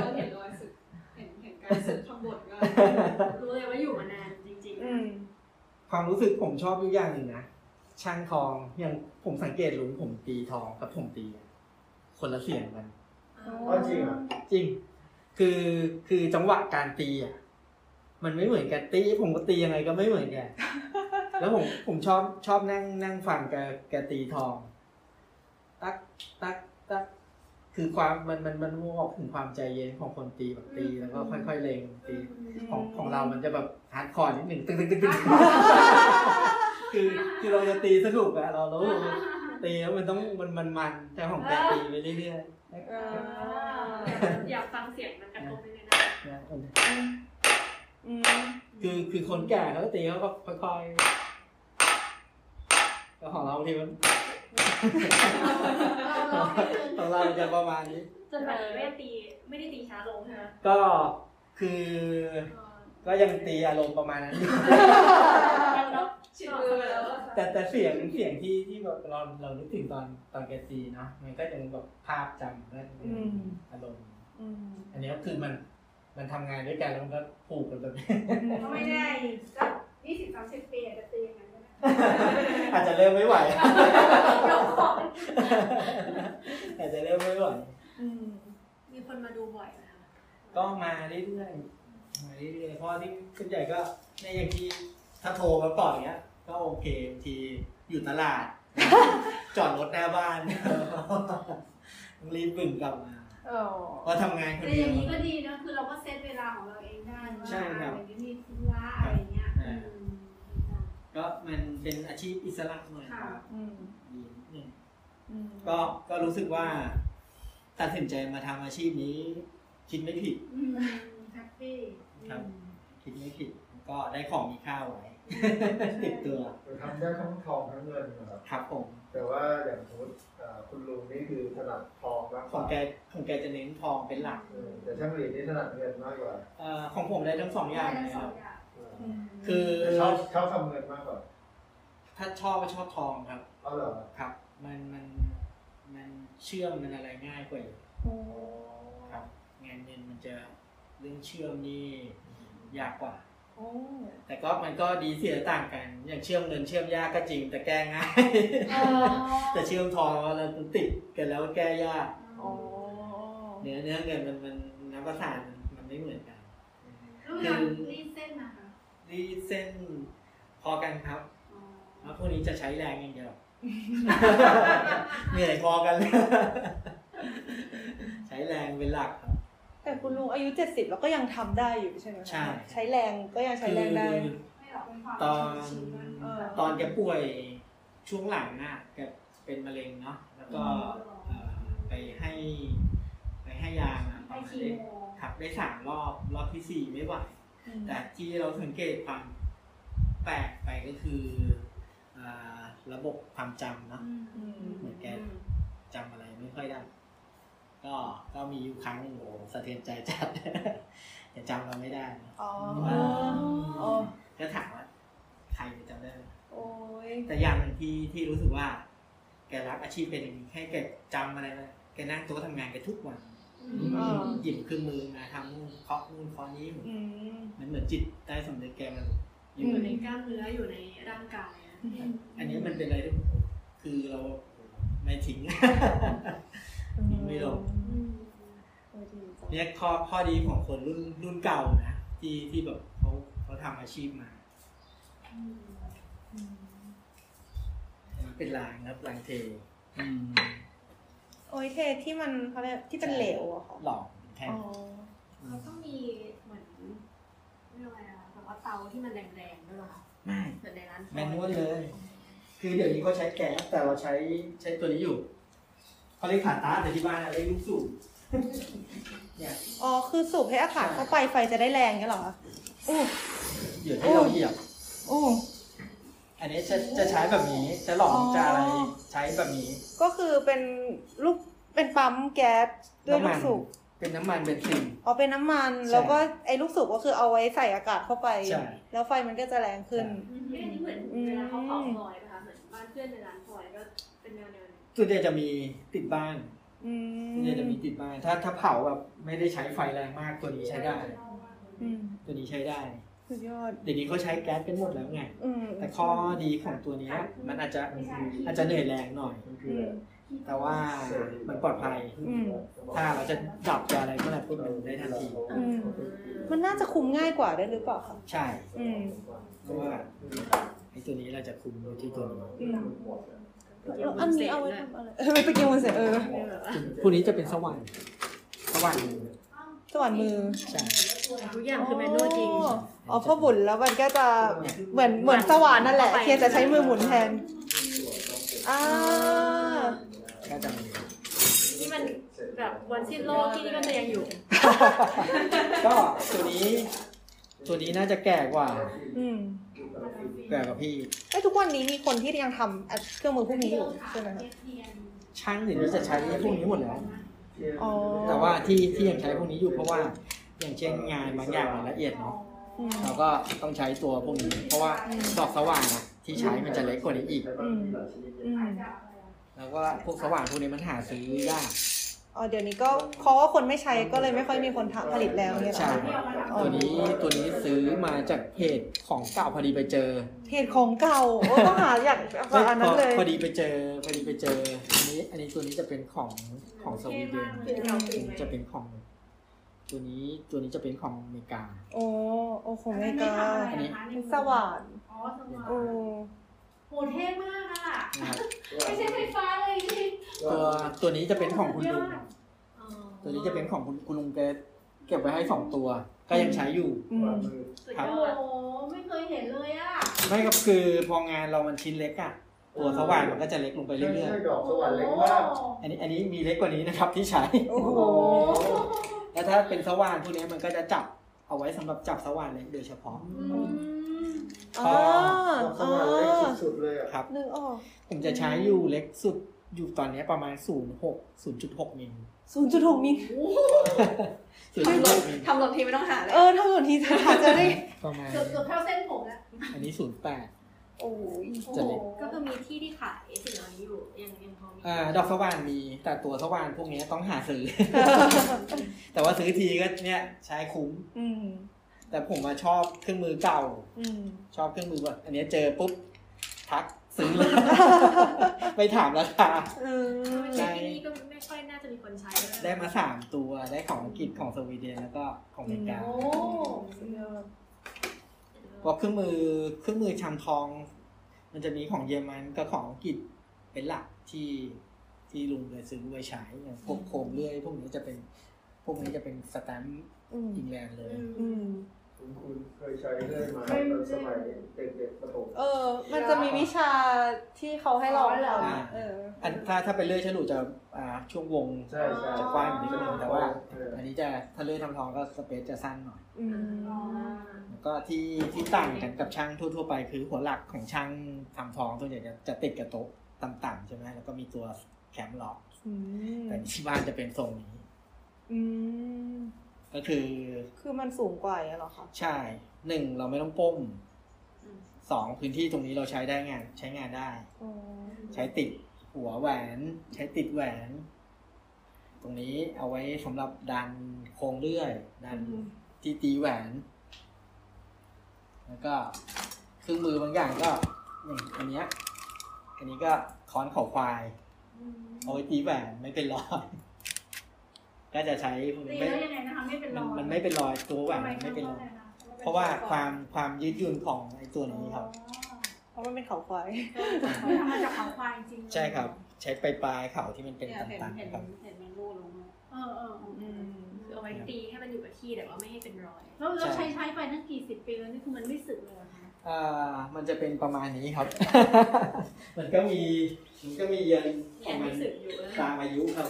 เราเห็นรอยสึก เห็นเห็นการสึกข้างบนก็
รู้เลยว่าอยู่มานานจริง
อืม
ความรู้สึกผมชอบอยู่อย่างหนึ่งนะช่างทองอย่างผมสังเกตหลุมผมตีทองกับผมตีอะคนละเสียงกัน
อ๋อจริงเหรอ
จริง คือคือจังหวะการตีอ่ะ มันไม่เหมือนกันตี ผมก็ตียังไงก็ไม่เหมือนแก แล้วผมผมชอบชอบนั่งนั่งฟังแกแกตีทอง ตักตักตัก คือความมันมันมันบอกถึงความใจเย็นของคนตีแบบตีแล้วก็ค่อยๆเลงตีของของเรามันจะแบบฮาร์ดคอร์นิดหนึ่งตึ้งตึ้งตึ้งตึ้งคือคือเราจะตีสนุกอะเราเราเราตีแล้วมันต้องมันมันมันแต่ของแกตีไปเรื่อย
เออ
ๆอยากฟังเสียงมันกระทบไปเลยนะ
ๆนะ
อืม
คือคือคนแก่เขาก็ตีเขาก็ค่อยๆแล้วของเราบางทีมัน ของเราจะประมาณนี้
จนแบบไม่ได้ตีไม่ได้ตีช้าลงใช่ไหม
ก็คือก็ยังตีอารมณ์ประมาณนั้นอยู่
แล้ว
ชิดมือแล้ว
แต่แต่เสียงเสียงที่ที่แบบเราเรานึกถึงตอนตอนแกตีเนอะมันก็ยังแบบภาพจำและอารมณ์
อืม
อันนี้ก็คือมันมันทำงานด้วยกันแล้วมันก็ผูกกันแบบนี้
ก็ไม่ได้สักยี่สิบสามสิบปีอาจจะตีอย่างนั้นก็ได้
<laughs> อาจจะเริ่มไม่ไหว
เดี๋ยวก่อน
อาจจะเริ่มไม่ไหว
อืม
มีคนมาดูบ่อยนะคะ
ก็มาเรื่อยๆ มาเรื่อยๆ เพราะว่าที่ส่วนใหญ่ก็ในอย่างที่ถ้าโทรมาก่อนเนี้ย ก็โอเคบางทีอยู่ตลาด จอดรถหน้าบ้าน <laughs> รีบบึ่งกลับมา
เออ
เพราะทำงานคน
แต่อ
เดีย
ย่าว งนี้ก็ดีนะคือเราก็เซตเวลาของเราเองได้ว่า
ใช่ครับ
อะไรมีธุระอะไรเงี้ยอืม
ก็มันเป็นอาชีพอิสระหน่อยครับ
อืม
ดีนิดนึง
อืม
ก็ก็รู้สึกว่าตัดสินใจมาทำอาชีพนี้ คิดไม่ผิด
อืมแฮปปี้
ครับ คิดไม่ผิด ก็ได้ของมีค่าไว้ <laughs> ติดตัว
ทำได้ทั้งทองทั้งเงินนะครับ
ครับผม
แต่ว่าอย่างสมมติเอ่อคุณลุงนี่คือถนัดทองมาก
ข
ก
อง
ว่า
แกของแกจะเน้นทองเป็นหลัก
เออแต่ช่างหลีดนี่ถนัดเงินมากกว่า
เอ่อของผมได้ทั้งสองอย่าง
ได้
เลย
ส
ค
อ
รั
ง
บ
อย่าง
เออ
อืม
คือ
แต่ชอบชอบทำเงินมากกว่า
ถ้าชอบก็ชอบทองครับ
เอาเหรอ
ครับ มันมันมันเชื่อมมันอะไรง่ายกว่าอยู่ครับ งานเงินมันจะเรื่องเชื่อมนี่ยากกว่า
โอ้
แต่ก็มันก็ดีเสียต่างกัน อย่างเชื่อมเงินเชื่อมยากก็จริงแต่แก้ง่าย แต่เชื่อมทองแล้วมันติดกันแล้วแก้ยาก
อ๋อ
เนื้อเนื้อเงินมันมันน้ำประสานมันไม่เหมือนกัน
ลูกยังรีดเส้นนะคะ
รีดเส้นพอกันครับ
อ๋อ
แล้วพวกนี้จะใช้แรงอย่างเดียว เหนื่อยพอกันเลย <laughs> ใช้แรงเป็นหลักครับ
แต่คุณลุงอายุเจ็ดสิบแล้วก็ยังทำได้อยู่ใช่ไหมคะ
ใช่
ใช้แรงก็ยังใช้แรงได้
คือ
ไม่หรอกเป็นความ
ตอน
ชินๆมัน
เออ
แบบ
ตอนแกป่วยช่วงหลังน่ะแกเป็นมะเร็งเนาะแล้วก็เอ่อไปให้ ไปให้ยามาประมาณได้ครับได้สามรอบรอบที่สี่ไม่ไหว แต่ที่เราสังเกตความแปลกไปก็คืออ่าระบบความจำเนอะ
อืม
เหมือนแกจำอะไรไม่ค่อยได้ ก็ก็มีอยู่ครั้งหนึ่งโอ้โหสะเทือนใจจัด <laughs> แต่จำเราไม่ได้นะ
อ๋อเอ
เอ
อ
อ
อ๋อ
ก็ถามว่า ใครจำได้ไหม
โอ้ย
แต่อย่างหนึ่งที่ที่รู้สึกว่า แกรักอาชีพเป็นอย่างนี้แค่แกจำอะไรไม่ได้แกนั่งโต๊ะทำงานแกทุกวัน
เออ
หยิบเครื่องมือมาทำนู่นเคาะนู่นเคาะนี้เหมือน
อืม
มันเหมือนจิตใต้สำนึกแกมันอยู่
อยู่
ใน
ในกล้ามเนื้ออยู่ในร่างกายอะ
อันนี้มันเป็นอะไรที่คือเราไม่ทิ้ง <laughs> ไม่ลงเนี่ยข้อข้อดีของคนรุ่นรุ่นเก่านะ ที่ที่แบบเขาเขาทำอาชีพมาเป็นรางนะครับรางเทอืม
โอ้ยเทที่มันเขาเรียกที่เป็นเหลวอะค่ะ
หลอกแทน
อ๋อ
เขาต้องมีเหมือนเรียกว่าอะไรอะแบบว่าเตาที่มันแรงๆด้วยเหรอคะ
ไม่
เหมือนในร้านทอ
แม
ย
นนวลเลย คือเดี๋ยวนี้ก็ใช้แก๊สแต่เราใช้ใช้ตัวนี้อยู่เขาเรียกขาตาแต่ที่บ้านเรียกลูกสูบเนี่ย
อ๋อคือสูบให้อากาศเข้าไปไฟจะได้แรงเงี้ยเหรอคะอู้
เดี๋ยวที่เราเหยียบ
อู้
อันนี้จะจะใช้แบบนี้ จะหลอมจะอะไรใช้แบบนี้
ก็คือเป็นลูกเป็นปั๊มแก๊สด้วยลูกสูบ
เป็นน้ำมันเบนซิน
เอาเป็นน้ำมัน
ใช่
แล้วก็ไอ้ลูกสูบก็คือเอาไว้ใส่อากาศเข้าไป
ใช่
แล้วไฟมันก็จะแรงขึ้น
เนี่ยอันนี้เหมือนเวลาเขาเผาพลอยป่ะคะเหมือนบ้านเพื่อนในร้านพลอยก็เป็นแนวๆนี้
ส่วนใหญ่จะมีติดบ้าน
อื
ส่วนใหญ่จะมีติดบ้าน ถ้าถ้าเผาแบบไม่ได้ใช้ไฟแรงมากตัวนี้ใช้ได้
อืม
ตัวนี้ใช้ได้
สุดยอด
เดี๋ยวนี้เขาใช้แก๊สกันหมดแล้วไง
อืม
แต่ข้อดีของตัวเนี้ยมันอาจจะอาจจะเหนื่อยแรงหน่อย
มันคือ
อื
อ
ม
ะไร
แต่ว่ามันปลอดภัย
อืม
ถ้าเราจะดับจะอะไรเมื่อไหร่ปุ๊บมันได้ทันที
อืม มันน่าจะคุมง่ายกว่าด้วยหรือเปล่าคะ
ใช่
อืม
เพราะว่าไอ้ตัวนี้เราจะคุมอยู่ที่ตัวนี้
อืม แล้วอันนี้เอาไว้ทำอะไรเออตะเกียงมันเสียเออ
พวกนี้จะเป็นสว่านสว่าน
สว่านมือ
ใช่
ทุกอย่างคือแมนนวลจริง
อ๋ออ๋อพ่อบุญแล้วมันก็จะเหมือนเหมือนสว่านนั่นแหละเคียจะใช้มือหมุนแทนอ่า
ก็จะมี <laughs>
ที่มันแบบวันสิ้นโลกที่นี่ก็จะยังอยู่
ก็ตัวนี้ ตัวนี้น่าจะแก่กว่า
อืม
แก่กว่าพี่
ไอ้ยทุกวันนี้มีคนที่ยังทำอ่ะเครื่องมือพวกนี้อยู่ใช่ไหมคะ
ช่างเดี๋ยวนี้จะใช้พวกนี้หมดแล้ว
อ๋อ
แต่ว่าที่ที่ยังใช้พวกนี้อยู่เพราะว่า อย่างเช่นงานบางอย่างมันละเอียดเนาะ
อืม
เราก็ต้องใช้ตัวพวกนี้ เพราะว่าดอกสว่านอะที่ใช้มันจะเล็กกว่านี้อีก
อืม อืม
แล้วก็พวกสว่านพวกนี้มันหาซื้อยาก
อ๋อเดี๋ยวนี้ก็เพราะว่าคนไม่ใช้ก็เลยไม่ค่อยมีคนทำผลิตแล้วเนี่ยเหรอ
ใช่ตัวนี้ตัวนี้ซื้อมาจากเพจของเก่าพอดีไปเจอ
เพจของเก่าโอ้ต้องหาอยากเอาอันนั้นเลย
พอดีไปเจอพอดีไปเจออันนี้ อันนี้ตัวนี้จะเป็นของของสวีเดนจะเป็นของ ตัวนี้ตัวนี้จะเป็นของอเมริกา
โอ้โอ้ของเมกา
อันนี้
สว่าน
อ๋อส
โอ้
ว่าง
โหเท่มากอะ
นะครับ
ไม่ใช่ไฟฟ้าเลยจริง
ตัวตัวนี้จะเป็นของคุณลุง
ยอด
ตัวนี้จะเป็นของคุณคุณลุงแกเก็บไว้ให้สองตัว ก็ยังใช้อยู่
อืม
สุด
ครั
ย
บ
อดโอ้โหไม่เคยเห็นเลยอะ
ไม่ก็คือพองานเรามันชิ้นเล็กอะตัวสว่านมันก็จะเล็กลงไปเรื่อย
ใช่ดอกสวรรค์เล็กมาก
ๆ อันนี้อันนี้มีเล็กกว่านี้นะครับที่ใช้
โอ้โห
แล้วถ้าเป็นสว่านพวกนี้มันก็จะจับเอาไว้สำหรับจับสว่านเลยโดยเฉพาะ
อืม
อ๋อ
ดอกสวรรค์เล็กสุดๆเลยอ่ะ
ครับ
นึกออก
ผมจะใช้อยู่เล็กสุดอยู่ตอนนี้ประมาณ 0.6 0.6มิล
ศูนย์จุดหกมิล
0.6มิล
ทำหลบทีไม่ต้องหาเลย
เออถ้าส่วนทีจะหาจะได้
ประมาณ
เกือบเกือบเท่าเส้นผมแล้ว
อันนี้ 0.8
โอ้ย
จะเล็ก
ก็คือมีที่ที่ขายสิ่งเหล่านี้อยู่ยังยังพอมี
อ่าดอกสว่านมี แต่ตัวสว่านพวกนี้ต้องหาซื้อ แต่ว่าซื้อทีก็เนี่ยใช้คุ้ม
อืม
แต่ผมมาชอบเครื่องมือเก่า
อืม
ชอบเครื่องมือแบบอันเนี้ยเจอปุ๊บ ทักซื้อเลย <laughs> ไม่ถามราคา
เออ
ใช่ที่นี่ก็ไม่ค่อยน่าจะมีคนใช้แล้วนะ
ได้มาสามตัวได้ของอังกฤษของสวีเดนแล้วก็ของอเมริกา
โอ้สุดยอด
เพราะเครื่องมือเครื่องมือชำทอง มันจะมีของเยอรมันกับของอังกฤษเป็นหลักที่ที่ลุงเคยซื้อไว้ใช้อย่างพวกโคมเลื่อยพวกนี้จะเป็น พวกนี้จะเป็นสแตมป์
อืม
อิงแลนด์เลย
อืม
คุณคุณเคยใช้เรื่อยมาตอนสมัยเด็กๆประถม
เออ มันจะมีวิชาที่เขาให้ลอง
อ๋อเหรอ
ทำเออ
อันถ้าถ้าเป็นเลื่อยฉลุจะอ่าช่วงวง
ใช่ใช่
จะกว้างอยู่นิดนึงแต่ว่า
เอออั
อันนี้จะถ้าเลื่อยทำทองก็สเปซจะสั้นหน่อย
อืม
แล้วก็ที่ที่ต่างกันกับช่างทั่ว ๆ ไปคือหัวหลักของช่างทำทองตัวใหญ่จะจะติดกับโต๊ะต่ำๆใช่ไหมแล้วก็มีตัวแคมล็อก
อืม
แต่ที่บ้านจะเป็นทรงนี้
อืม
ก็คือ
คือมันสูงกว่าอย่างเงี้ยเหรอคะ
ใช่หนึ่งเราไม่ต้องป้มสองพื้นที่ตรงนี้เราใช้ได้งานใช้งานได้
อ๋อ
ใช้ติดหัวแหวน ใช้ติดแหวน ตรงนี้เอาไว้สำหรับดันโครงเลื่อย ดันที่ตีแหวน แล้วก็เครื่องมือบางอย่างก็อย่างอันเนี้ยอันนี้ก็ค้อนเข่าควาย เอาไว้ตีแหวนไม่เป็นรอย ก็จะใช้พวก
ตี
นี้
แล้ว
ไม่
ยังไงนะคะไม่เป็นร
มั
อนย
มันไม่เป็นรอยตัวแหวน
ทำไม
มันไม่เป็นรอย
ข้างนอกนี่ยน
เพราะว่าความความยืดหยุ่นของไอ้ตัวนี้ครับ
เพราะมันเป็นเขาควาย
เขาทำมาจากเขาควายจริงๆ
ใช่ครับ ใช้ปลายปลายๆเข่าที่มันเป็น
เนี่ยเห็น
ต่าง
เห็น
ๆครับ
เห็นมันรูดลงมา
เออเออเออ
อืม
คือเอาไว้ตีให้มันอยู่กับที่แต่ว่าไม่ให้เป็นรอย
แล้วแล้วใช้ใช้ไปตั้งกี่สิบปีแล้วนี่คือมันไม่สึกเลยเหรอคะ
อ่ามันจะเป็นประมาณนี้ครับ <laughs> มันก็มีมันก็มีเย็นของมันตามอายุครับ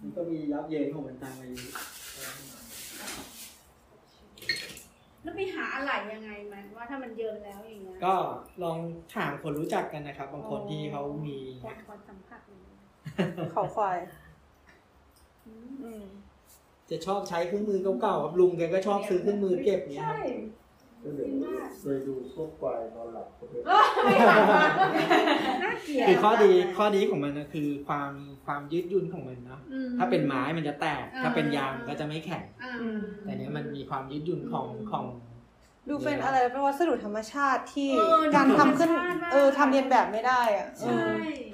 มันก็มียับเยินของมันตามอายุ
แล้วไปหาอะไรยังไงมันว่าถ้ามันเยินแล้วอย่างเงี้ย
ก็ลองถามคนรู้จักกันนะครับ บางคนที่เขามี
ความความสัมผัสมันเลย
เขาควาย
อืม
อืม
จะชอบใช้เครื่องมือเก่าๆครับลุงแกก็ชอบซื้อเครื่องมือเก็บเนี่ยครับ
ก็เดี๋ยวเคยดูพวกควายนอนหลับเขาเป็น
ไม่ถามมาน่าเกลียด
คือข้อดีข้อดีของมันนะคือความความยืดหยุ่นของมันเนาะ
อืม
ถ้าเป็นไม้มันจะแตก ถ้าเป็นยาง
อ่า
ก็จะไม่แข็ง
อ่า
แต่เนี้ยมันมีความยืดหยุ่นของของ
ดูเป็นอะไรเป็นวัสดุธรรมชาติที่
เออ
การทำขึ้น
ธรรมชาติมาก
เออทำเรียนแบบไม่ได้อ่ะเอ
ใช่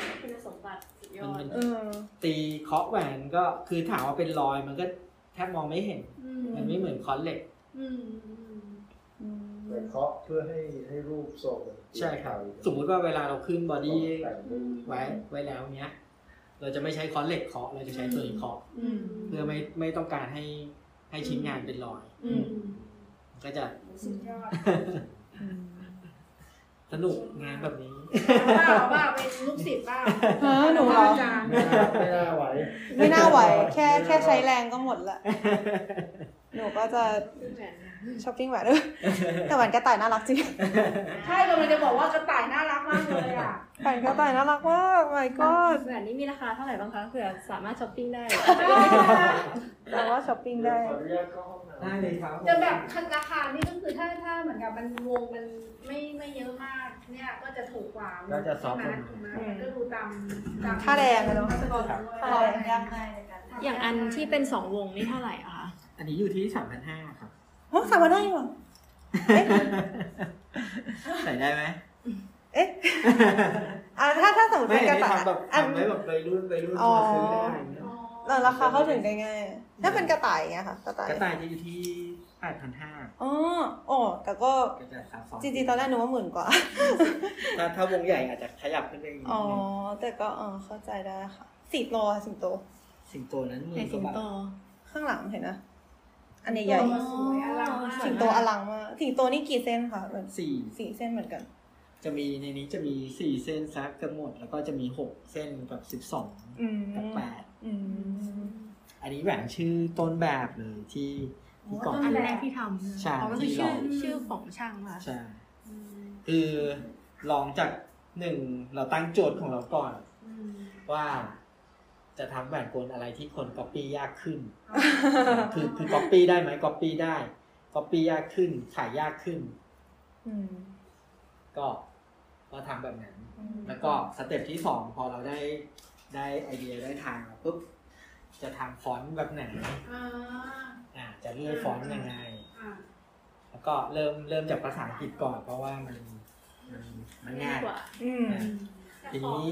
อ
คุณสมบัติสุดยอด
เออ
ตีเคาะแหวนก็คือถามว่าเป็นรอยมันก็แทบมองไม่เห็น
อืม
มันไม่เหมือนค้อนเหล็ก
อืมอืม
แต่เคาะเพื่อให้ให้รูปทรงมัน
ใช่ครับ สมมุติว่าเวลาเราขึ้นบอดี้
แต่งรูป
ไว้ไว้แล้วเนี้ย เราจะไม่ใช้ค้อนเหล็กเคาะเราจะใช้ตัวนี้เคาะ
อืม
เพื่อไม่ไม่ต้องการให้ให้ชิ้นงานเป็นรอย
อืม
มันก็จะ
สุดยอด
สนุกงานแบบนี้
บ้าบ้าเป็นลูกศิษย์บ้า
เออหนูเหรอ
จารย์
ไม่น่าไม่น่าไหว
ไม่น่าไหว แค่แค่ใช้แรงก็หมดละ หนูก็จะช้อปปิ้งแหวนเออแต่แหวนกระต่ายน่ารักจริง
ใช่กำลังจะบอกว่ากระต่ายน่ารักมากเลยอ่ะ
แหวนกระต่ายน่ารักมาก my god
แบบนี้มีราคาเท่าไหร่บ้างคะเผื่อสามารถช้อปปิ้ง <laughs> ได้
แต่ว่าช้อปปิ้ง
เดี๋ยว
ได้
ขออนุญาตเข้าห้องน้ำ
ได้เลยครับ
จะแบบราคานี่ก็คือถ้าถ้าเหมือนกับมันวงมันไม่ไม่เยอะมาก เนี่ยก็จะถูกกว่า
ก็จะซอฟต์ล
ใช่
ง
ไหมมันก็ดูตามตาม
ค่าแรงอะเนอะ
ค่าแรงด้วย
ต่อแรงยากไง
อย่างอันที่เป็นสองวงนี่เท่าไหร่อะคะ
อันนี้อยู่ที่สามพันห้าครับ
ฮะสามารถได้เหรอ
ใส่ได้ไหม
เอ๊ะ อ่าถ้าถ้าสมมติ
ไม่
เป็นก
ได้
ระต่าย
ทำแบบ
อัน
ทำไว้แบบไปรุ่นไปรุ่น
อ๋อ
ซื้อได้
อ๋อ
ราคาเข้าถึงได้ง่ายอะ ถ้าเป็นกระต่ายอย่างเงี้ยค่ะ กระต่าย
กระต่ายจะอยู่ที่แปดพันห้า
อ๋ออ๋อแต่ก็
ก็จะสามสอง
จริงๆตอนแรกนึกว่าหมื่นกว่า
ถ้าถ้าวงใหญ่อาจจะขยับขึ้นไปอีกนิ
อ๋อ
ดนึง
แต่ก็เออเข้าใจได้ค่ะ สิงโตค่ะสิงโต
สิงโตนั้นหมื่นกว่าบาท
ข้างหลังเห็นนะ อันใหญ่
สวยอลังมาก
ๆสิงโตอลังมากสิงโตนี่กี่เส้นคะแบบ
สี่
สี่เส้นเหมือนกัน
จะมีในนี้จะมีสี่เส้นซักทั้งหมด แล้วก็จะมีหกเส้นกับสิบสอง
อืม
กับแปด
อืม
อันนี้แหวนชื่อต้นแบบเลยที่ที่ก่อน
อันแรกที่ทำ
ใช่
อ๋อก็คือชื่อชื่อของช่างค่ะ
ใช่คือลองจากหนึ่งเราตั้งโจทย์ของเราก่อน ว่าจะทำแหวนกลอะไรที่คนก๊อปปี้ยากขึ้น
<laughs>
คือคือก๊อปปี้ได้ไหมก๊อปปี้ได้ก๊อปปี้ยากขึ้น ขายยากขึ้น
อืม
ก็ก็ทำแบบนั้น แล้วก็สเต็ปที่สองพอเราได้ได้ไอเดียได้ทางมาปุ๊บจะทำฟอนต์แบบไหน
อ่า
อ่าจะเลือกฟอนต์ยังไง
อ่า
แล้วก็เริ่มเริ่มจากภาษาอังกฤษก่อน เพราะว่ามันมันมันง่าย
ง่ายกว่า
อืม
อ่าทีนี้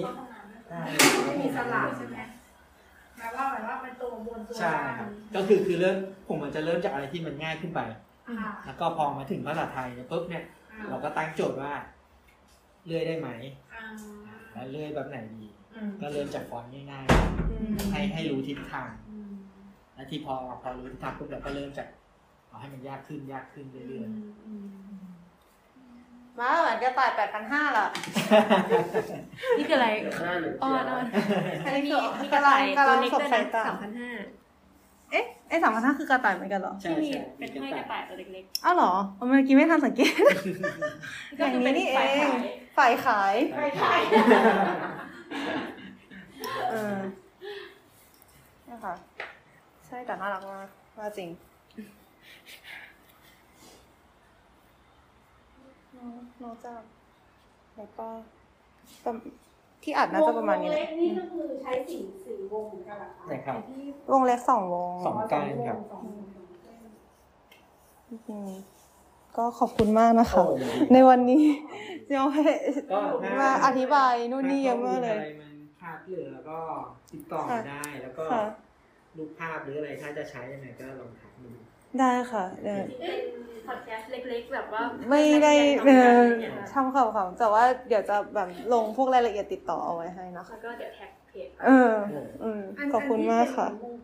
อ่า
ไม่มีสลับใช่ไหมแปลว่าแบบว่าเป็นตัวบนตัว
ใช่
ล่าง
ครับก็คือคือเริ่มผมอาจจะเริ่มจากอะไรที่มันง่ายขึ้นไป
อ่า
แล้วก็พอมาถึงภาษาไทยเนี่ยปุ๊บเนี่ย
อ่า
เราก็ตั้งโจทย์ว่าเลื่อยได้ไหม
อ่า
แล้วเลื่อยแบบไหนดี
อืม
ก็เริ่มจากฟอนต์ง่าย
อืม
ๆให้ให้รู้ทิศทาง
อืม
และที่พอพอรู้ทิศทางปุ๊บเราก็เริ่มจากเอาให้มันยากขึ้นยากขึ้นเรื่อย
อืม
มาเหมือนกระต่ายแปดพันห้าล่ะ
ๆ
นี่คืออะไร
เดี๋ยวข้าเลย
ออนออน
อันนี้
มี
คือ
มี
ก
ก
ระ
ระต่า
ต่าย
ย
กระ
ตัว
ต่าย
เล็ก
สบ
ด้วย
สาย
นะ
ตา
สามพันห้า
เอ๊ะไอ้สามพันห้าคือกระต่ายเหมือนกันเหรอ
ใช่
ที่มี
ใช่
เป็นให้กระต่ายตัวเล็ก
อ้าวเหรอเมื่อกี้ไม่ทันสังเกต
ๆ
อ
ก็
ย่าง
คือ
นี้
เป็น
นี่เอ
ฝ่าย
ง
ขาย
ฝ่ายขาย
ไปขาย
เออเนี่ยค่ะ ใช่แต่น่ารักมากว่าจริง น้องน้องจะแล้วก็ประมที่อัดน่าจะประมาณนี้
วง
เล
เล็
ย
กนี่ก็คือใช้สีสีวงเหมือนกันเหรอคะ
นะครับ
ที่
วงเล็กสองวง
สองการครับ
สองวงสองเส้น
จริงๆก็ขอบคุณมากนะคะ
โอ้โห
ในวันนี้ <laughs> เจ้าให้ <laughs>
ก็ถ้
มาอธิบายนู่นนี่เยอะมากเลย
ถ้ข้อมูอะไรมันพลาดเหลือก็ติดต่อ
ค่ะ
ได้แล้วก็
ค่ะ
รูปภาพหรืออะไรถ้าจะใช้ยังไงก็ลองทักดู
ได้ค่ะเดี๋ยว
พอดแคสต์เล็กๆ แบบว่า
ไม่ได้เอ
เรีย
อ
นทำงานอะไรอย่างเงี้ยค่ะ
ทำข่าวของแต่ว่าเดี๋ยวจะแบบลงพวกรายละเอียดติดต่อเอาไว้ให้นะคะ
แล้วก็เดี๋ยวแท็กเพจ
เออ อืม
น
ขอบคุณมากค่ะ
อันที่เป็นวง